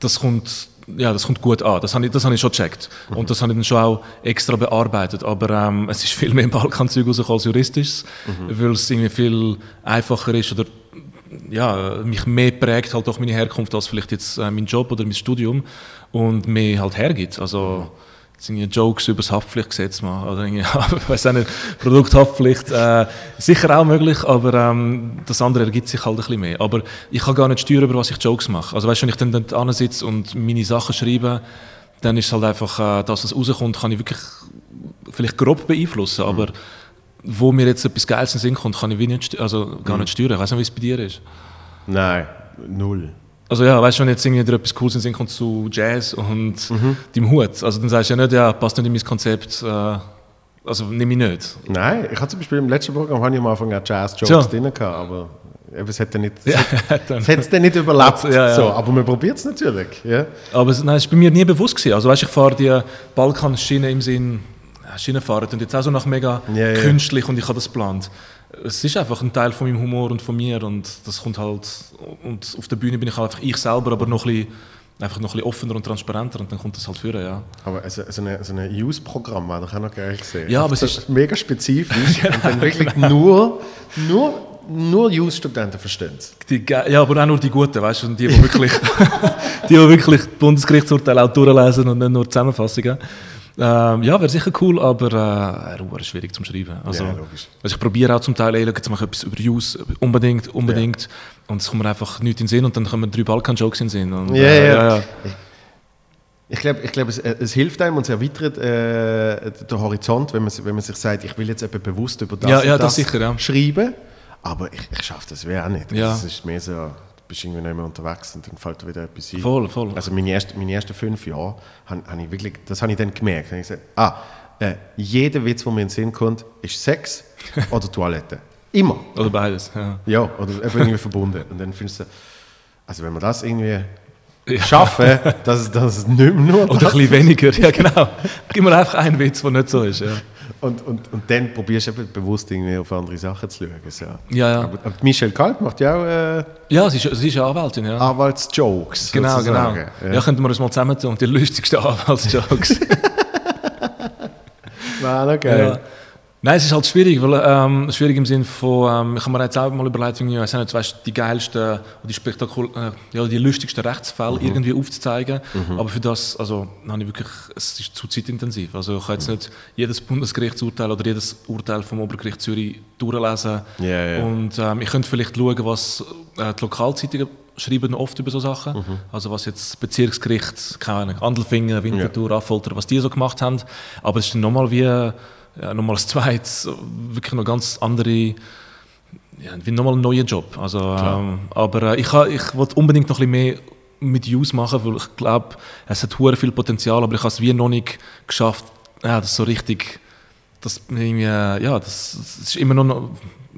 S1: das kommt, ja, das kommt gut an. Das habe ich, das habe ich schon gecheckt. Und das habe ich dann schon auch extra bearbeitet. Aber ähm, es ist viel mehr Balkanzeug rausgekommen als juristisches, weil es irgendwie viel einfacher ist oder ja, mich mehr prägt halt auch meine Herkunft als vielleicht jetzt äh, mein Job oder mein Studium und mir halt hergibt. Also es sind ja Jokes über das Haftpflichtgesetz mal oder irgendwie, ich weiß auch nicht, Produkthaftpflicht, äh, sicher auch möglich, aber ähm, das andere ergibt sich halt ein bisschen mehr. Aber ich kann gar nicht steuern, über was ich Jokes mache. Also weißt, wenn ich dann dort sitze und meine Sachen schreibe, dann ist es halt einfach, äh, das, was rauskommt, kann ich wirklich vielleicht grob beeinflussen, aber wo mir jetzt etwas Geiles in den Sinn kommt, kann ich wie nicht, steu- also gar nicht steuern. Ich weiß nicht, wie es bei dir ist.
S2: Nein, null.
S1: Also ja, weißt du, wenn jetzt irgendwie dir etwas Cooles in den Sinn kommt zu Jazz und deinem Hut, also dann sagst du ja nicht, ja, passt nicht in mein Konzept, äh, also nehme ich nicht.
S2: Nein, ich hatte zum Beispiel im letzten Programm habe ich am Anfang auch Jazz-Jokes
S1: Tja.
S2: drin gehabt, aber eben, es hätte nicht,
S1: Ja,
S2: es hat-
S1: dann-
S2: es hätte es dann nicht überlebt.
S1: Ja, ja.
S2: So, aber man probiert es natürlich. Ja.
S1: Aber es, nein, es ist bei mir nie bewusst gewesen. Also weißt du, ich fahre die Balkanschiene im Sinn, ja, Schienenfahren und jetzt auch so nach mega
S2: Ja, ja.
S1: künstlich und ich habe das geplant. Es ist einfach ein Teil von meinem Humor und von mir und das kommt halt, und auf der Bühne bin ich halt einfach ich selber, aber noch ein bisschen, einfach noch ein bisschen offener und transparenter und dann kommt das halt führen, ja.
S2: Aber also, so ein so eine Use-Programm war doch auch noch geil gesehen. Also
S1: Ja, aber es
S2: Das
S1: ist-
S2: mega spezifisch und dann wirklich nur, nur, nur Use-Studenten verstehen es.
S1: Die, Ge- ja, aber auch nur die Guten, weißt du, und die, die wirklich, die, die wirklich die Bundesgerichtsurteile auch durchlesen und nicht nur die Zusammenfassungen. Ähm, ja, wäre sicher cool, aber äh, Ruhe ist schwierig zum Schreiben. Also,
S2: Ja, logisch.
S1: also ich probiere auch zum Teil, ey, schau, jetzt mache ich etwas über Use, unbedingt, unbedingt. Und es kommt mir einfach nichts in den Sinn und dann kommen drei Balkan-Jokes in den Sinn. Und,
S2: Ja,
S1: äh,
S2: ja. Ich glaube, ich glaub, es, äh, es hilft einem und es erweitert äh, den Horizont, wenn man, si- wenn man sich sagt, ich will jetzt eben bewusst über das,
S1: Ja,
S2: und
S1: ja, das sicher, ja.
S2: schreiben, aber ich, ich schaffe das wie auch nicht.
S1: Ja.
S2: Es ist mehr so, du bist irgendwie nicht mehr unterwegs und dann fällt dir wieder etwas ein.
S1: Voll, voll.
S2: Also meine ersten, meine ersten fünf Jahre, han, han ich wirklich, das habe ich dann gemerkt. Dann hab ich gesagt, ah, äh, jeder Witz, der mir in den Sinn kommt, ist Sex oder Toilette. Immer.
S1: Oder beides. Ja.
S2: Ja, oder eben irgendwie verbunden. Und dann findest du, also wenn man das irgendwie
S1: Ja.
S2: schaffen, dass, dass es nicht mehr nur
S1: Oder ein
S2: das
S1: bisschen weniger, ja genau. Gib mir einfach einen Witz, der nicht so ist. Ja.
S2: Und, und, und dann probierst du eben bewusst irgendwie auf andere Sachen zu schauen. So.
S1: Ja, ja.
S2: Aber, aber Michelle Kalt macht ja auch äh,
S1: Ja, sie ist, sie ist eine Anwältin, ja.
S2: Anwaltsjokes.
S1: genau, genau.
S2: Ah, sozusagen.
S1: Ja.
S2: Ja.
S1: könnten wir uns mal zusammen tun und die lustigsten Anwaltsjokes.
S2: Mann, okay.
S1: ja. Nein, es ist halt schwierig, weil ähm, schwierig im Sinne von, ähm, ich habe mir jetzt auch mal überlegt, irgendwie, es sind jetzt, weißt, du, die geilsten und die spektakul äh, ja, die lustigsten Rechtsfälle
S2: Mhm.
S1: irgendwie aufzuzeigen, aber für das, also, habe ich wirklich, es ist zu zeitintensiv. Also ich kann
S2: Mhm.
S1: jetzt nicht jedes Bundesgerichtsurteil oder jedes Urteil vom Obergericht Zürich durchlesen
S2: Ja, ja.
S1: und ähm, ich könnte vielleicht schauen, was äh, die Lokalzeitungen schreiben oft über so Sachen. Also was jetzt Bezirksgericht, keine Ahnung, Andelfingen, Winterthur, Affolter, was die so gemacht haben. Aber es ist dann nochmal wie, ja, nochmal ein zweites, wirklich noch ganz andere, ja, wie nochmal ein neuer Job. Also, ähm, aber äh, ich, ha- ich wollte unbedingt noch ein bisschen mehr mit Use machen, weil ich glaube, es hat hure viel Potenzial, aber ich habe es wie noch nicht geschafft, ja, das so richtig, das irgendwie, äh, ja, das, das ist immer noch- noch,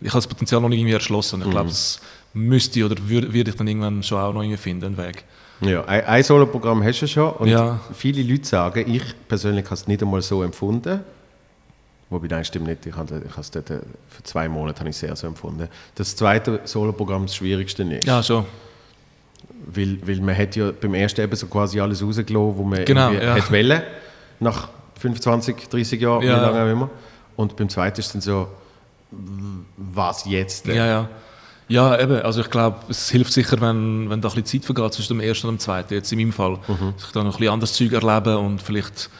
S1: ich habe das Potenzial noch nicht irgendwie erschlossen. Ich glaube, das müsste ich oder würde würd ich dann irgendwann schon auch noch irgendwie finden, einen Weg.
S2: Ja, ein, ein Solo-Programm hast du schon. Und
S1: Ja.
S2: viele Leute sagen, ich persönlich habe es nicht einmal so empfunden. Wobei, nein, stimmt nicht. Ich habe ich habe es dort, äh, für zwei Monate habe ich es sehr so empfunden. Das zweite Solo-Programm das schwierigste ist.
S1: Ja, schon.
S2: Weil, weil man hat ja beim ersten eben so quasi alles rausgelassen, was man
S1: Genau,
S2: irgendwie
S1: ja.
S2: hat wollen, nach 25, 30 Jahren,
S1: Ja.
S2: wie lange auch immer. Und beim zweiten ist dann so, w- was jetzt?
S1: Ja, ja. Ja, eben. Also ich glaube, es hilft sicher, wenn, wenn da ein bisschen Zeit vergeht zwischen dem ersten und dem zweiten, jetzt in meinem Fall. Dass ich da noch ein bisschen anderes Zeug erlebe und vielleicht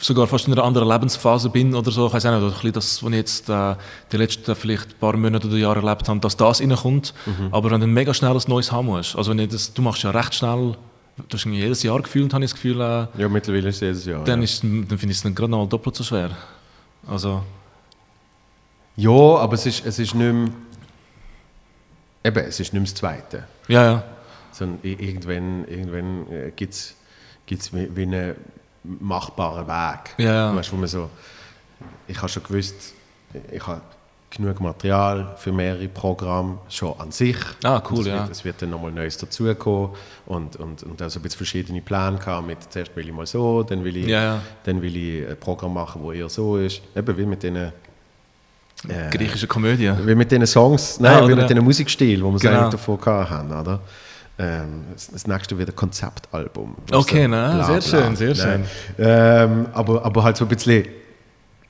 S1: sogar fast in einer anderen Lebensphase bin oder so. Ich weiß auch nicht, oder ein bisschen das, was ich jetzt äh, die letzten vielleicht paar Monate oder Jahre erlebt habe, dass das reinkommt. Aber wenn du mega schnell ein neues haben musst, also wenn ich das, du machst ja recht schnell, du hast irgendwie jedes Jahr gefühlt, habe ich das Gefühl, äh,
S2: Ja, mittlerweile ist es jedes Jahr.
S1: dann,
S2: ja.
S1: ist- dann finde ich es dann gerade noch mal doppelt so schwer. Also,
S2: ja, aber es ist, es ist nicht mehr, eben, es ist nicht mehr das zweite.
S1: ja, ja.
S2: sondern i- irgendwann, irgendwann äh, gibt es wie, wie einen machbaren Weg.
S1: Ja, ja.
S2: Weißt, du, wo man so, ich habe schon gewusst, ich habe genug Material für mehrere Programme schon an sich.
S1: Ah, cool,
S2: Und es
S1: ja.
S2: Wird, es wird dann nochmal Neues dazukommen und, und, und also ein bisschen verschiedene Pläne gehabt mit zuerst will ich mal so, dann will ich,
S1: Ja, ja.
S2: Dann will ich ein Programm machen, wo eher so ist. Eben wie mit diesen äh,
S1: Griechische Komödie.
S2: wie mit diesen Songs, nein,
S1: Ah, oder
S2: wie
S1: ja.
S2: mit diesen Musikstilen, wo wir
S1: Genau.
S2: genau. eigentlich davor gehabt haben, oder? Ähm, das- das nächste wird ein Konzeptalbum.
S1: Okay, na, sehr schön, sehr
S2: Nein. ne? Ähm, aber, aber halt so ein bisschen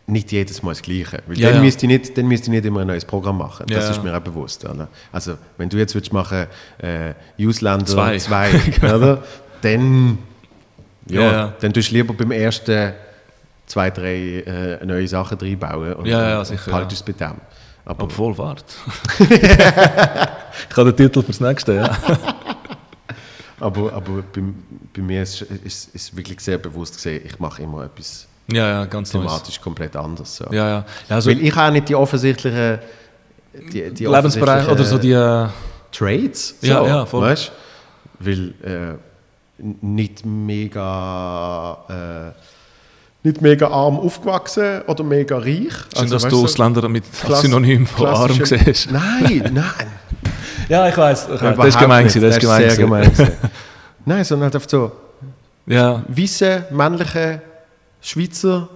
S2: nicht jedes Mal das Gleiche. Weil
S1: Ja,
S2: dann,
S1: ja.
S2: Müsst ich nicht, dann müsst ihr nicht immer ein neues Programm machen. Das
S1: Ja.
S2: ist mir auch bewusst. Oder? Also, wenn du jetzt würdest machen, äh, Ausländer
S1: Zwei. Genau.
S2: 2, oder? Dann, ja,
S1: Ja, ja.
S2: dann tust du lieber beim ersten zwei, drei äh, neue Sachen reinbauen und,
S1: Ja, ja,
S2: und
S1: sicher,
S2: behaltest es bei dem. Aber,
S1: Obwohl, wart. ich habe den Titel fürs nächste, ja.
S2: Aber, aber bei, bei mir ist es ist, ist wirklich sehr bewusst gesehen, ich mache immer etwas
S1: Ja, ja, ganz neu.
S2: thematisch komplett anders. So.
S1: Ja, ja. ja also
S2: Weil ich auch nicht die offensichtlichen die, die
S1: Lebensbereich
S2: offensichtlichen
S1: oder so die. Äh,
S2: Trades. So,
S1: Ja, ja, voll.
S2: Weißt? Weil äh, n- nicht mega äh, nicht mega arm aufgewachsen oder mega reich. Also,
S1: schön, dass
S2: weißt
S1: du
S2: so
S1: Ausländer mit als
S2: klass-
S1: Synonym von Arm
S2: klassische-
S1: siehst.
S2: Nein, nein.
S1: Ja, ich weiß. Das ist
S2: überhaupt
S1: gemein,
S2: nicht.
S1: gewesen, das ist gemein.
S2: sehr
S1: gewesen.
S2: gemein. gewesen. nein, sondern halt einfach so.
S1: Ja,
S2: weiße, männliche Schweizer.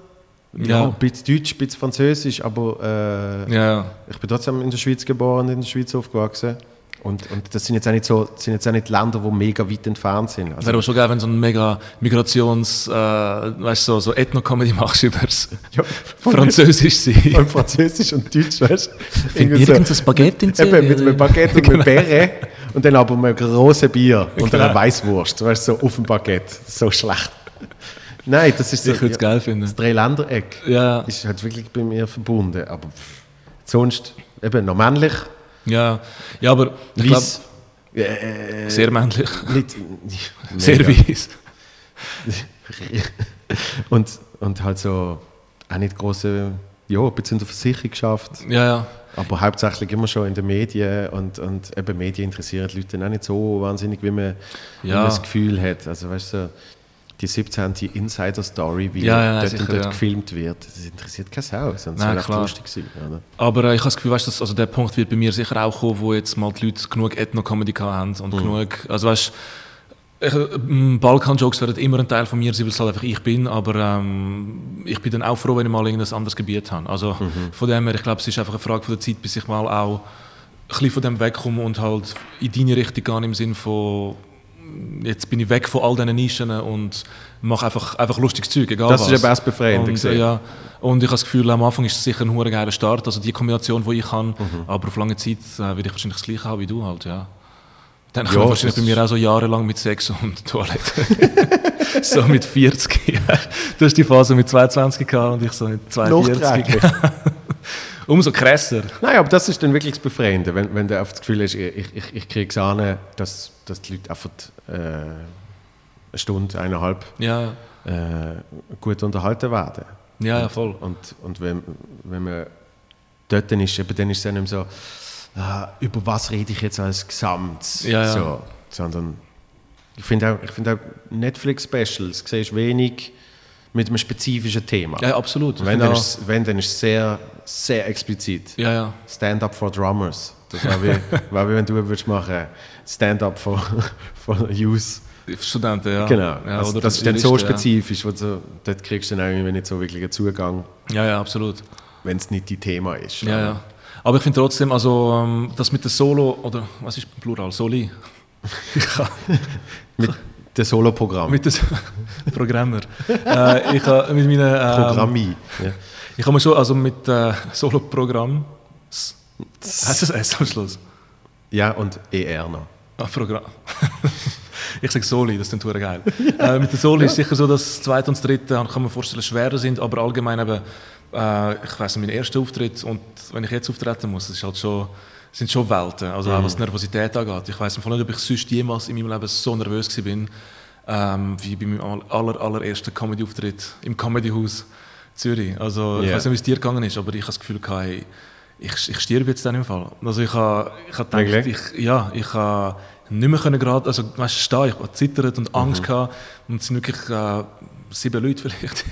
S2: Ja.
S1: Ja.
S2: ein bisschen Deutsch, ein bisschen Französisch, aber äh,
S1: ja.
S2: ich bin trotzdem in der Schweiz geboren, in der Schweiz aufgewachsen. Und, und das sind jetzt auch nicht so, das sind jetzt auch nicht Länder, die mega weit entfernt sind.
S1: Es
S2: Also,
S1: wäre aber schon geil, wenn du so ein mega Migrations-, äh, weißt du, so, so Ethno-Comedy machst übers
S2: ja,
S1: Französisch sein.
S2: von Französisch und Deutsch, weißt du? Irgendwie so-
S1: Irgend so ein Baguette in
S2: Eben, mit einem
S1: Zürich.
S2: Baguette und einem Bären und dann aber mit einem großen Bier und
S1: Genau. Klar.
S2: einer Weißwurst, weißt du, so auf dem Baguette. So schlecht. Nein, das ist so.
S1: Ich würde es geil finden.
S2: Das Dreiländereck
S1: Ja.
S2: ist halt wirklich bei mir verbunden. Aber pff, sonst eben noch männlich,
S1: Ja, ja aber ich glaube,
S2: weiß. Äh,
S1: sehr männlich,
S2: nicht,
S1: sehr
S2: mega.
S1: weiss.
S2: Und, und halt so auch nicht große, ja, ein bisschen in der Versicherung geschafft.
S1: Ja, ja.
S2: Aber hauptsächlich immer schon in den Medien und, und eben Medien interessieren die Leute dann auch nicht so wahnsinnig, wie man, wie
S1: Ja.
S2: man das Gefühl hat. Also weißt du, so die 17. Insider-Story, wie
S1: Ja, ja,
S2: dort
S1: sicher,
S2: und dort
S1: ja.
S2: gefilmt wird, das interessiert keine Sau, sonst
S1: Nein,
S2: wäre es
S1: klar.
S2: lustig gewesen. Oder?
S1: Aber äh, ich habe das Gefühl, weißt, du, dass, also der Punkt
S2: Mhm.
S1: wird bei mir sicher auch kommen, wo jetzt mal die Leute genug Ethno-Comedy gehabt haben und genug, also weißt, du, Ich, ähm, Balkan-Jokes werden immer ein Teil von mir sein, weil es halt einfach ich bin, aber ähm, ich bin dann auch froh, wenn ich mal irgendein anderes Gebiet habe. Also
S2: Mhm.
S1: von dem her, ich glaube, es ist einfach eine Frage von der Zeit, bis ich mal auch ein bisschen von dem wegkomme und halt in deine Richtung gehe, im Sinn von jetzt bin ich weg von all diesen Nischen und mache einfach, einfach lustiges Zeug, egal
S2: Das
S1: was.
S2: ist eben auch das Befreiende,
S1: Und,
S2: gesehen.
S1: äh, ja, und ich habe das Gefühl, am Anfang ist es sicher ein hure geiler Start, also die Kombination, die ich habe,
S2: Mhm.
S1: aber auf lange Zeit äh, werde ich wahrscheinlich das Gleiche haben wie du halt, ja. Dann kommen wahrscheinlich bei
S2: das
S1: mir auch so jahrelang mit Sex und Toilette. so mit 40. ja. du hast die Phase mit 22 gehabt und ich so mit 42.
S2: Nachträglich.
S1: Umso krasser.
S2: Nein, aber das ist dann wirklich das Befreiende, wenn, wenn du einfach das Gefühl hast, ich, ich, ich kriege es an, dass, dass die Leute einfach äh, eine Stunde, eineinhalb
S1: Ja,
S2: äh, gut unterhalten werden.
S1: ja, ja voll.
S2: Und, und wenn, wenn man dort ist, eben dann ist es dann nicht mehr so, ah, über was rede ich jetzt als Gesamtes?
S1: Ja, ja.
S2: So, sondern ich finde auch, ich find auch Netflix-Specials, siehst wenig mit einem spezifischen Thema.
S1: Ja, absolut.
S2: Und wenn,
S1: Ich
S2: dann
S1: finde
S2: ist, es- wenn, dann ist es sehr, sehr explizit.
S1: auch- ja, ja.
S2: Stand-up for Drummers. Das war wie, war wie wenn du würdest machen Stand-up for, for Youth.
S1: Die Studenten, ja.
S2: Genau.
S1: Ja,
S2: also,
S1: oder
S2: das ist dann so
S1: Juristen,
S2: spezifisch, wo du, dort kriegst du dann auch irgendwie nicht so wirklich einen Zugang
S1: Ja, ja, ja absolut.
S2: wenn es nicht die Thema ist.
S1: Ja, ja. Aber ich finde trotzdem, also ähm, das mit der Solo, oder was ist Plural? Soli? Ich hab-
S2: Mit dem Solo-Programm.
S1: mit dem Programmer. äh, ich habe mit meinen. Ähm,
S2: Programmie. Ja.
S1: ich habe mir schon, also mit äh, Solo-Programm. S- Heißt das S am Schluss?
S2: ja, und ER noch.
S1: Ah, Programm. ich sage Soli, das klingt total geil. äh, mit der Soli ist sicher so, dass das zweite und das dritte, kann man vorstellen, schwerer sind, aber allgemein eben, äh, ich weiß nicht, mein erster Auftritt und wenn ich jetzt auftreten muss, das ist halt schon, das sind schon Welten, also auch was die Nervosität angeht. Ich weiß nicht, ob ich sonst jemals in meinem Leben so nervös gewesen bin, ähm, wie bei meinem all- aller, allerersten Comedy-Auftritt im Comedy-Haus Zürich. Also ich
S2: Ja.
S1: weiß nicht, wie es dir gegangen ist, aber ich habe das Gefühl, gehabt, hey, ich, ich stirb jetzt in dem Fall. Also ich habe, ich habe gedacht,
S2: Wirklich?
S1: ich, ja, ich habe nicht mehr können gerade, also weißt, stehen, ich habe zittert und
S2: Mhm.
S1: Angst gehabt und es sind wirklich äh, sieben Leute vielleicht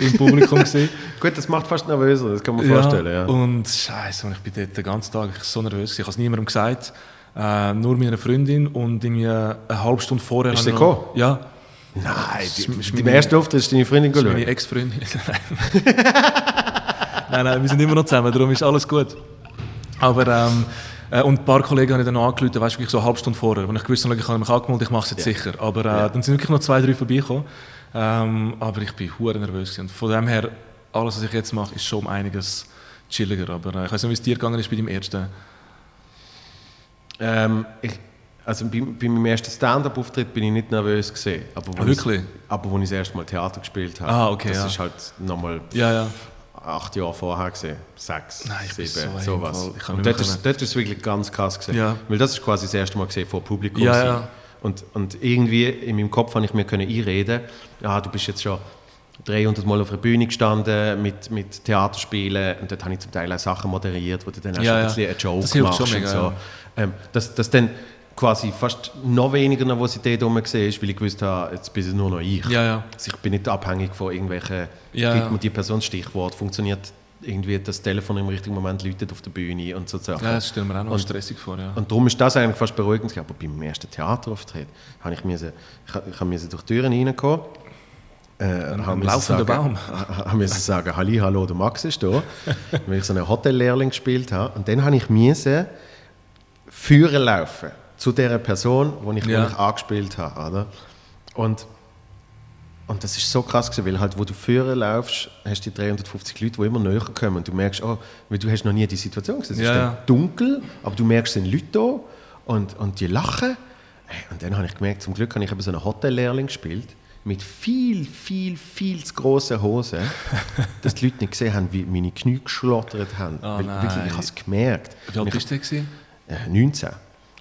S1: im Publikum gesehen.
S2: Gut, das macht fast nervöser, das kann man vorstellen. Ja.
S1: Und scheiße, und ich bin dort den ganzen Tag so nervös. gewesen. Ich habe es niemandem gesagt, äh, nur meiner Freundin und irgendwie eine halbe Stunde vorher.
S2: Ist
S1: habe
S2: sie
S1: ich
S2: gekommen?
S1: noch- Ja,
S2: Nein, die,
S1: ist
S2: die
S1: meine-
S2: erste Auftritt ist deine Freundin
S1: das ist meine
S2: gelungen.
S1: Ex-Freundin. nein, nein, wir sind immer noch zusammen, darum ist alles gut. Aber, ähm, äh, und ein paar Kollegen haben ich dann noch angerufen, weißt du, wirklich so eine halbe Stunde vorher, wenn ich gewusst habe, ich habe mich angemeldet, ich mache es jetzt sicher. Aber äh, dann sind wirklich noch zwei, drei vorbeigekommen. Ähm, aber ich bin hure nervös gewesen. und von dem her, alles, was ich jetzt mache, ist schon um einiges chilliger. Aber äh, ich weiß nicht, wie es dir gegangen ist bei deinem ersten.
S2: Ähm, ich, also bei, bei meinem ersten Stand-up-Auftritt bin ich nicht nervös gesehen, aber wo
S1: Ah, wirklich?
S2: Ich, aber wo ich das erste Mal Theater gespielt habe,
S1: Ah, okay,
S2: das
S1: ja.
S2: ist halt nochmal
S1: Ja, ja.
S2: acht Jahre vorher gesehen, sechs,
S1: Nein, ich bin
S2: sieben,
S1: so im
S2: sowas.
S1: Fall. Ich kann
S2: Und
S1: nicht
S2: dort
S1: mehr
S2: ist,
S1: können.
S2: dort ist es wirklich ganz krass gesehen,
S1: Ja.
S2: weil das ist quasi das erste Mal gesehen vor Publikum.
S1: Ja,
S2: sein.
S1: ja.
S2: Und, und irgendwie in meinem Kopf habe ich mir können einreden, ja, du bist jetzt schon 300 Mal auf der Bühne gestanden mit, mit Theaterspielen und dort habe ich zum Teil auch Sachen moderiert, wo du dann auch
S1: Ja,
S2: schon
S1: ja.
S2: ein bisschen einen Joke
S1: Das hilft
S2: machst
S1: schon
S2: und
S1: mega,
S2: so.
S1: ja.
S2: Ähm, dass, dass dann quasi fast noch weniger Nervosität rum war, weil ich gewusst habe, jetzt bin es nur noch ich.
S1: Ja, ja.
S2: Also ich bin nicht abhängig von irgendwelchen,
S1: Ja,
S2: gibt
S1: ja.
S2: mir die Person das Stichwort, funktioniert irgendwie das Telefon im richtigen Moment, läutet auf der Bühne und so Sachen.
S1: ja, das stellen wir auch noch
S2: Und-
S1: stressig vor. Ja.
S2: Und darum ist das eigentlich fast beruhigend. gewesen. Aber beim ersten Theaterauftritt habe ich, müssen, ich, hab- ich hab müssen durch die Türen reinkommen. Äh, hab müssen
S1: laufenden
S2: sagen,
S1: Baum.
S2: Haben müssen sagen, Halli, hallo, der Max ist da. weil ich so einen Hotellehrling gespielt habe. Und dann habe ich müssen führen laufen zu der Person, die ich,
S1: Ja.
S2: ja. ich angespielt habe. Oder? Und, und das ist so krass gewesen, weil halt, wo du führen laufst, hast du die 350 Leute, die immer näher kommen. Und du merkst, oh, weil du hast noch nie die Situation gesehen. Es
S1: Ja,
S2: ist dann
S1: ja.
S2: dunkel, aber du merkst, es sind Leute da und, und die lachen. Hey, Und dann habe ich gemerkt, zum Glück habe ich eben so einen Hotellehrling gespielt, mit viel, viel, viel zu grossen Hosen, dass die Leute nicht gesehen haben, wie meine Knie geschlottert haben.
S1: Oh
S2: Weil
S1: nein.
S2: Wirklich, ich habe es gemerkt.
S1: Wie alt
S2: Ich-
S1: bist du denn?
S2: äh, 19.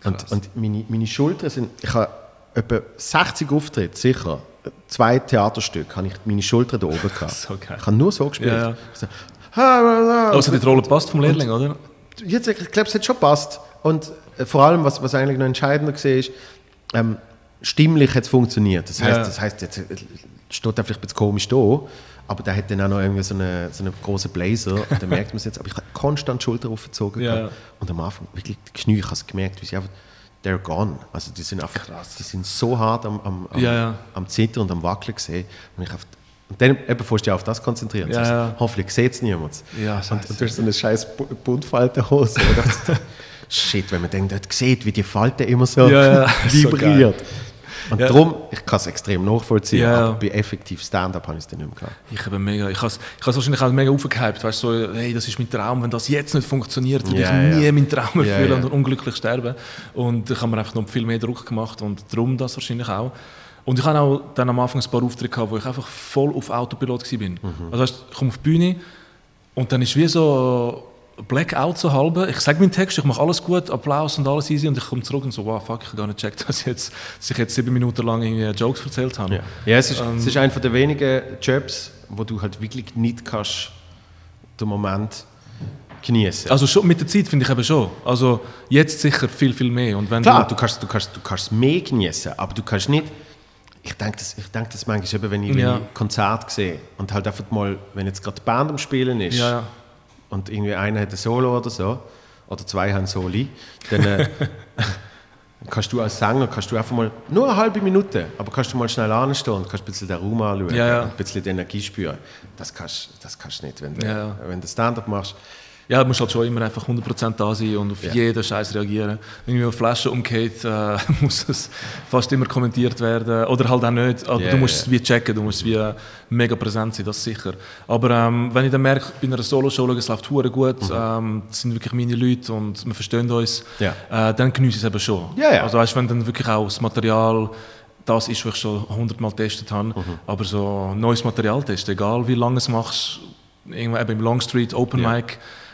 S2: Und, und meine, meine Schultern sind. Ich habe etwa 60 Auftritte, sicher. Zwei Theaterstücke habe ich meine Schultern da oben gehabt.
S1: So geil.
S2: Ich habe nur so gespielt.
S1: Ja, ja.
S2: So, ha, la, la.
S1: Also die Rolle passt vom Lehrling, oder?
S2: jetzt, ich glaube, es hat schon passt. Und äh, vor allem, was, was eigentlich noch entscheidender war, ist, ähm, stimmlich hat es funktioniert. Das heißt,
S1: Ja.
S2: das heißt jetzt äh, steht er vielleicht ein bisschen komisch da, aber der hat dann auch noch irgendwie so einen so eine großen Blazer. Und dann merkt man es jetzt. Aber ich habe konstant die Schulter aufgezogen.
S1: Ja.
S2: gehabt. Und am Anfang, wirklich, die Knie, ich habe es gemerkt, wie sie einfach they're gone. Also die sind einfach, die sind so hart am, am, am,
S1: Ja, ja.
S2: am Zittern und am Wackeln gesehen. Und, ich auf, und dann eben fährst du dich auf das konzentrieren.
S1: Ja,
S2: Also,
S1: ja.
S2: Hoffentlich sieht es niemand.
S1: Ja,
S2: und,
S1: scheiße.
S2: und du hast so eine scheiß Bu- Buntfaltenhose. Und ich dachte, Shit, wenn man dann dort sieht, wie die Falte immer so
S1: Ja, ja. So geil.
S2: vibriert. und
S1: Ja.
S2: darum, ich kann es extrem nachvollziehen,
S1: Ja, ja.
S2: aber bei effektiv Stand-up habe ich es dann nicht mehr gehabt.
S1: Ich habe mega, ich habe es ich habe es wahrscheinlich auch mega aufgehypt, weißt du, so, hey, dus das ist mein Traum, wenn das jetzt nicht funktioniert, würde
S2: Ja,
S1: ich nie
S2: ja.
S1: meinen Traum
S2: Ja,
S1: erfüllen
S2: ja.
S1: und unglücklich sterben. Und ich habe mir einfach noch viel mehr Druck gemacht und darum das wahrscheinlich auch. Und ich habe auch dann am Anfang ein paar Auftritte gehabt, wo ich einfach voll auf Autopilot war. bin.
S2: Mhm.
S1: Also weißt, du, ich komme auf die Bühne und dann ist wie so Blackout so halbe. Ich sage meinen Text, ich mache alles gut, Applaus und alles easy und ich komme zurück und so, wow, fuck, ich habe gar nicht checkt, dass ich jetzt, dass ich jetzt sieben Minuten lang irgendwie Jokes erzählt habe.
S2: Ja, ja es, ist,
S1: Ähm.
S2: es ist einer der wenigen Jobs, wo du halt wirklich nicht kannst den Moment genießen.
S1: Also schon mit der Zeit finde ich eben schon. Also jetzt sicher viel, viel mehr. Und wenn
S2: Klar,
S1: du,
S2: du kannst, du kannst, du kannst mehr genießen, aber du kannst nicht. Ich denke das, ich denke das manchmal, eben, wenn ich, wenn
S1: Ja.
S2: ich Konzert sehe und halt einfach mal, wenn jetzt gerade die Band am Spielen ist
S1: Ja, ja.
S2: und irgendwie einer hat ein Solo oder so oder zwei haben Soli, dann äh, kannst du als Sänger kannst du einfach mal nur eine halbe Minute, aber kannst du mal schnell anstehen und kannst ein bisschen den Raum anschauen
S1: Ja, ja.
S2: und ein bisschen die Energie spüren. Das kannst du das kannst du nicht, wenn du,
S1: Ja, ja.
S2: wenn du Stand-up machst.
S1: ja, du musst halt schon immer einfach 100% da sein und auf
S2: Ja.
S1: jeden Scheiß reagieren. Wenn mir eine Flasche umgeht, äh, muss es fast immer kommentiert werden. Oder halt auch nicht. Aber
S2: Ja,
S1: du musst
S2: ja.
S1: es wie checken, du musst wie äh, mega präsent sein, das sicher. Aber ähm, wenn ich dann merke, bei einer Solo-Show schaue, es läuft hure gut,
S2: Mhm.
S1: ähm, es sind wirklich meine Leute und wir verstehen uns,
S2: Ja.
S1: äh, dann genieße ich es eben schon.
S2: Ja, ja.
S1: Also weißt, wenn dann wirklich auch das Material das ist, was ich schon hundertmal getestet habe,
S2: Mhm.
S1: aber so neues Material testen, egal wie lange es machst, irgendwann eben im Longstreet, Open
S2: Ja.
S1: Mic,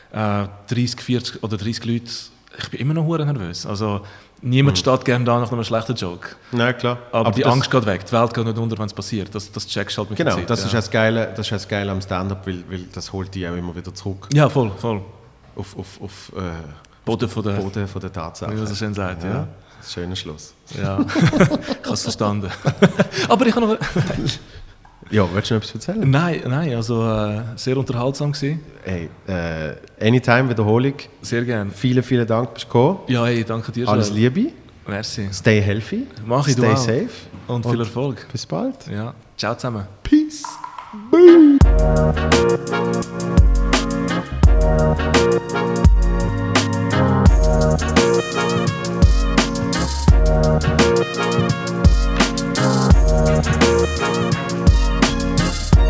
S1: äh, 30, 40 oder 30 Leute, ich bin immer noch hure nervös. Also niemand steht gerne da nach einem schlechten Joke.
S2: Na klar.
S1: Aber, die
S2: Mhm. das-
S1: Angst geht weg, die Welt geht nicht unter, wenn es passiert. Das, das checkst du halt mit
S2: Genau,
S1: der Zeit.
S2: das,
S1: ja.
S2: ist das, Geile, das ist das Geile am Stand-up, weil, weil das holt dich auch immer wieder zurück
S1: Ja, voll, voll.
S2: auf, auf, auf äh,
S1: Boden von der...
S2: Boden von der Tatsache.
S1: Wie man so schön sagt, ja.
S2: Schöner Schluss.
S1: Ja, ich habe es verstanden. aber ich habe noch...
S2: Ja, willst du noch etwas erzählen?
S1: Nein, nein, also äh, sehr unterhaltsam gewesen.
S2: Hey, äh, anytime, Wiederholung.
S1: Sehr gerne.
S2: Vielen, vielen Dank, bist du gekommen.
S1: Ja, hey, danke dir.
S2: Alles
S1: Joel.
S2: Liebe,
S1: Merci.
S2: stay healthy,
S1: Mach ich, du
S2: stay
S1: auch.
S2: safe
S1: Und viel Erfolg.
S2: bis bald.
S1: Ja. Ciao zusammen.
S2: Peace.